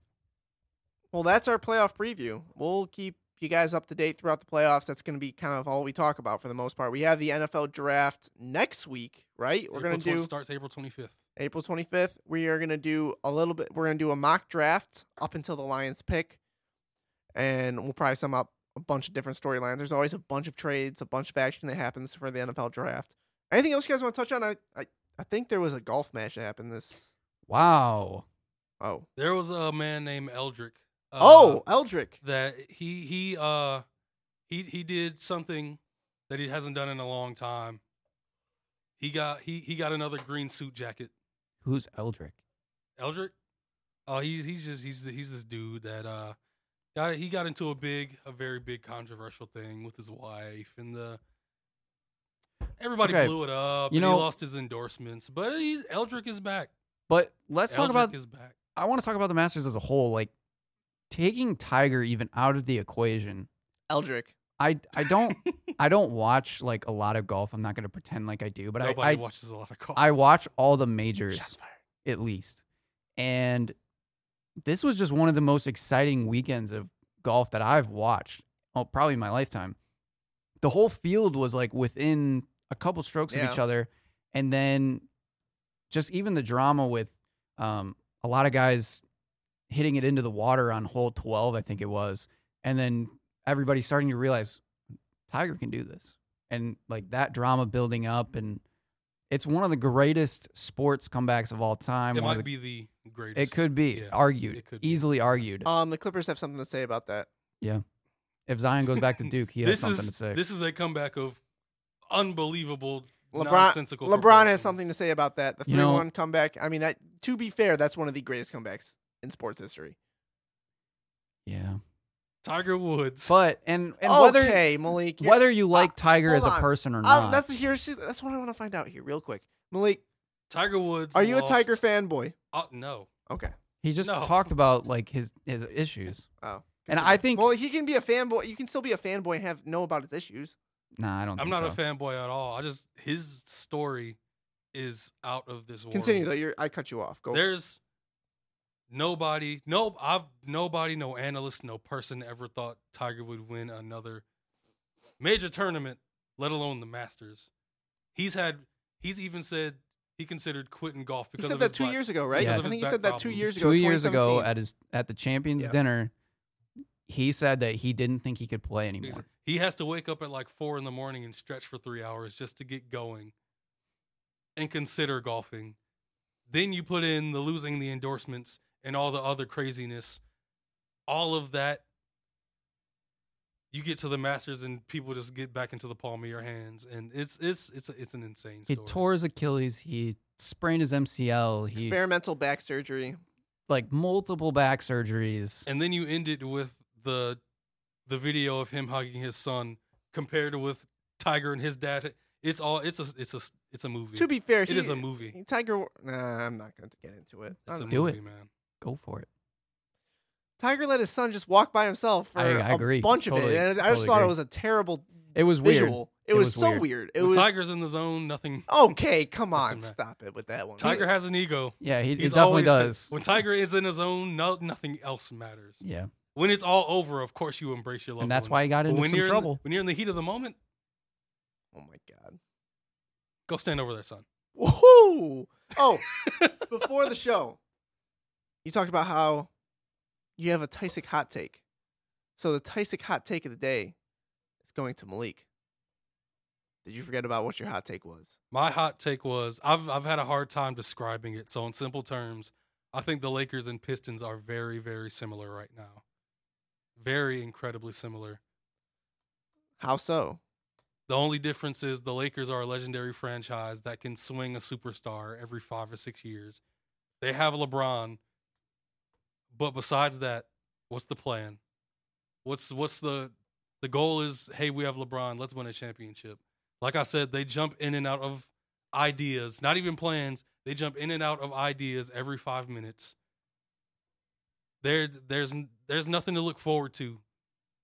[SPEAKER 3] Well, that's our playoff preview. We'll keep you guys up to date throughout the playoffs. That's going to be kind of all we talk about for the most part. We have the NFL draft next week, right? We're
[SPEAKER 2] April
[SPEAKER 3] going to
[SPEAKER 2] 20
[SPEAKER 3] do
[SPEAKER 2] starts April 25th.
[SPEAKER 3] April 25th. We are going to do a little bit, we're going to do a mock draft up until the Lions pick, and we'll probably sum up a bunch of different storylines. There's always a bunch of trades, a bunch of action that happens for the NFL draft. Anything else you guys want to touch on? I, I, I think there was a golf match that happened this.
[SPEAKER 4] Wow.
[SPEAKER 3] Oh.
[SPEAKER 2] There was a man named Eldrick. uh,
[SPEAKER 3] oh, Eldrick.
[SPEAKER 2] that he he uh he he did something that he hasn't done in a long time. He got he he got another green suit jacket.
[SPEAKER 4] Who's Eldrick?
[SPEAKER 2] Eldrick, oh he he's just he's he's this dude that uh got he got into a big a very big controversial thing with his wife and the everybody
[SPEAKER 4] Okay.
[SPEAKER 2] blew it up.
[SPEAKER 4] You
[SPEAKER 2] and
[SPEAKER 4] know-
[SPEAKER 2] he lost his endorsements, but he, Eldrick is back.
[SPEAKER 4] But let's
[SPEAKER 2] Eldrick
[SPEAKER 4] talk about.
[SPEAKER 2] is back.
[SPEAKER 4] I want to talk about the Masters as a whole. Like taking Tiger even out of the equation.
[SPEAKER 3] Eldrick.
[SPEAKER 4] I I don't I don't watch like a lot of golf. I'm not gonna pretend like I do, but I
[SPEAKER 2] Nobody
[SPEAKER 4] I,
[SPEAKER 2] watches a lot of golf.
[SPEAKER 4] I watch all the majors
[SPEAKER 3] fired.
[SPEAKER 4] at least, and this was just one of the most exciting weekends of golf that I've watched. Oh, probably in my lifetime. The whole field was like within a couple strokes
[SPEAKER 3] Yeah.
[SPEAKER 4] of each other, and then just even the drama with um, a lot of guys hitting it into the water on hole 12 i think it was and then everybody starting to realize tiger can do this and like that drama building up and it's one of the greatest sports comebacks of all time
[SPEAKER 2] it
[SPEAKER 4] One
[SPEAKER 2] might
[SPEAKER 4] of the-
[SPEAKER 2] be the greatest.
[SPEAKER 4] it could be
[SPEAKER 2] yeah,
[SPEAKER 4] argued
[SPEAKER 2] it could be.
[SPEAKER 4] easily argued
[SPEAKER 3] Um, the Clippers have something to say about that.
[SPEAKER 4] if zion goes back to duke he has
[SPEAKER 2] this
[SPEAKER 4] something
[SPEAKER 2] is
[SPEAKER 4] to say
[SPEAKER 2] this is a comeback of unbelievable
[SPEAKER 3] LeBron-
[SPEAKER 2] nonsensical.
[SPEAKER 3] LeBron has
[SPEAKER 2] proportions.
[SPEAKER 3] something to say about that. The
[SPEAKER 4] You
[SPEAKER 3] three
[SPEAKER 4] know-
[SPEAKER 3] one comeback. I mean, that to be fair, that's one of the greatest comebacks in sports history.
[SPEAKER 4] yeah
[SPEAKER 2] Tiger Woods.
[SPEAKER 4] but and and whether
[SPEAKER 3] okay, Malik. you're-
[SPEAKER 4] whether you
[SPEAKER 2] Uh,
[SPEAKER 4] like tiger
[SPEAKER 3] hold
[SPEAKER 4] as a
[SPEAKER 3] on.
[SPEAKER 4] person or
[SPEAKER 3] um,
[SPEAKER 4] not
[SPEAKER 3] that's the here's that's what I want to find out here, real quick. Malik,
[SPEAKER 2] Tiger Woods.
[SPEAKER 3] are you a
[SPEAKER 2] lost-
[SPEAKER 3] Tiger fanboy?
[SPEAKER 2] Uh, no,
[SPEAKER 3] Okay.
[SPEAKER 4] he just
[SPEAKER 2] No.
[SPEAKER 4] talked about like his his issues
[SPEAKER 3] Oh.
[SPEAKER 4] and i think
[SPEAKER 3] Well, he can be a fanboy. You can still be a fanboy and have know about his issues.
[SPEAKER 4] nah i don't
[SPEAKER 2] I'm
[SPEAKER 4] think
[SPEAKER 2] not
[SPEAKER 4] so.
[SPEAKER 2] a fanboy at all. I just his story is out of this world.
[SPEAKER 3] Continue though. You're, I cut you off. Go.
[SPEAKER 2] There's nobody. No, I've nobody. No analyst. No person ever thought Tiger would win another major tournament, let alone the Masters. He's had. He's even said he considered quitting golf
[SPEAKER 3] he
[SPEAKER 2] because
[SPEAKER 3] said
[SPEAKER 2] of his
[SPEAKER 3] that two
[SPEAKER 2] black-
[SPEAKER 3] years ago, right? I
[SPEAKER 4] Yeah. Because
[SPEAKER 2] of
[SPEAKER 3] think
[SPEAKER 2] his
[SPEAKER 3] he said
[SPEAKER 2] back
[SPEAKER 3] that two
[SPEAKER 2] problems.
[SPEAKER 3] years ago.
[SPEAKER 4] two years ago
[SPEAKER 3] 2017.
[SPEAKER 4] at his at the champions
[SPEAKER 3] Yeah.
[SPEAKER 4] dinner he said that he didn't think he could play anymore
[SPEAKER 2] He has to wake up at like four in the morning and stretch for three hours just to get going and consider golfing. Then you put in the losing the endorsements and all the other craziness. All of that. You get to the Masters and people just get back into the palm of your hands, and it's it's it's a, it's an insane
[SPEAKER 4] he
[SPEAKER 2] story.
[SPEAKER 4] tore his achilles he sprained his mcl he
[SPEAKER 3] experimental back surgery.
[SPEAKER 4] like multiple back surgeries
[SPEAKER 2] and then you end it with the the video of him hugging his son compared with Tiger and his dad. It's all it's a it's a it's a movie.
[SPEAKER 3] To be fair,
[SPEAKER 2] It
[SPEAKER 3] he,
[SPEAKER 2] is a movie.
[SPEAKER 3] Tiger. Nah, I'm not going to get into it. Um, I
[SPEAKER 2] It's a
[SPEAKER 3] don't
[SPEAKER 4] Do
[SPEAKER 2] movie,
[SPEAKER 4] it.
[SPEAKER 2] man.
[SPEAKER 4] go for it
[SPEAKER 3] Tiger let his son just walk by himself for
[SPEAKER 4] I- I
[SPEAKER 3] a
[SPEAKER 4] agree.
[SPEAKER 3] bunch of
[SPEAKER 4] Totally-
[SPEAKER 3] it, and I just
[SPEAKER 4] totally
[SPEAKER 3] thought it
[SPEAKER 4] agree.
[SPEAKER 3] was a terrible
[SPEAKER 4] it was weird
[SPEAKER 3] visual. It,
[SPEAKER 4] It
[SPEAKER 3] was,
[SPEAKER 4] was Oh,
[SPEAKER 3] so
[SPEAKER 4] weird.
[SPEAKER 3] weird. It
[SPEAKER 2] When
[SPEAKER 3] was
[SPEAKER 2] Tiger's in the zone. Nothing.
[SPEAKER 3] okay. Come on,
[SPEAKER 2] Nothing there.
[SPEAKER 3] stop it with that one.
[SPEAKER 2] Tiger has an ego.
[SPEAKER 4] yeah he, he
[SPEAKER 2] He's
[SPEAKER 4] definitely
[SPEAKER 2] always-
[SPEAKER 4] does
[SPEAKER 2] When Tiger is in his own, no, nothing else matters.
[SPEAKER 4] yeah
[SPEAKER 2] When it's all over, of course you embrace your love.
[SPEAKER 4] and that's why he got into
[SPEAKER 2] when
[SPEAKER 4] some
[SPEAKER 2] you're in-
[SPEAKER 4] trouble
[SPEAKER 2] when you're in the heat of the moment,
[SPEAKER 3] Oh my god.
[SPEAKER 2] go stand over there, son.
[SPEAKER 3] Woohoo! Oh, before the show, you talked about how you have a Tysic hot take. So the Tysic hot take of the day is going to Malik. Did you forget about what your hot take was?
[SPEAKER 2] My hot take was I've I've had a hard time describing it. So in simple terms, I think the Lakers and Pistons are very very similar right now. Very incredibly similar.
[SPEAKER 3] How so?
[SPEAKER 2] The only difference is the Lakers are a legendary franchise that can swing a superstar every 5 or 6 years. They have LeBron. But besides that, what's the plan? What's what's the The goal is, hey, we have LeBron. Let's win a championship. Like I said, they jump in and out of ideas, not even plans. They jump in and out of ideas every five minutes. There, there's, there's nothing to look forward to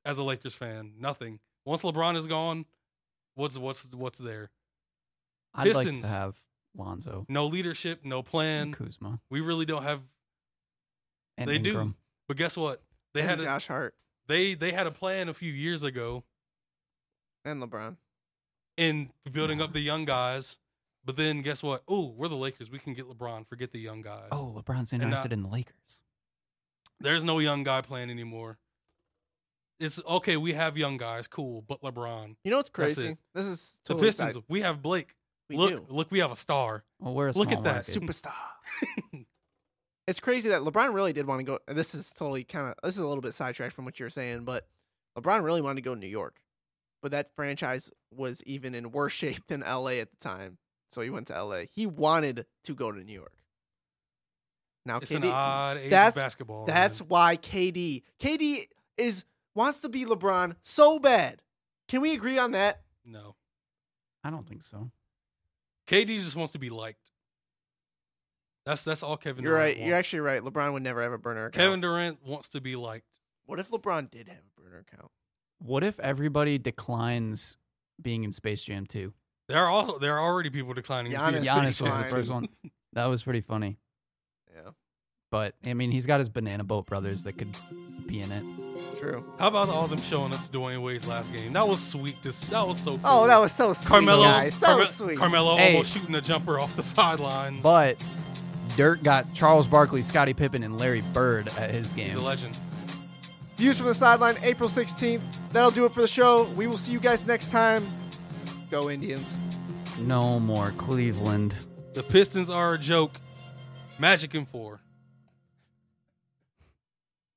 [SPEAKER 2] as a Lakers fan. Nothing. Once LeBron is gone, what's what's what's there?
[SPEAKER 4] I'd like
[SPEAKER 2] Pistons.
[SPEAKER 4] to have Lonzo
[SPEAKER 2] No leadership, no
[SPEAKER 4] and
[SPEAKER 2] plan.
[SPEAKER 4] Kuzma
[SPEAKER 2] We really don't have.
[SPEAKER 4] and
[SPEAKER 2] they
[SPEAKER 4] Ingram.
[SPEAKER 2] do, but guess what? They
[SPEAKER 3] and
[SPEAKER 2] had a,
[SPEAKER 3] Josh Hart
[SPEAKER 2] they they had a plan a few years ago
[SPEAKER 3] and LeBron.
[SPEAKER 2] in building
[SPEAKER 4] Yeah.
[SPEAKER 2] up the young guys. But then guess what? Oh, we're the Lakers. We can get LeBron. Forget the young guys.
[SPEAKER 4] Oh, LeBron's
[SPEAKER 2] And, uh,
[SPEAKER 4] interested in the Lakers.
[SPEAKER 2] There's no young guy playing anymore. It's okay. We have young guys, cool, but LeBron.
[SPEAKER 3] You know what's
[SPEAKER 2] That's
[SPEAKER 3] crazy?
[SPEAKER 2] it.
[SPEAKER 3] This is
[SPEAKER 2] The
[SPEAKER 3] totally
[SPEAKER 2] Pistons.
[SPEAKER 3] side-
[SPEAKER 2] We have Blake.
[SPEAKER 3] We
[SPEAKER 2] look,
[SPEAKER 3] do.
[SPEAKER 2] look. We have a star.
[SPEAKER 4] Well, we're a
[SPEAKER 2] Look
[SPEAKER 4] small
[SPEAKER 2] at that.
[SPEAKER 4] market.
[SPEAKER 2] Super-
[SPEAKER 3] superstar. it's crazy that LeBron really did want to go. This is totally kind of this is a little bit sidetracked from what you were saying, but LeBron really wanted to go to New York, but that franchise was even in worse shape than L.A. at the time, so he went to L.A. He wanted to go to New York. Now
[SPEAKER 2] It's an
[SPEAKER 3] KD,
[SPEAKER 2] odd age
[SPEAKER 3] that's-
[SPEAKER 2] of basketball.
[SPEAKER 3] that's
[SPEAKER 2] man.
[SPEAKER 3] why KD KD is wants to be LeBron so bad. Can we agree on that?
[SPEAKER 2] no.
[SPEAKER 4] I don't think so.
[SPEAKER 2] KD just wants to be liked. That's that's all Kevin.
[SPEAKER 3] You're
[SPEAKER 2] Durant
[SPEAKER 3] right. You're
[SPEAKER 2] wants.
[SPEAKER 3] actually right. LeBron would never have a burner account.
[SPEAKER 2] Kevin Durant wants to be liked.
[SPEAKER 3] what if LeBron did have a burner account?
[SPEAKER 4] What if everybody declines being in Space Jam 2?
[SPEAKER 2] There are also there are already people declining. to be
[SPEAKER 3] Giannis
[SPEAKER 2] in
[SPEAKER 3] Giannis
[SPEAKER 2] Space
[SPEAKER 4] Giannis was
[SPEAKER 2] Jam
[SPEAKER 4] the
[SPEAKER 3] declined.
[SPEAKER 4] first one. That was pretty funny.
[SPEAKER 3] Yeah,
[SPEAKER 4] But I mean, he's got his banana boat brothers that could be in it.
[SPEAKER 3] true.
[SPEAKER 2] How about all them showing up to Dwayne Wade's last game? That was sweet. This that was so. Cool.
[SPEAKER 3] Oh, that was so sweet,
[SPEAKER 2] Carmelo.
[SPEAKER 3] guys. So
[SPEAKER 2] Carme-
[SPEAKER 3] sweet.
[SPEAKER 2] Carmelo
[SPEAKER 4] Hey.
[SPEAKER 2] almost shooting a jumper off the sidelines.
[SPEAKER 4] But Dirk got Charles Barkley, Scottie Pippen, and Larry Bird at his
[SPEAKER 2] he's
[SPEAKER 4] game.
[SPEAKER 2] a legend.
[SPEAKER 3] Views from the sideline, April 16th. That'll do it for the show. We will see you guys next time. Go Indians.
[SPEAKER 4] No more Cleveland.
[SPEAKER 2] The Pistons are a joke. Magic in four.